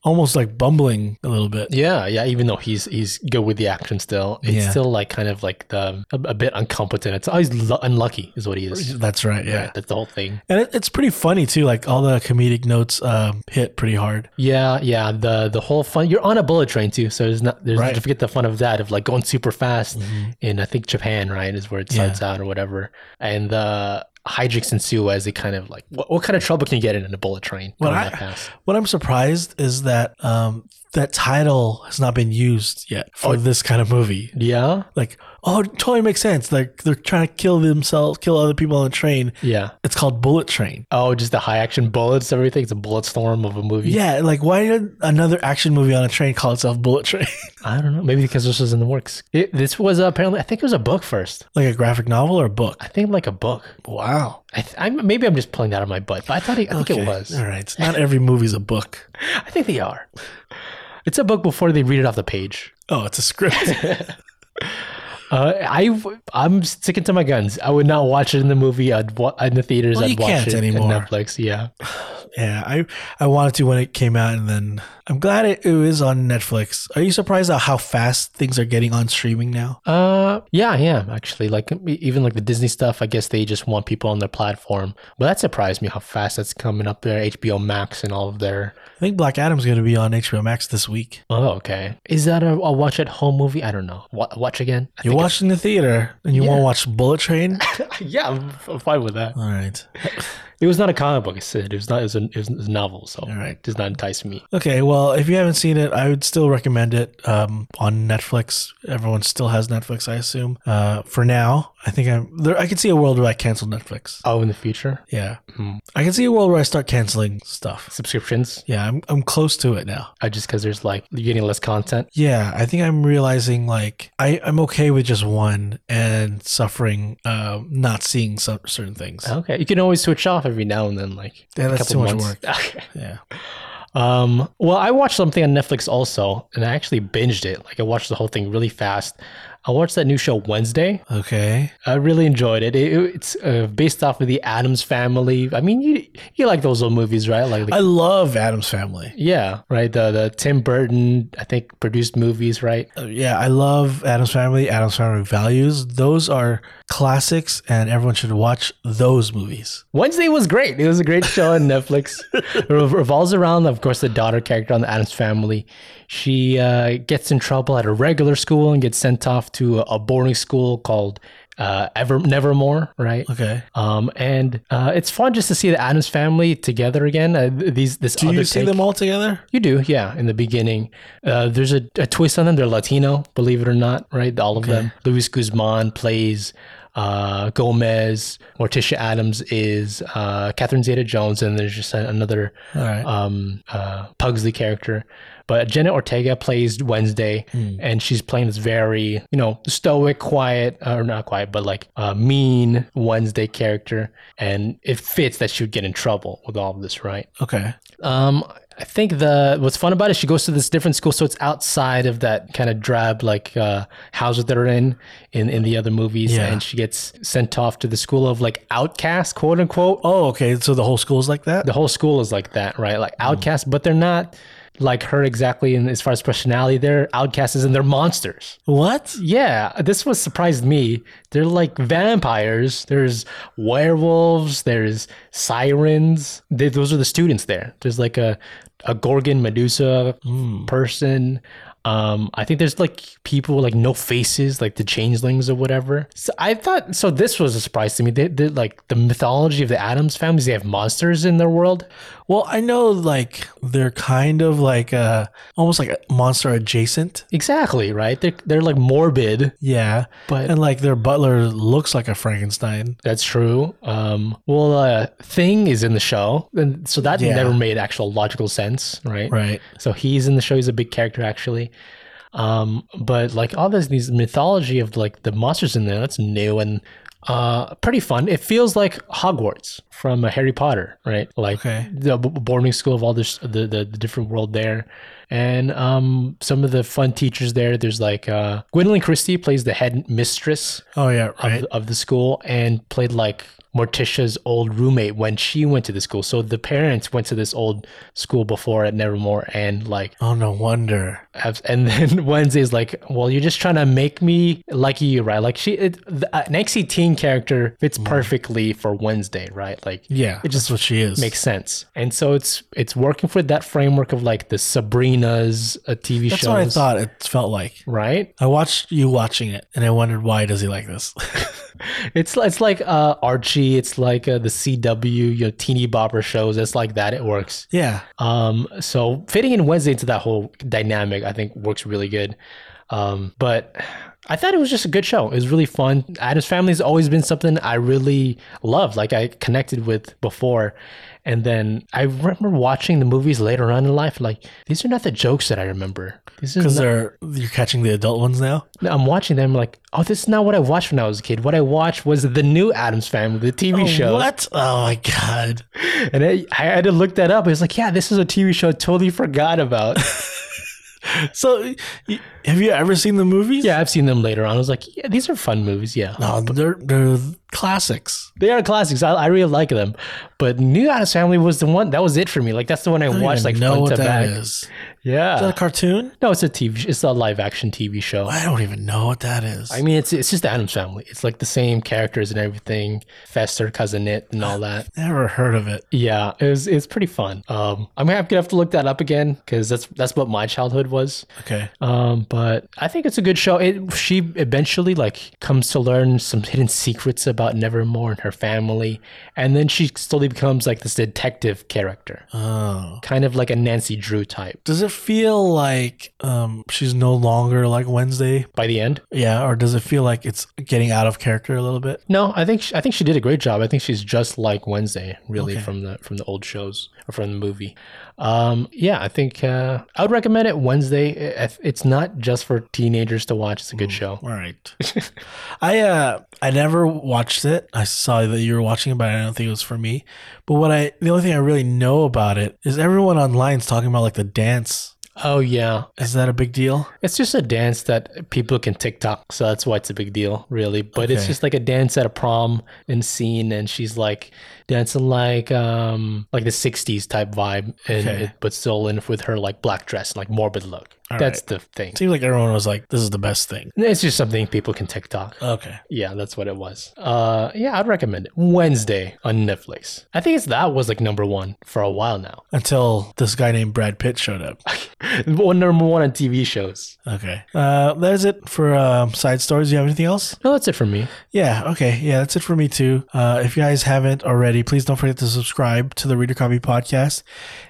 Speaker 1: almost like bumbling a little bit.
Speaker 2: Yeah, yeah. Even though he's he's good with the action still, it's
Speaker 1: Yeah.
Speaker 2: still like kind of like the a, a bit incompetent. It's always lu- unlucky, is what he is.
Speaker 1: That's right. Yeah.
Speaker 2: That's the whole thing.
Speaker 1: And it, it's pretty funny too. Like all the comedic notes um, hit pretty hard.
Speaker 2: Yeah, yeah. The the whole fun. You're on a bullet train too, so there's not there's
Speaker 1: Right. Mm-hmm.
Speaker 2: to forget the fun of that of like going super fast in I think Japan, right, is where it
Speaker 1: Yeah.
Speaker 2: starts out or whatever, and uh, the hijinks ensue as they kind of like what, what kind of trouble can you get in, in a bullet train
Speaker 1: Well,
Speaker 2: going
Speaker 1: I-
Speaker 2: that fast?
Speaker 1: What I'm surprised is that um, that title has not been used yet for this kind of movie.
Speaker 2: Yeah,
Speaker 1: Like, oh, it totally makes sense. Like they're trying to kill themselves, kill other people on the train.
Speaker 2: yeah.
Speaker 1: It's called Bullet Train.
Speaker 2: Oh, just the high action bullets, everything. It's a bullet storm of a movie.
Speaker 1: Yeah, like why did another action movie on a train call itself Bullet Train?
Speaker 2: I don't know. Maybe because this was in the works. It, this was apparently, I think it was a book first.
Speaker 1: like a graphic novel or a book?
Speaker 2: I think like a book.
Speaker 1: Wow.
Speaker 2: I th- I'm, maybe I'm just pulling that out of my butt, but I thought it, I think it was.
Speaker 1: All right. Not every movie's a book.
Speaker 2: I think they are. It's a book before they read it off the page.
Speaker 1: Oh, it's a script.
Speaker 2: Uh, I I'm sticking to my guns. I would not watch it in the movie. I'd wa- in the theaters.
Speaker 1: Well, you
Speaker 2: I'd watch
Speaker 1: can't
Speaker 2: it
Speaker 1: anymore.
Speaker 2: on Netflix. Yeah,
Speaker 1: yeah, I I wanted to when it came out and then I'm glad it, it is on Netflix. Are you surprised at how fast things are getting on streaming now?
Speaker 2: uh, yeah, I am actually. Like e, even like the Disney stuff. I guess they just want people on their platform. But that surprised me how fast that's coming up there. HBO Max and all of their
Speaker 1: I think Black Adam's going to be on HBO Max this week.
Speaker 2: Oh, okay. Is that a, a watch at home movie? I don't know. Wa watch again? I
Speaker 1: You're
Speaker 2: think
Speaker 1: watching the theater and you want to watch Bullet Train?
Speaker 2: it- yeah, I'm, I'm fine with that.
Speaker 1: All right.
Speaker 2: It was not a comic book, I said. It was not. It was a, it was a novel, so
Speaker 1: right.
Speaker 2: it does not entice me.
Speaker 1: Okay, well, if you haven't seen it, I would still recommend it um, on Netflix. Everyone still has Netflix, I assume. Uh, for now, I think I'm there. I can see a world where I cancel Netflix.
Speaker 2: Oh, in the future,
Speaker 1: Yeah,
Speaker 2: Hmm.
Speaker 1: I can see a world where I start canceling stuff.
Speaker 2: subscriptions.
Speaker 1: Yeah, I'm I'm close to it now.
Speaker 2: Uh, just because there's like you're getting less content.
Speaker 1: Yeah, I think I'm realizing like I I'm okay with just one and suffering, uh, not seeing some, certain things.
Speaker 2: Okay, you can always switch off every now and then, like
Speaker 1: Yeah, that's too much work.
Speaker 2: Okay.
Speaker 1: Yeah.
Speaker 2: Um, well, I watched something on Netflix also, and I actually binged it. Like I watched the whole thing really fast. I watched that new show Wednesday.
Speaker 1: Okay.
Speaker 2: I really enjoyed it. It- it- it's uh, based off of the Adams Family. I mean, you you like those old movies, right? Like,
Speaker 1: I love Adam's Family.
Speaker 2: yeah, right. The the Tim Burton, I think, produced movies, right?
Speaker 1: Uh, Yeah, I love Adam's Family, Adam's Family Values. Those are classics, and everyone should watch those movies.
Speaker 2: Wednesday was great. It was a great show on Netflix. It rev- revolves around, of course, the daughter character on the Adams Family. She uh, gets in trouble at a regular school and gets sent off to a, a boarding school called uh, Ever Nevermore, right?
Speaker 1: Okay.
Speaker 2: Um, and uh, it's fun just to see the Adams Family together again. Uh, th- these this
Speaker 1: Do
Speaker 2: other
Speaker 1: you see
Speaker 2: take-
Speaker 1: them all together?
Speaker 2: You do, yeah. In the beginning, uh, there's a, a twist on them. They're Latino, believe it or not, right? All of them. Luis Guzman plays uh, Gomez, Morticia Adams is uh, Catherine Zeta-Jones, and there's just a- another
Speaker 1: All right.
Speaker 2: um, uh, Pugsley character. But Jenna Ortega plays Wednesday, and she's playing this very, you know, stoic, quiet, or not quiet, but like uh, mean Wednesday character. And it fits that she would get in trouble with all of this, right?
Speaker 1: Okay.
Speaker 2: Um, I think the what's fun about it, she goes to this different school, so it's outside of that kind of drab like uh, house that they're in in in the other movies,
Speaker 1: Yeah.
Speaker 2: and she gets sent off to the school of like outcasts, quote unquote
Speaker 1: Oh, okay. So the whole school's like that.
Speaker 2: the whole school is like that, right? Like outcasts, but they're not like her exactly in as far as personality. They're outcasts and they're monsters.
Speaker 1: What?
Speaker 2: Yeah, this was surprised me. They're like vampires. There's werewolves. There's sirens. They, those are the students there. There's like a a gorgon Medusa person. Um, I think there's like people with, like no faces, like the changelings or whatever. So I thought so. This was a surprise to me. They, they like the mythology of the Adams families. They have monsters in their world.
Speaker 1: Well, I know like they're kind of like uh almost like a monster adjacent.
Speaker 2: Exactly right. They're they're like morbid,
Speaker 1: Yeah.
Speaker 2: but
Speaker 1: And like their butler looks like a Frankenstein.
Speaker 2: That's true. Um, well, uh, Thing is in the show, and so that
Speaker 1: Yeah.
Speaker 2: never made actual logical sense, right?
Speaker 1: Right.
Speaker 2: So he's in the show. He's a big character, actually. Um, but like all this, these mythology of like the monsters in there, that's new and uh, pretty fun. It feels like Hogwarts from uh, Harry Potter, right? Like
Speaker 1: Okay.
Speaker 2: the b- boarding school of all this, the, the the different world there, and um, some of the fun teachers there. There's like uh, Gwendolyn Christie plays the head mistress
Speaker 1: Oh yeah, right.
Speaker 2: of, of the school and played like Morticia's old roommate when she went to the school. So the parents went to this old school before at Nevermore and like
Speaker 1: Oh no wonder.
Speaker 2: have, and then Wednesday's like, well, you're just trying to make me like you, right? Like she, it, the, uh, an XC teen character fits
Speaker 1: Mm.
Speaker 2: perfectly for Wednesday, right? Like
Speaker 1: Yeah.
Speaker 2: It just
Speaker 1: that's what she is.
Speaker 2: makes sense. And so it's it's working for that framework of like the Sabrina's uh, TV
Speaker 1: that's
Speaker 2: shows,
Speaker 1: what I thought it felt like.
Speaker 2: right?
Speaker 1: I watched you watching it and I wondered why does he like this?
Speaker 2: It's it's like uh, Archie. It's like uh, the CW, you know, teeny bopper shows. It's like that. It works.
Speaker 1: yeah.
Speaker 2: Um, so fitting in Wednesday into that whole dynamic, I think works really good. Um, but I thought it was just a good show. It was really fun. Adam's Family's always been something I really loved, like I connected with before. And then I remember watching the movies later on in life, like these are not the jokes that I remember. These are
Speaker 1: Because they're you're catching the adult ones now.
Speaker 2: now I'm watching them like, oh, this is not what I watched when I was a kid. What I watched was the new Adams Family, the TV show.
Speaker 1: What? Oh my god.
Speaker 2: And I, I had to look that up. It's like, yeah, this is a TV show I totally forgot about.
Speaker 1: So y- have you ever seen the movies?
Speaker 2: yeah, I've seen them later on. I was like, yeah, these are fun movies. Yeah.
Speaker 1: No, they're they're classics.
Speaker 2: They are classics. I, I really like them. But New Adams Family was the one that was it for me. Like, that's the one I,
Speaker 1: I don't
Speaker 2: watched
Speaker 1: even
Speaker 2: like
Speaker 1: know
Speaker 2: front
Speaker 1: what
Speaker 2: to
Speaker 1: that
Speaker 2: back.
Speaker 1: is.
Speaker 2: Yeah.
Speaker 1: Is that a cartoon?
Speaker 2: no, it's a TV sh- It's a live action TV show.
Speaker 1: I don't even know what that is.
Speaker 2: I mean, it's it's just the Adams Family. It's like the same characters and everything. Fester, Cousin It, and all that.
Speaker 1: Never heard of it.
Speaker 2: Yeah, it was it's pretty fun. Um, I'm gonna have to have to look that up again because that's that's what my childhood was.
Speaker 1: Okay.
Speaker 2: Um, but I think it's a good show. It she eventually like comes to learn some hidden secrets about Nevermore and her family, and then she slowly becomes like this detective character,
Speaker 1: Oh.
Speaker 2: kind of like a Nancy Drew type.
Speaker 1: Does it feel like um, she's no longer like Wednesday?
Speaker 2: By the end,
Speaker 1: Yeah, or does it feel like it's getting out of character a little bit?
Speaker 2: no, I think she, I think she did a great job. I think she's just like Wednesday, really
Speaker 1: Okay.
Speaker 2: from the from the old shows or from the movie. Um, yeah, I think uh, I would recommend it. Wednesday, I- I- it's not just for teenagers to watch. It's a good show.
Speaker 1: All right. I uh I never watched it. I saw that you were watching it, but I don't think it was for me. But what I the only thing I really know about it is everyone online is talking about like the dance.
Speaker 2: Oh yeah,
Speaker 1: Is that a big deal?
Speaker 2: It's just a dance that people can TikTok, so that's why it's a big deal, really. But it's
Speaker 1: Okay.
Speaker 2: just like a dance at a prom and scene, and she's like dancing like um like the '60s type vibe, and
Speaker 1: Okay.
Speaker 2: but still in with her like black dress, and, like morbid look.
Speaker 1: All
Speaker 2: that's the thing.
Speaker 1: It seems like everyone was like, "This is the best thing."
Speaker 2: It's just something people can TikTok.
Speaker 1: Okay.
Speaker 2: Yeah, that's what it was. Uh, yeah, I'd recommend it. Wednesday on Netflix. I think it's that was like number one for a while now.
Speaker 1: Until this guy named Brad Pitt showed up.
Speaker 2: One number one on TV shows.
Speaker 1: Okay. Uh, that is it for um, side stories. Do you have anything else?
Speaker 2: No, that's it for me.
Speaker 1: Yeah. Okay. Yeah, that's it for me too. Uh, if you guys haven't already, already, please don't forget to subscribe to the Reader Copy Podcast.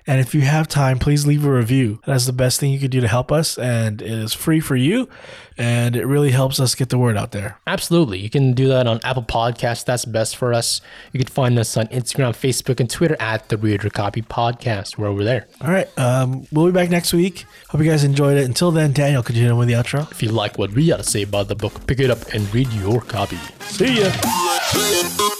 Speaker 1: And if you have time, please leave a review. That's the best thing you could do to help us, and it is free for you, and it really helps us get the word out there.
Speaker 2: Absolutely. You can do that on Apple Podcasts. That's best for us. You can find us on Instagram, Facebook, and Twitter at the Reader Copy Podcast. We're over there.
Speaker 1: All right, um, we'll be back next week. Hope you guys enjoyed it. Until then, Daniel, could you hit him with the outro?
Speaker 2: If you like what we got to say about the book, pick it up and read your copy.
Speaker 1: See ya.